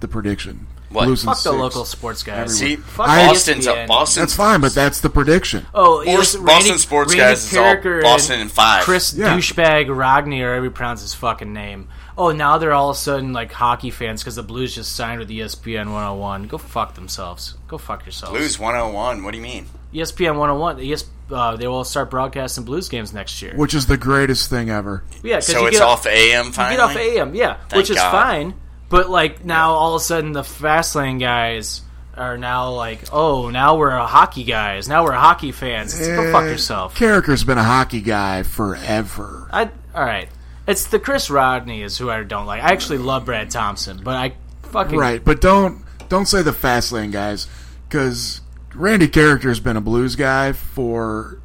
B: the prediction.
C: What?
B: Blues in
A: fuck the
B: six.
A: local sports guys.
C: See,
A: Fuck E
C: Boston's
A: ESPN.
C: up. Boston's
B: That's fine, but that's the prediction.
A: Oh, it
C: Or
A: was
C: Boston sports guys is all
A: Carricker
C: Boston in five.
A: Chris
B: Yeah.
A: douchebag Rogny, or every pronounce his fucking name. Oh, now they're all of a sudden like hockey fans because the Blues just signed with E ESPN 101. Go fuck themselves. Go fuck yourselves. E
C: Blues 101. What do you mean?
A: ESPN 101. ES, uh, they will start broadcasting Blues games next year.
B: Which is the greatest thing ever.
A: yeah, 'cause
C: So
A: you
C: it's
A: get,
C: off AM
A: You
C: finally.
A: get off AM. Yeah, which is
C: God.
A: fine. But like now, all of a sudden, the Fastlane guys are now like, oh, now we're a hockey guys. Now we're hockey fans. It's, go fuck yourself.
B: Carricker's been a hockey guy forever.
A: I all right. It's the Chris Rodney is who I don't like. I actually love Brad Thompson, but I fucking
B: Right, but don't don't say the fast lane guys because Randy Carricker's been a blues guy for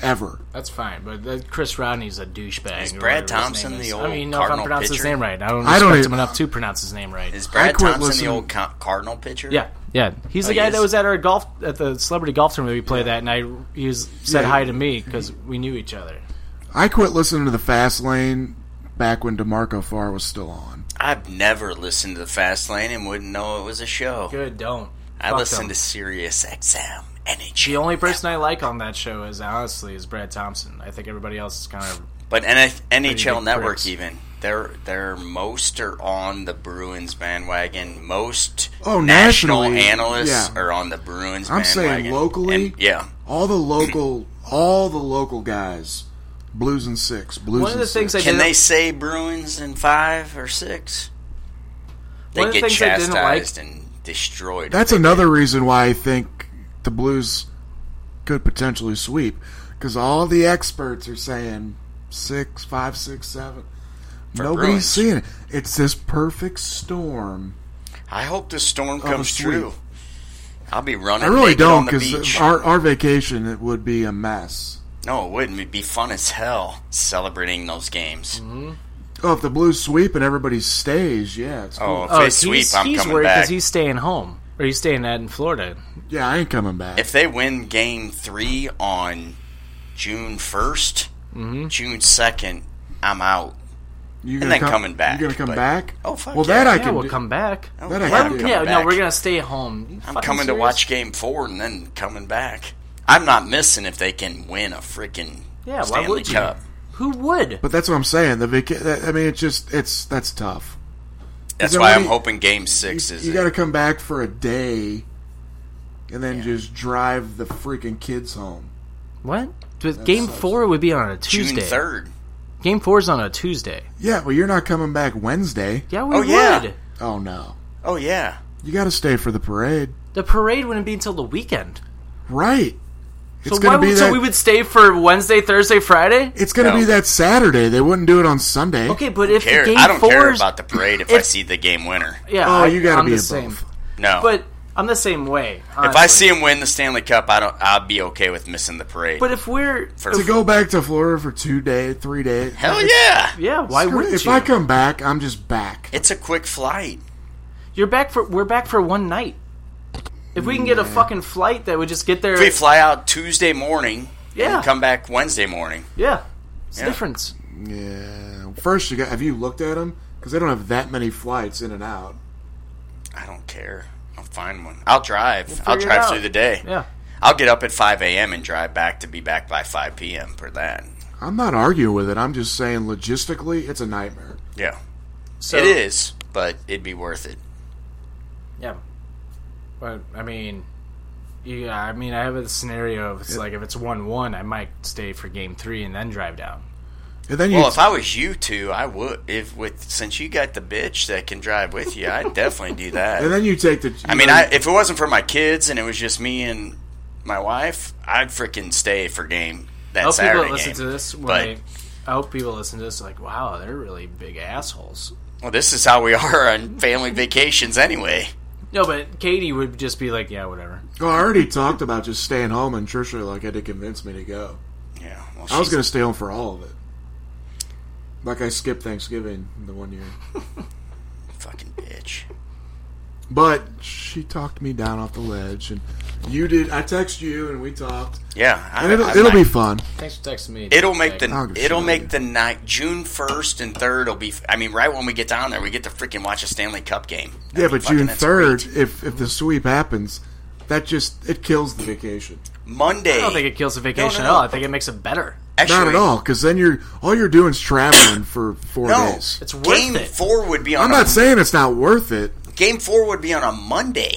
B: ever.
A: That's fine, but that Chris Rodney's a douchebag.
C: Is
A: or whatever
C: Brad
A: his
C: Thompson
A: name is.
C: the
A: I
C: old
A: don't even know if I
C: Cardinal
A: pronounced his
C: pitcher?
A: name right. I don't
B: I
A: respect
B: don't e-
A: him
B: even-
A: enough to pronounce his name right.
C: Is Brad
B: quit
C: Thompson
B: listening-
C: the old co- Cardinal pitcher?
A: Yeah, yeah. He's the
C: Oh,
A: guy
C: he
A: that
C: is?
A: was at our golf at the celebrity golf tournament we played that night. He was, said
B: Yeah.
A: hi to me because we knew each other.
B: I quit listening to the fast lane back when Demarco Far was still on.
C: I've never listened to the Fast Lane and wouldn't know it was a show.
A: Good, don't.
C: I
A: Fuck
C: listened
A: him.
C: to Sirius XM.
A: The
C: NHL.
A: only person I like on that show is honestly is Brad Thompson. I think everybody else is kind of
C: But NH-
A: big
C: NHL Network
A: pricks.
C: even they're they're most are on the Bruins bandwagon. Most
B: Oh,
C: national
B: nationally,
C: analysts
B: yeah.
C: are on the Bruins.
B: I'm saying
C: bandwagon.
B: locally,
C: And- yeah.
B: All the local, all the local guys, blues and six, blues.
A: one of
B: and
A: the things I
B: six.
C: Can
A: did
C: they say Bruins in five or six? They
A: One of the
C: get
A: things I didn't like-
C: chastised and destroyed. if
B: That's
C: they
B: another reason why I think the Blues could potentially sweep because all the experts are saying six, five, six, seven. Nobody's
C: Bruins.
B: seeing it. It's this perfect storm.
C: I hope this storm
B: a
C: comes
B: sweep.
C: true. I'll be running.
B: I really
C: naked
B: don't
C: on the
B: because
C: beach.
B: our our vacation it would be a mess.
C: no, it wouldn't. It'd be fun as hell celebrating those games.
A: Mm-hmm.
B: Oh, if the Blues sweep and everybody stays, yeah, it's
C: Oh,
B: cool.
C: if they sweep,
A: he's,
C: I'm
A: he's
C: coming
A: worried
C: back.
A: he's staying home or he's staying out in Florida.
B: yeah, I ain't coming back.
C: If they win Game Three on June 1st
A: Mm-hmm.
C: June second, I'm out.
B: you
C: and then coming back,
B: you gonna come
C: but-
B: back?
C: Oh, fuck
B: Well,
C: yeah.
B: that I
A: yeah,
B: can
A: we'll
B: do.
A: come back.
C: Oh,
B: That I
C: yeah,
B: can
C: I'm
B: do.
C: coming
A: yeah, no,
C: back.
A: we're gonna stay home. You
C: I'm
A: fucking
C: coming to
A: serious?
C: watch Game Four and then coming back. I'm not missing if they can win a freaking
A: Yeah, why
C: Stanley
A: would you?
C: Cup.
A: Who would?
B: But that's what I'm saying. The vaca- I mean, it's just it's that's tough.
C: That's
B: Because
C: why I'm
B: everybody-
C: hoping Game Six is.
B: you
C: it.
B: got to come back for a day and then just drive the freaking kids home.
A: What? But game four would be on a
C: June
A: Tuesday.
C: third.
A: Game four is on a Tuesday.
B: Yeah, well, you're not coming back Wednesday.
A: Yeah, we
C: Oh,
A: would.
C: yeah.
B: Oh, no.
C: Oh yeah.
B: You got to stay for the parade.
A: The parade wouldn't be until the weekend.
B: Right. It's
A: so why
B: going to be
A: would,
B: that
A: so we would stay for Wednesday, Thursday, Friday?
B: It's going to
C: No.
B: be that Saturday. They wouldn't do it on Sunday.
A: Okay, but if
C: Care.
A: the game
C: I don't care
A: four's-
C: about the parade if I
A: if-
C: see the game winner.
A: yeah,
B: Oh,
A: I,
B: you got to
A: I'm
B: be
A: the
B: above.
A: same.
C: No,
A: But I'm the same way.
C: if I
A: honestly.
C: see him win the Stanley Cup, I don't. I'll be okay with missing the parade.
A: but if we're,
C: For-
B: To go back to Florida for 2 days, 3 days.
C: hell yeah,
A: yeah, why
B: Screw it.
A: wouldn't
B: If
A: you?
B: I come back, I'm just back.
C: it's a quick flight.
A: You're back for we're back for one night. If we can get a fucking flight that would just get there,
C: If we fly out Tuesday morning
A: yeah,
C: and come back Wednesday morning,
A: yeah, it's
C: Yeah.
A: a difference.
B: Yeah. First, you got have you looked at them? Cuz they don't have that many flights in and out.
C: I don't care. I'll find one. I'll drive.
A: figure
C: I'll
A: it
C: drive
A: out.
C: through the day.
A: Yeah,
C: I'll get up at 5 a.m. and drive back to be back by 5 p.m. for that.
B: I'm not arguing with it. I'm just saying logistically, it's a nightmare.
C: Yeah,
A: so
C: it is, but it'd be worth it.
A: Yeah, but I mean, yeah, I mean, I have a scenario. If it's like if it's one one, I might stay for game three and then drive down.
B: And then you
C: Well, if I was you two, I would. If with since you got the bitch that can drive with you, I'd definitely do that.
B: And then you take the.
C: I mean, I, if it wasn't for my kids and it was just me and my wife, I'd freaking stay for game that
A: I hope people
C: Saturday
A: that listen
C: game.
A: to this. When
C: But-
A: they, I hope people listen to this like, wow, they're really big assholes.
C: Well, this is how we are on family vacations anyway.
A: No, but Katie would just be like, yeah, whatever.
B: Oh, I already talked about just staying home, and Trisha like had to convince me to go.
C: Yeah, well,
B: I was
C: she's-
B: going to stay home for all of it. Like I skipped Thanksgiving the one year,
C: Fucking bitch.
B: but she talked me down off the ledge, and you did. I text you, and we talked,
C: Yeah,
B: and it'll, it'll be fun.
A: Thanks for texting me.
C: It'll make
B: I'll
C: the
B: give a
C: it'll
B: shit
C: make the night June first and third will be. I mean, right when we get down there, we get to freaking watch a Stanley Cup game. I
B: Yeah,
C: mean,
B: but
C: fucking,
B: June
C: that's
B: third,
C: great.
B: if if the sweep happens, that just it kills the vacation.
C: Monday.
A: I don't think it kills the vacation
C: no,
A: at all.
C: no.
A: I think it makes it better.
C: actually,
B: Not at all, because then you're all you're doing is traveling for four
C: No,
B: days.
A: It's worth
C: game
A: it.
C: four would be on.
B: I'm
C: a,
B: not saying it's not worth it.
C: game four would be on a Monday.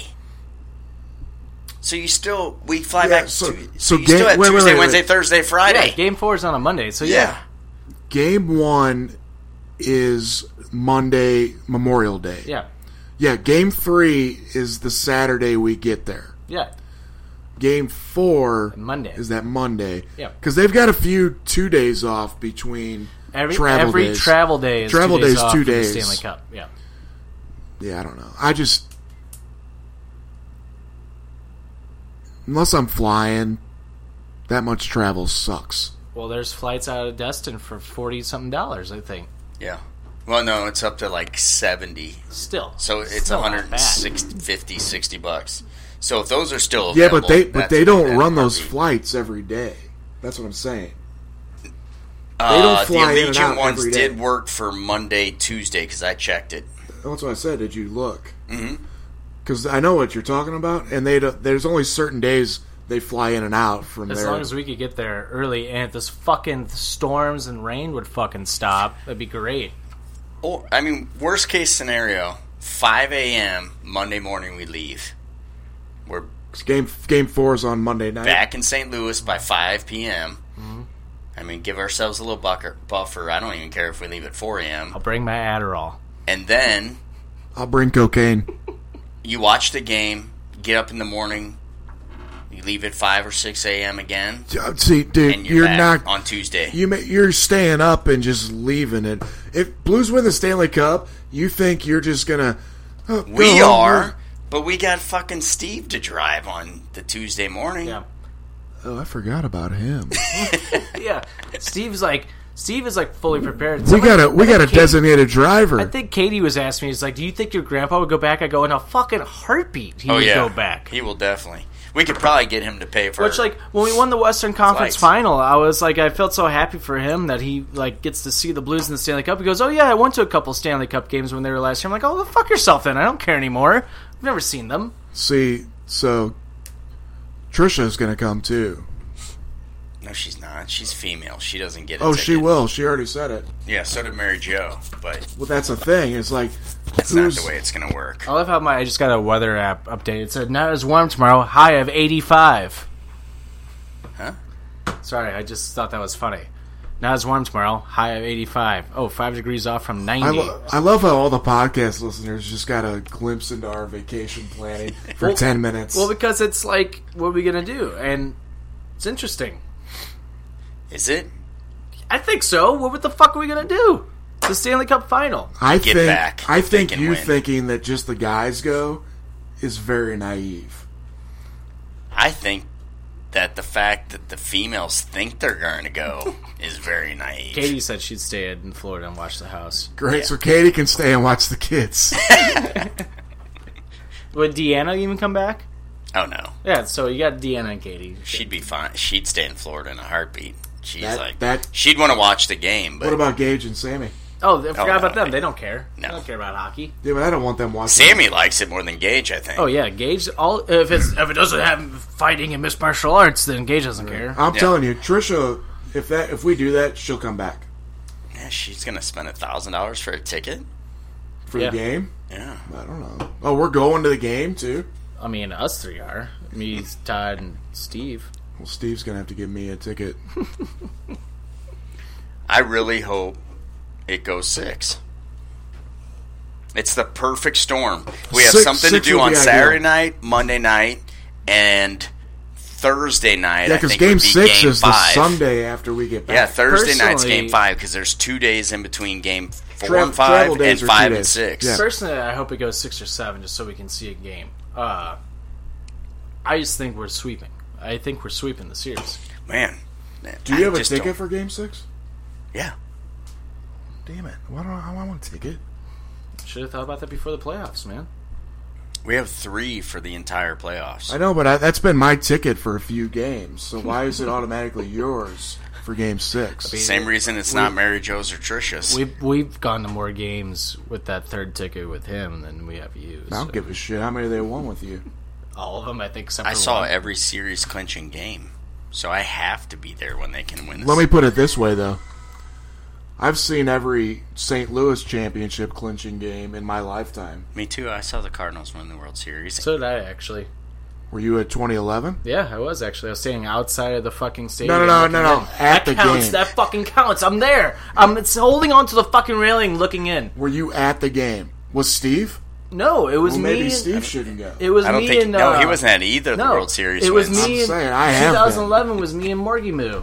C: So you still we fly
B: Yeah,
C: back.
B: so-
C: to, so,
B: so
C: you
B: game-
C: still have
B: wait, wait,
C: Tuesday,
B: wait,
C: Wednesday,
B: wait.
C: Thursday, Friday.
A: Yeah, game four is on a Monday, so yeah.
C: yeah.
B: Game one is Monday Memorial Day.
A: Yeah.
B: Yeah, game three is the Saturday we get there.
A: Yeah.
B: Game four
A: Monday.
B: is that Monday.
A: Yeah.
B: because they've got a few two days off between
A: Every
B: travel
A: every
B: days.
A: travel day is
B: Travel
A: two days,
B: days,
A: off
B: two
A: from the
B: days.
A: Stanley Cup. Yeah.
B: Yeah, I don't know. I just unless I'm flying, that much travel sucks.
A: Well, there's flights out of Destin for forty something dollars, I think.
C: Yeah. Well, no, it's up to like seventy.
A: Still.
C: So it's
A: Still not bad.
C: 160, 50, 60 bucks. So if those are still
B: Yeah, but
C: available,
B: they but
C: that's
B: they
C: a
B: don't
C: bad
B: run those
C: RV.
B: flights every day. That's what I'm saying.
C: Uh,
B: don't fly in
C: the
B: and
C: Allegiant
B: out
C: ones
B: every day.
C: did work for Monday, Tuesday because I checked it.
B: That's what I said. Did you look?
C: Mm-hmm.
B: Because I know what you're talking about, and they don't, there's only certain days they fly in and out from
A: As
B: there.
A: long as we could get there early, and if this fucking storms and rain would fucking stop, that'd be great.
C: Or I mean, worst case scenario, five a.m. Monday morning we leave. We're
B: 'Cause game game four is on Monday night.
C: back in St. Louis by five p.m.
B: Mm-hmm.
C: I mean, give ourselves a little bucker, buffer. I don't even care if we leave at four a.m.
A: I'll bring my Adderall.
C: And then
B: I'll bring cocaine.
C: you watch the game, get up in the morning, you leave at five or six a.m. again,
B: Yeah, uh, See,
C: and
B: dude,
C: you're,
B: you're,
C: back
B: not
C: on Tuesday.
B: you may, you're staying up and just leaving it. If Blues win the Stanley Cup, you think you're just gonna? oh, go
C: We
B: home,
C: are, but we got fucking Steve to drive on the Tuesday morning.
A: Yeah.
B: Oh, I forgot about him.
A: Yeah. Steve's like Steve is like fully prepared.
B: we
A: Someone-
B: got a we got a
A: Katie-
B: designated driver.
A: I think Katie was asking me, he's like, Do you think your grandpa would go back? I go, in a fucking heartbeat he
C: Oh
A: would
C: yeah,
A: go back.
C: He will definitely. We could probably get him to pay for.
A: Which, like, when we won the Western Conference
C: Slice.
A: Final, I was like, I felt so happy for him that he like gets to see the Blues in the Stanley Cup. He goes, "Oh yeah, I went to a couple Stanley Cup games when they were last year." I'm like, "Oh, well, fuck yourself then. I don't care anymore. I've never seen them."
B: See, so Trisha's gonna come too.
C: no, she's not. She's female. She doesn't get. A
B: Oh,
C: ticket.
B: she will. She already said it.
C: Yeah, so did Mary Jo, but
B: Well, that's a thing. It's like
C: that's not the way it's gonna work.
A: I love how my I just got a weather app updated. It said not as warm tomorrow. High of 85.
C: Huh?
A: Sorry, I just thought that was funny. Not as warm tomorrow. High of 85. Oh, five degrees off from 90.
B: I, lo- I love how all the podcast listeners just got a glimpse into our vacation planning for
A: Well-
B: ten minutes.
A: well, because it's like, what are we gonna do? And it's interesting.
C: Is it?
A: I think so. What the fuck are we gonna do? It's the Stanley Cup final.
B: I
C: Get
B: think
C: back.
B: I
C: They
B: think
C: can
B: you
C: win.
B: thinking that just the guys go is very naive.
C: I think that the fact that the females think they're going to go is very naive.
A: Katie said she'd stay in Florida and watch the house.
B: Great, so Katie can stay and watch the kids.
A: Would Deanna even come back?
C: Oh no,
A: Yeah, so you got Deanna and Katie.
C: she'd be fine. She'd stay in Florida in a heartbeat. She's
B: That-
C: like
B: that-
C: She'd want to watch the game, but
B: what about Gage and Sammy?
A: Oh, I forgot
C: no,
A: about them.
C: I-
A: They don't care.
C: no.
A: They don't care about hockey.
B: Yeah, but I don't want them watching.
C: Sammy likes it more than Gage, I think.
A: Oh yeah, Gage. All if it's if it doesn't have fighting and mixed martial arts, then Gage doesn't care.
B: I'm
C: Yeah.
B: telling you, Trisha. If that if we do that, she'll come back
C: Yeah, Eh, she's gonna spend a thousand dollars for a ticket.
B: for
A: Yeah.
B: the game.
C: Yeah,
B: I don't know. Oh, we're going to the game too.
A: I mean, us three are me, Todd, and Steve.
B: Well, Steve's gonna have to give me a ticket.
C: I really hope it goes six. It's the perfect storm. We have
B: Six-
C: something
B: six
C: to do
B: would
C: on
B: be
C: Saturday
B: ideal.
C: night, Monday night, and Thursday night.
B: Yeah,
C: I
B: because
C: think would
B: game
C: be
B: six
C: game
B: is the
C: five.
B: Sunday after we get back.
C: Yeah, Thursday night's game
A: Personally-
C: five because there's two days in between game four
B: Travel-
C: and five
B: travel
C: and
B: days are two
C: five and
B: days.
C: six.
B: Yeah.
A: Personally, I hope it goes six or seven, just so we can see a game. Uh, I just think we're sweeping. I think we're sweeping the series.
C: Man,
B: do you have a ticket for game six?
C: Yeah,
B: Damn it! Why don't I, I want a ticket?
A: Should have thought about that before the playoffs, man.
C: We have three for the entire playoffs.
B: I know, but I, that's been my ticket for a few games. So why is it automatically yours for Game Six?
C: Same reason it's not Mary Joe's or Trisha's.
A: We've we've gone to more games with that third ticket with him than we have you.
B: I
A: So.
B: don't give a shit how many they won with you.
A: All of them, I think. Except
C: I
A: for
C: saw
A: one.
C: every series clinching game, so I have to be there when they can win.
B: Let me
C: this.
B: put it this way, though. I've seen every St. Louis championship clinching game in my lifetime.
C: me too. I saw the Cardinals win the World Series.
A: So did I actually.
B: Were you at 2011?
A: Yeah, I was actually. I was standing outside of the fucking stadium.
B: No, no, no,
A: looking
B: no, no.
A: in.
B: At
A: that
B: the
A: counts.
B: game.
A: That fucking counts. I'm there. I'm it's holding on to the fucking railing, looking in.
B: Were you at the game? Was Steve?
A: No, it was
B: Well,
A: me.
B: maybe
A: and-
B: Steve shouldn't go.
A: It was
C: I don't
A: me
C: think
A: and
C: no,
A: uh,
C: he wasn't at either of
A: No,
C: the World Series.
A: It was
C: wins.
B: I'm
A: me. and-
B: saying, I have
A: 2011 was me and Morgy Moo.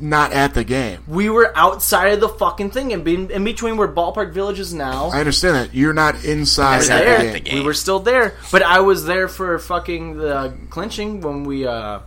B: Not at the game.
A: We were outside of the fucking thing, and in, in between where Ballpark Village is now.
B: I understand that. You're not inside
C: Is
A: were
C: that
A: there.
B: at the game.
C: at the game?
A: We were still there, but I was there for fucking the clinching when we uh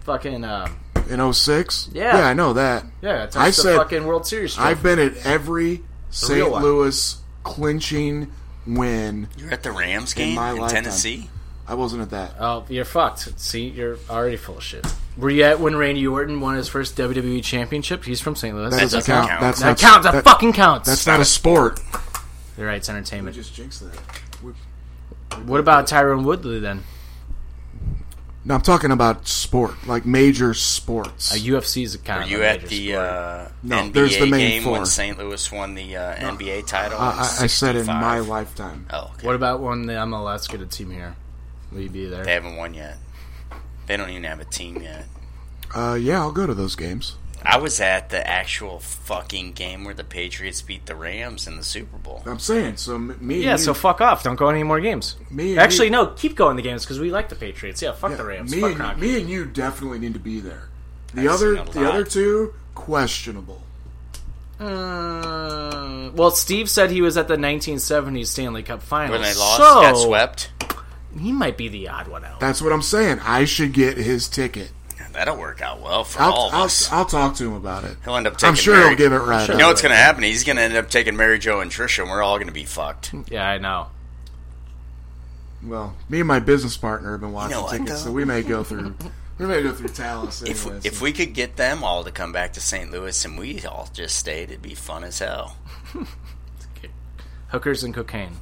A: fucking uh
B: In 06?
A: Yeah.
B: Yeah, I know that.
A: yeah, it's
B: I
A: the
B: said-
A: fucking World Series. trophy.
B: I've been at every
A: real
B: St.
A: one.
B: Louis clinching win.
C: You were at the Rams game
B: my
C: in,
B: lifetime.
C: Tennessee.
B: I wasn't at that.
A: Oh, you're fucked. See, you're already full of shit. Were you at when Randy Orton won his first WWE championship? He's from St. Louis.
B: That
A: That,
B: doesn't
C: doesn't
B: count.
C: count.
B: That's not,
A: counts. That,
B: that-
A: fucking counts.
B: That's not a sport.
A: You're right. It's entertainment.
B: Just jinx that.
A: What about Tyrone Woodley then?
B: No, I'm talking about sport, like major sports.
A: A UFC's a kind
C: Were
A: of
C: you
A: a
C: at
A: major
C: the
A: sport.
C: uh,
B: No,
C: NBA
B: there's the main
C: game when
B: four.
C: St. Louis won the uh, NBA title? in
B: I, I- I said in
C: 65?
B: my lifetime.
C: Oh, okay.
A: What about when the MLS get a team here? Will you be there?
C: They haven't won yet. They don't even have a team yet.
B: Uh, yeah, I'll go to those games.
C: I was at the actual fucking game where the Patriots beat the Rams in the Super Bowl.
B: I'm saying so. m- Me, and
A: yeah,
B: you-
A: so fuck off. Don't go any more games.
B: Me and
A: Actually,
B: you-
A: no. Keep going the games because we like the Patriots. Yeah, fuck
B: yeah,
A: the Rams.
B: Me
A: fuck
B: and,
A: Kroenke.
B: me and you definitely need to be there. The
C: I've
B: other,
C: seen a
B: the
C: lot.
B: other two, questionable.
A: Uh, well, Steve said he was at the 1970s Stanley Cup Finals.
C: When they lost,
A: so
C: got swept.
A: he might be the odd one out.
B: That's what I'm saying. I should get his ticket.
C: That'll work out well for all
B: I'll,
C: of
B: I'll,
C: us.
B: I'll talk to him about it.
C: he'll end up taking
B: I'm sure
C: Mary,
B: he'll give it right.
C: You know
B: up.
C: what's going to happen? He's going to end up taking Mary Jo and Trisha, and we're all going to be fucked.
A: Yeah, I know.
B: Well, me and my business partner have been watching
C: know what,
B: tickets,
C: though?
B: so we may go through. we may go through Talos.
C: If we,
B: anyways.
C: if we could get them all to come back to St. Louis and we all just stayed, it'd be fun as hell.
A: Hookers and cocaine.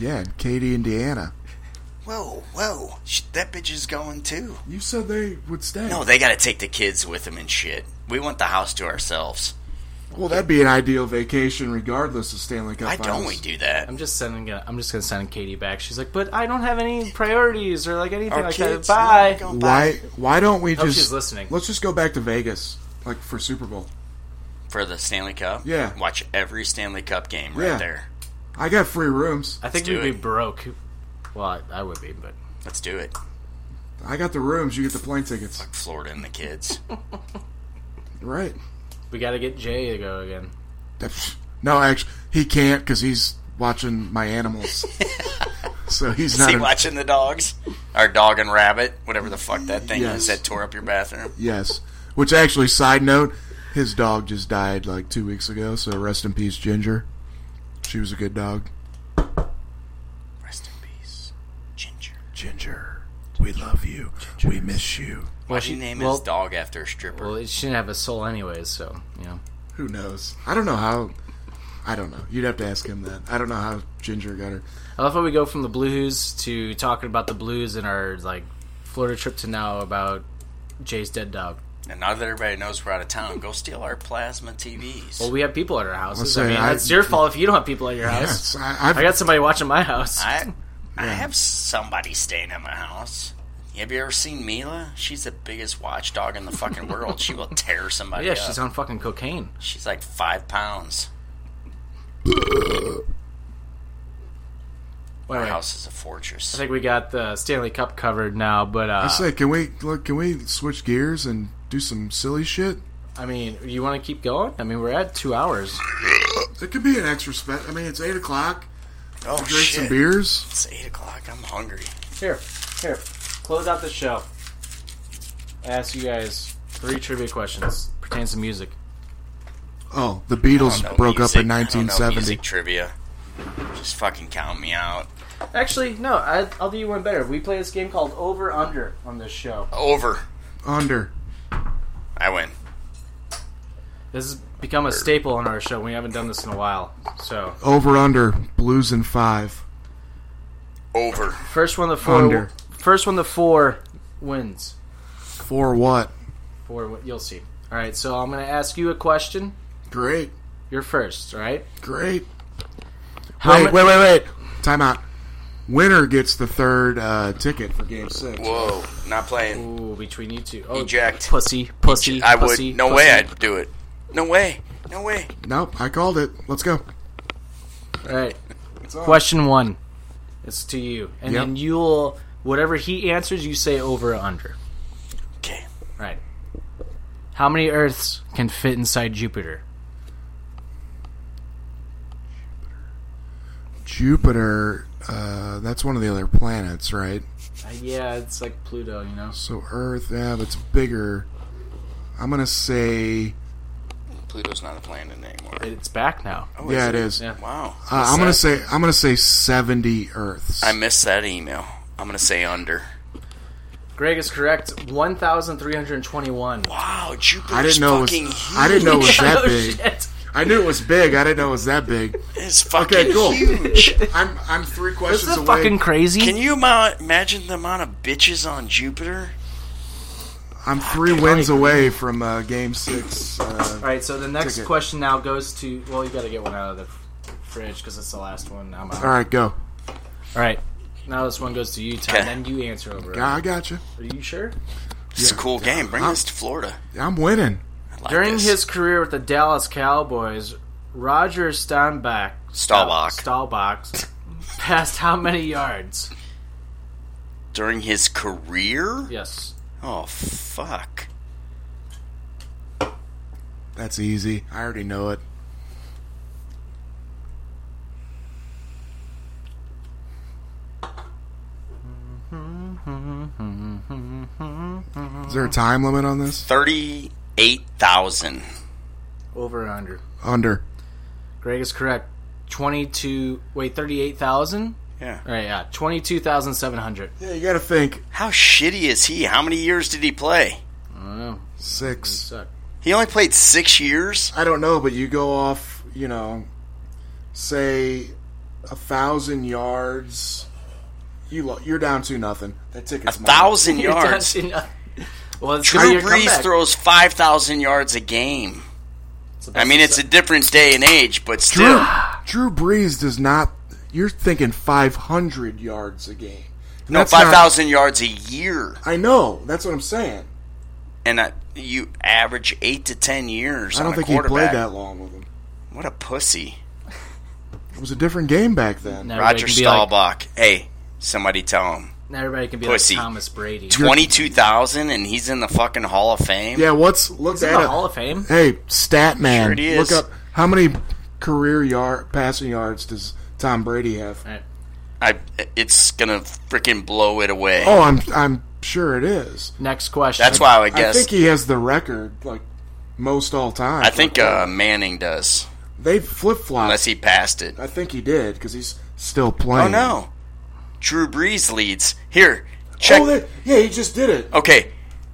B: yeah, and Katie, Indiana.
C: Whoa, whoa. Sh- That bitch is going too.
B: You said they would stay.
C: No, they got to take the kids with them and shit. We want the house to ourselves.
B: Well, that'd be an ideal vacation, regardless of Stanley Cup.
C: Why don't
B: finals.
C: we do that?
A: I'm just sending. uh, I'm just gonna send Katie back. She's like, but I don't have any priorities or like anything
C: Our
A: like
C: kids, Oh
A: that. Bye.
C: no, go
B: Why? Why don't we
A: Hope
B: just?
A: she's listening.
B: Let's just go back to Vegas, like for Super Bowl.
C: For the Stanley Cup?
B: Yeah.
C: Watch every Stanley Cup game right
B: Yeah.
C: there.
B: I got free rooms.
A: I think
C: do
A: we'd be
C: it.
A: broke. Well, I, I would be, but
C: Let's do it.
B: I got the rooms. You get the plane tickets.
C: Florida and the kids.
B: Right.
A: we got to get Jay to go again.
B: That's- No, actually, he can't because he's watching my animals. so he's
C: Is
B: not.
C: he
B: in-
C: watching the dogs? Our dog and rabbit, whatever the fuck that thing
B: Yes.
C: is that tore up your bathroom.
B: yes. Which actually, side note, his dog just died like two weeks ago. So rest in peace, Ginger. She was a good dog.
C: Rest in peace, Ginger.
B: Ginger, we love you. We miss you.
A: Well,
C: She named
A: well,
C: his dog after a stripper.
A: Well, she didn't have a soul anyways, so you know.
B: Who knows? I don't know how. I don't know. You'd have to ask him that. I don't know how Ginger got her.
A: I love how we go from the blues to talking about the blues and our like Florida trip to now about Jay's dead dog.
C: and now that everybody knows we're out of town, go steal our plasma TVs.
A: Well, we have people at our houses.
B: I'll
A: I
B: say,
A: mean,
B: I-
A: that's your fault if you don't have people at your house.
B: Yes, I, I've,
A: I got somebody watching my house.
C: I, I have somebody staying at my house. Have you ever seen Mila? She's the biggest watchdog in the fucking world. She will tear somebody
A: yeah,
C: up.
A: she's on fucking cocaine.
C: She's like five pounds.
A: Wait,
C: Our
A: wait.
C: house is a fortress.
A: I think we got the Stanley Cup covered now, but uh,
B: I say, can we look? Can we switch gears and do some silly shit?
A: I mean, you want to keep going? I mean, we're at two hours.
B: It could be an extra spec. I mean, it's eight o'clock.
C: oh
B: Drink
C: shit!
B: some beers.
C: It's eight o'clock. I'm hungry.
A: Here, here, close out the show. I ask you guys three trivia questions pertains to music.
B: Oh, the Beatles
C: don't know
B: broke
C: music.
B: up in
C: I don't know
B: 1970.
C: music trivia. Just fucking count me out.
A: Actually, no. I, I'll do you one better. We play this game called Over Under on this show.
C: Over.
B: Under.
C: I win.
A: This has become a staple on our show. We haven't done this in a while. So
B: Over under. Blues and five.
C: Over.
A: first one the four.
B: Under.
A: First one the four wins.
B: For what?
A: Four. win- You'll see. All right. So I'm gonna ask you a question.
B: Great.
A: You're first. All right.
B: Great.
A: How
B: wait,
A: ma-
B: wait, wait, wait. Time out. Winner gets the third uh, ticket for game six.
C: Whoa. Not playing.
A: Ooh, between you two. Oh,
C: Eject.
A: Pussy. Pussy.
C: I would.
A: pussy,
C: no
A: pussy.
C: way I'd do it. No way. No way.
B: Nope, I called it. Let's go.
A: All right. Question one. It's to you, and
B: Yep.
A: then you'll whatever he answers, you say over or under.
C: Okay.
A: Right. How many Earths can fit inside Jupiter?
B: Jupiter, uh, that's one of the other planets, right?
A: Uh, yeah, it's like Pluto, you know.
B: So Earth, yeah, but it's bigger. I'm going to say.
C: Pluto's not a planet anymore.
A: It's back now.
C: Oh,
B: yeah,
C: is
B: it is.
A: Yeah.
C: Wow.
B: Uh, I'm gonna say I'm gonna say 70 Earths.
C: I missed that email. I'm gonna say under.
A: Greg is correct. One thousand three hundred twenty-one.
C: Wow,
B: I
C: Jupiter's
B: didn't know it was,
C: fucking huge.
B: I didn't know it was that
A: Oh,
B: big.
A: shit.
B: I knew it was big. I didn't know it was that big.
C: It's fucking
B: cool.
C: huge.
B: I'm I'm three
A: This
B: questions
A: is
B: away.
A: fucking crazy.
C: Can you ima- imagine the amount of bitches on Jupiter?
B: I'm three wins away from uh, game six.
A: All
B: Uh,
A: right, so the next
B: Ticket.
A: question now goes to. Well, you got to get one out of the f- fridge because it's the last one. I'm out.
B: all right, go.
A: All right. Now this one goes to you, Tom.
C: Okay.
A: Then you answer over. it.
B: Yeah, I got you.
A: Are you sure?
C: It's a cool game. Bring this to Florida.
B: I'm winning.
C: I like
A: During
C: this.
A: his career with the Dallas Cowboys, Roger Steinbach
C: Staubach.
A: Staubach passed how many yards?
C: during his career,
A: Yes.
C: oh fuck,
B: That's easy. I already know it. Is there a time limit on this?
C: thirty-eight thousand.
A: Over or under?
B: Under.
A: Greg is correct. Twenty-two. Wait, thirty-eight thousand.
C: Yeah.
A: All right. Yeah. Twenty-two thousand seven hundred.
B: Yeah, you gotta think.
C: How shitty is he? How many years did he play?
A: I don't know.
B: Six.
A: Suck.
C: He only played six years.
B: I don't know, but you go off, you know, say a thousand yards. You lo- you're down to nothing. That ticket's mine.
C: Thousand
A: You're down
C: yards.
A: to nothing. well, it's gonna be your
C: Drew Brees
A: comeback.
C: throws five thousand yards a game.
A: It's the
C: I
A: best
C: mean, it's a
A: success.
C: different day and age, but
B: Drew,
C: still,
B: Drew Brees does not. You're thinking 500 yards a game. And
C: no
B: that's not-
C: five thousand yards a year,
B: I know. That's what I'm saying.
C: and I, you average eight to ten years.
B: I don't
C: on
B: think
C: a
B: he
C: quarterback.
B: played that long with him.
C: What a pussy.
B: It was a different game back then.
A: Now everybody
C: Roger
A: can be like-
C: Staubach. hey, somebody tell him.
A: now everybody can be
C: Pussy.
A: like Thomas Brady. He's
C: 22,000 and he's in the fucking Hall of Fame?
B: Yeah, what's look
A: in
B: at
A: the
B: it.
A: Hall of Fame.
B: Hey, stat man,
C: Sure he
B: look
C: is.
B: up how many career yard passing yards does Tom Brady have?
A: All right.
C: I, it's gonna freaking blow it away.
B: Oh, I'm I'm sure it is.
A: Next question.
C: That's why I would
B: I
C: guess.
B: think he has the record, like most all time.
C: I think uh, Manning does,
B: they flip flop.
C: unless he passed it.
B: I think he did because he's still playing.
C: Oh no, Drew Brees leads. Here, check. Oh,
B: Oh, they- yeah, he just did it.
C: okay,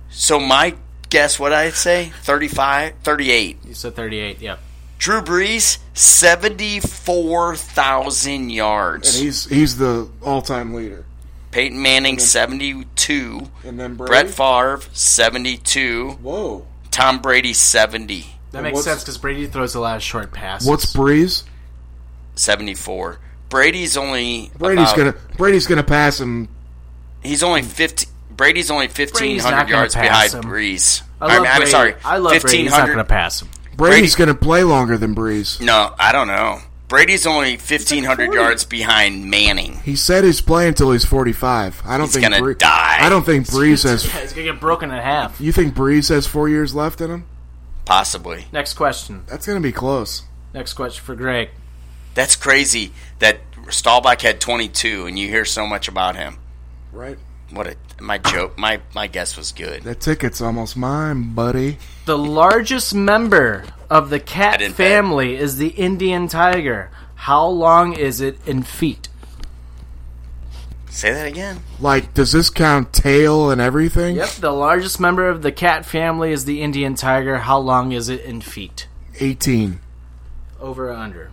C: so my guess, what I say, 35, 38.
A: You said thirty-eight. Yep.
C: Drew Brees, seventy-four thousand yards.
B: And he's he's the all time leader.
C: Peyton Manning, seventy-two.
B: And then Brady.
C: Brett Favre, seventy-two.
B: Whoa.
C: Tom Brady, 70.
A: That
B: And
A: makes
B: what's-
A: sense because Brady throws a lot of short passes.
B: What's Breeze?
C: 74. Brady's only
B: Brady's
C: about-
B: gonna Brady's gonna pass him.
C: He's only 50 Brady's only
A: Brady's not
C: 1500
A: gonna
C: yards
A: pass
C: behind
A: him.
C: Breeze.
A: I love
C: I'm, I'm
A: Brady.
C: sorry.
A: I love Brady. He's not
C: 1500
A: going to pass him.
B: Brady's gonna play longer than Breeze.
C: No, I don't know. Brady's only 1500 yards behind Manning.
B: He said he's playing until he's forty five. I don't
C: He's
B: think
C: gonna
B: Bree-
C: die.
B: I don't think Breeze has.
A: Yeah, he's going to get broken in half.
B: You think Breeze has four years left in him?
C: Possibly.
A: Next question.
B: That's gonna be close.
A: Next question for Greg.
C: That's crazy that Staubach had 22 and you hear so much about him.
B: Right.
C: What a my joke. My my guess was good.
B: That ticket's almost mine, buddy.
A: The largest member of the cat
C: didn't pay.
A: family is the Indian tiger. How long is it in feet?
C: Say that again.
B: Like, does this count tail and everything?
A: Yep, the largest member of the cat family is the Indian tiger. How long is it in feet?
B: 18.
A: Over or under?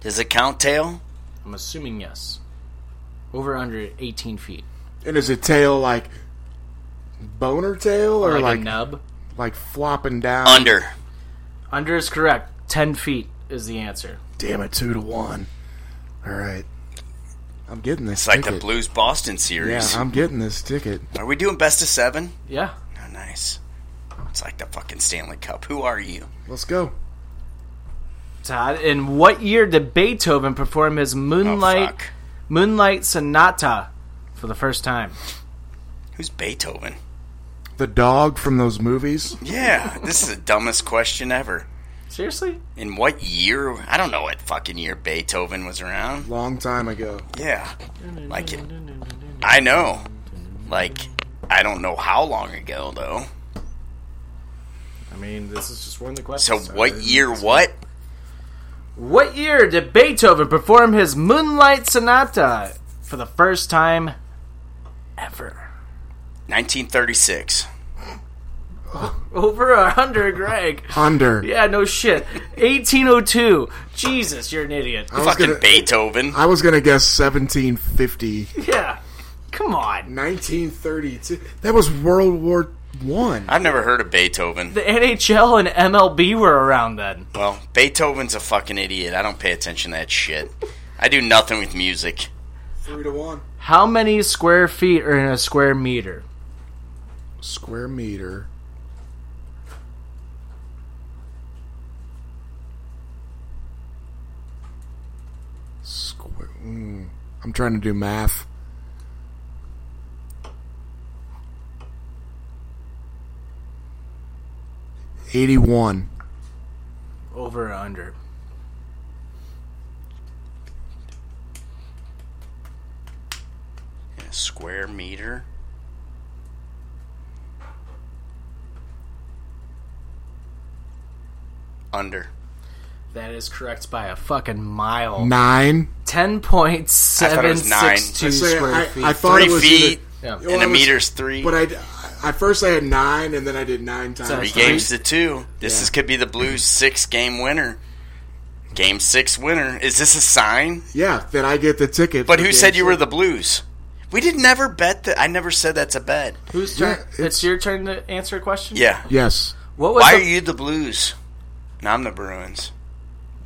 C: Does it count tail?
A: I'm assuming yes. Over or under 18 feet.
B: And is it tail like boner tail or
A: Like,
B: like
A: a
B: like,
A: nub?
B: flopping down?
C: Under.
A: Under is correct. 10 feet is the answer.
B: Damn it, two to one. All right, I'm getting this.
C: It's like the
B: ticket.
C: Blues Boston
B: Yeah,
C: series.
B: I'm getting this ticket.
C: Are we doing best of seven?
A: Yeah.
C: Oh, nice. It's like the fucking Stanley Cup. Who are you?
B: Let's go.
A: Todd, in what year did Beethoven perform his
C: Oh,
A: Moonlight
C: fuck.
A: Moonlight Sonata for the first time?
C: Who's Beethoven?
B: The dog from those movies.
C: Yeah, this is the dumbest question ever.
A: Seriously?
C: In what year? I don't know what fucking year Beethoven was around.
B: Long time ago.
C: Yeah. Like it. I know. Like, I don't know how long ago, though.
A: I mean, this is just one of the
C: So,
A: questions.
C: what year what?
A: What year did Beethoven perform his Moonlight Sonata for the first time ever?
C: 1936.
A: Over or under, Greg?
B: Under.
A: Yeah, no shit. 1802. Jesus, you're an idiot.
B: I was
C: Fucking
B: gonna.
C: Beethoven.
B: I was gonna guess 1750.
A: Yeah. Come on.
B: 1932. That was World War One.
C: I've never heard of Beethoven.
A: The NHL and MLB were around then.
C: Well, Beethoven's a fucking idiot. I don't pay attention to that shit. I do nothing with music.
B: Three to one.
A: How many square feet are in a square meter?
B: Square meter. Square. Mm, I'm trying to do math. Eighty-one.
A: Over or under?
C: A square meter? Under.
A: That is correct by a fucking mile.
B: Nine.
A: Ten point
C: thought it
A: seven
C: was nine.
A: six two
B: I say-
A: square
B: I-
A: feet.
B: I thought
C: Three
B: it was
C: feet,
A: Yeah.
B: Well,
C: and
B: I
C: a
B: was-
C: meter's three.
B: But I, I first I had nine, and then I did nine
A: Sorry.
B: times.
C: Three games to two. This is, could be the Blues' six game winner. Game six winner. Is this a sign?
B: Yeah, then I get the ticket.
C: But
B: for
C: who
B: game
C: said you
B: six.
C: were the Blues? We did never bet that. I never said that's a bet.
A: Whose turn?
B: Yeah,
A: it's,
B: it's-
A: your turn to answer a question.
C: Yeah.
B: Yes,
A: What was
C: Why
A: the,
C: are you the Blues? And I'm the Bruins.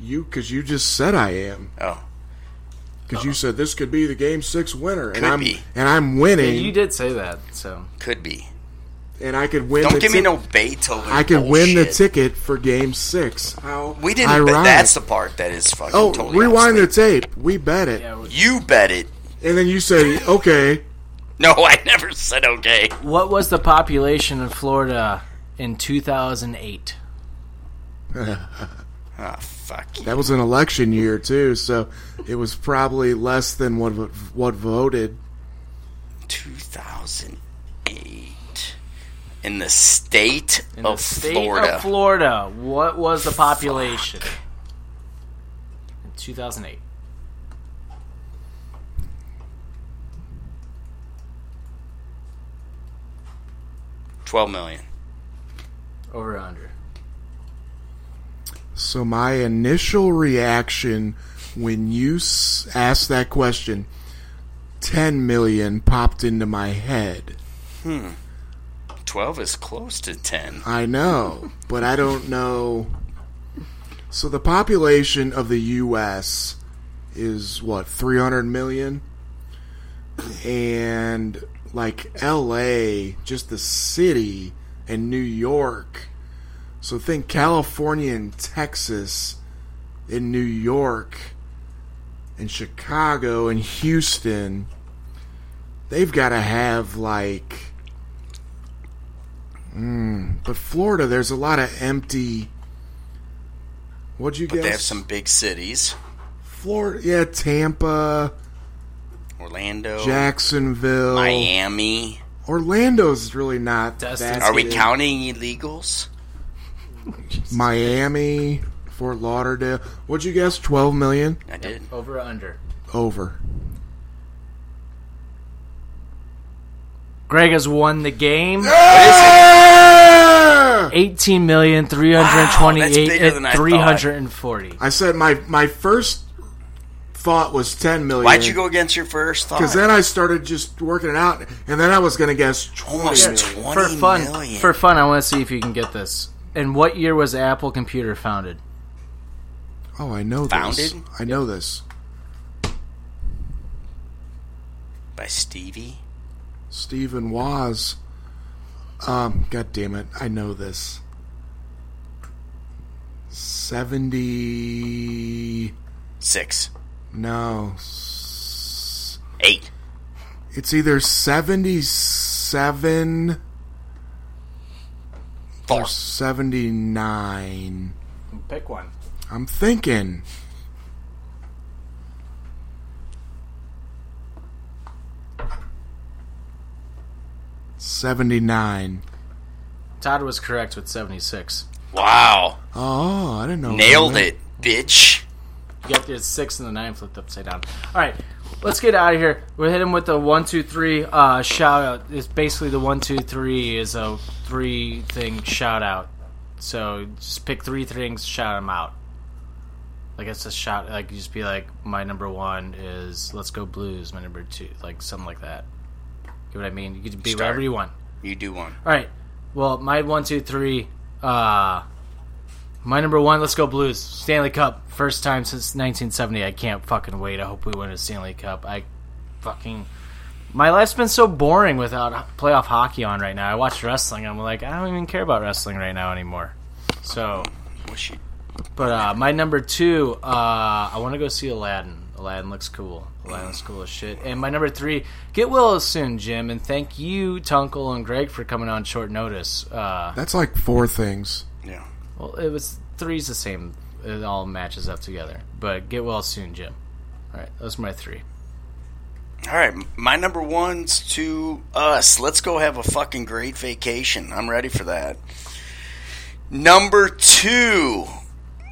B: you because you just said I am
C: Oh.
B: because you said this could be the game six winner, and
C: Could
B: I'm
C: be.
B: and I'm
A: Yeah,
B: winning,
A: you did say that. So
C: Could be.
B: and I could win.
C: Don't
B: the
C: give me
B: tic-
C: no Beethoven.
B: I could win the
C: bullshit.
B: ticket for game six. How
C: We didn't. Bet.
B: ironic.
C: That's the part that is fucking.
B: Oh,
C: totally
B: rewind the
C: obsolete.
B: tape. We bet it,
A: Yeah. the-
C: You bet it.
B: and then you say, "Okay,
C: No, I never said okay.
A: what was the population in Florida in two thousand eight?
C: Ah, fuck. you.
B: that was an election year too, so it was probably less than what what voted."
C: 2008 in the state of
A: State
C: Florida.
A: of Florida. What was the population in two thousand eight?
C: Twelve million.
A: Over or under?
B: So my initial reaction when you s- asked that question, ten million popped into my head.
C: Twelve is close to ten.
B: I know, but I don't know. So the population of the U.S. is what three hundred million, and like L.A., just the city, and New York. So think California and Texas, and New York, and Chicago and Houston. They've got to have like mm, but Florida, there's a lot of empty. What'd you guess?
C: They have some big cities.
B: Florida, yeah, Tampa,
C: Orlando,
B: Jacksonville,
C: Miami.
B: Orlando's really not.
A: Destin.
B: that
C: Are we
B: big.
C: counting illegals?
B: Miami, Fort Lauderdale. What'd you guess? Twelve million
C: I did.
A: Over or under?
B: over.
A: Greg has won the game.
B: Ah!
A: Eighteen million three hundred
C: Wow, that's
A: twenty-eight
C: bigger than I
A: and
C: thought.
A: three hundred and forty.
B: I said my my first thought was ten million.
C: Why'd you go against your first thought?
B: Because then I started just working it out, and then I was gonna guess twenty.
C: almost
B: million.
C: twenty
A: For fun,
C: million.
A: for fun, I want to see if you can get this. And what year was Apple Computer founded?
B: Oh, I know this.
C: Founded?
B: I know this.
C: by Stevie.
B: Stephen Waz. Um, God damn it, I know this. Seventy.
C: Six,
B: No, s-
C: eight.
B: it's either seventy-seven
C: Four.
B: or seventy-nine.
A: Pick one.
B: I'm thinking. Seventy-nine.
A: Todd was correct with seventy-six.
C: Wow.
B: Oh, I didn't know.
C: Nailed
B: that.
C: it, bitch.
A: You got the six and the nine flipped upside down. All right, let's get out of here. We're hitting with the one, two, three uh, shout out. It's basically the one, two, three is a three thing shout out. So just pick three things, shout them out. Like it's a shout. Like you just be like, my number one is "Let's Go Blues." My number two, like something like that. You know what I mean? You could be
C: Start.
A: whatever you want.
C: You do one.
A: All right. Well, my one, two, three. Uh, my number one. Let's go Blues. Stanley Cup. First time since 1970. I can't fucking wait. I hope we win a Stanley Cup. I fucking. My life's been so boring without h- playoff hockey on right now. I watch wrestling. I'm like, I don't even care about wrestling right now anymore. So,
C: Wish you
A: but uh, my number two, uh, I want to go see Aladdin. Aladdin looks cool. Aladdin looks cool as shit. And my number three, get well soon, Jim. And thank you, Tunkel and Greg, for coming on short notice. Uh,
B: That's like four things.
C: Yeah.
A: well, it was three's the same. It all matches up together. But get well soon, Jim. All right, those are my three.
C: All right, my number one's to us. Let's go have a fucking great vacation. I'm ready for that. Number two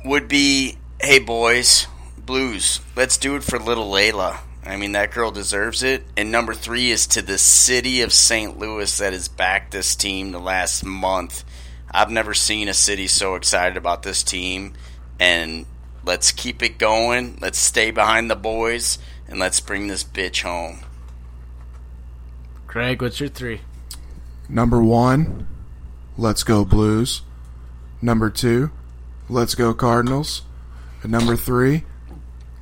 C: would be, hey boys, blues. Let's do it for little Layla. I mean, that girl deserves it. And number three is to the city of St. Louis that has backed this team the last month. I've never seen a city so excited about this team. And let's keep it going. Let's stay behind the boys. And let's bring this bitch home.
A: Greg, what's your three?
B: Number one, let's go Blues. Number two, let's go Cardinals. And number three,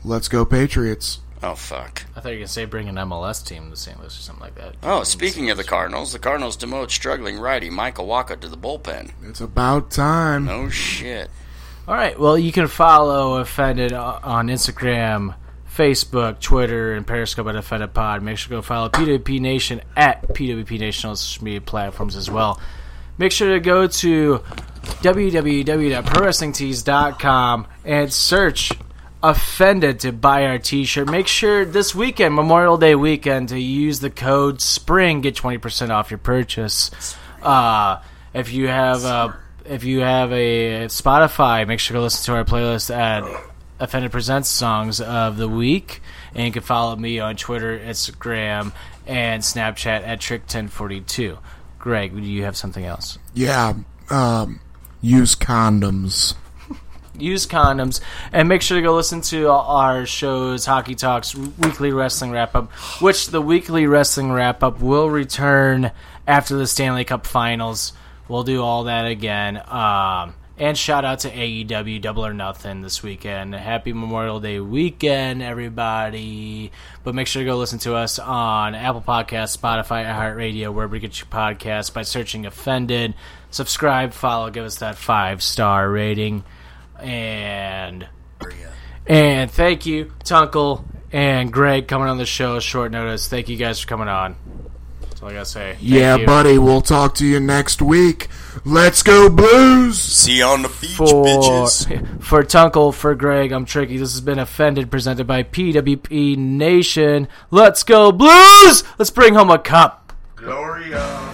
B: let's go Patriots.
C: Oh, fuck.
A: I thought you were gonna say bring an MLS team to St. Louis or something like that.
C: Oh, speaking of the Cardinals, the Cardinals demote struggling righty Michael Waka to the bullpen.
B: It's about time.
C: No shit.
A: All right. Well, you can follow Offended o- on Instagram, Facebook, Twitter, and Periscope at Offended Pod. Make sure to go follow PWP Nation at PWP Nation on social media platforms as well. Make sure to go to www.prowrestlingtees.com and search offended to buy our t-shirt make sure this weekend memorial day weekend to use the code spring get 20% off your purchase uh, if you have a if you have a spotify make sure to listen to our playlist at offended presents songs of the week and you can follow me on twitter instagram and snapchat at trick1042 greg do you have something else
B: Yeah, um, use condoms.
A: use condoms and make sure to go listen to our shows hockey talks weekly wrestling wrap up which the weekly wrestling wrap up will return after the stanley cup finals we'll do all that again um, and shout out to aew double or nothing this weekend happy memorial day weekend everybody but make sure to go listen to us on apple Podcasts, spotify iheartradio wherever you get your podcasts by searching offended subscribe follow give us that five star rating and and thank you Tunkel and Greg coming on the show short notice. Thank you guys for coming on. That's all I gotta say. Thank
B: yeah,
A: you
B: buddy, we'll talk to you next week. Let's go Blues!
C: See you on the beach,
A: For,
C: bitches.
A: for Tunkel, for Greg, I'm Tricky. This has been Offended, presented by PWP Nation. Let's go, Blues! Let's bring home a cup.
D: Gloria.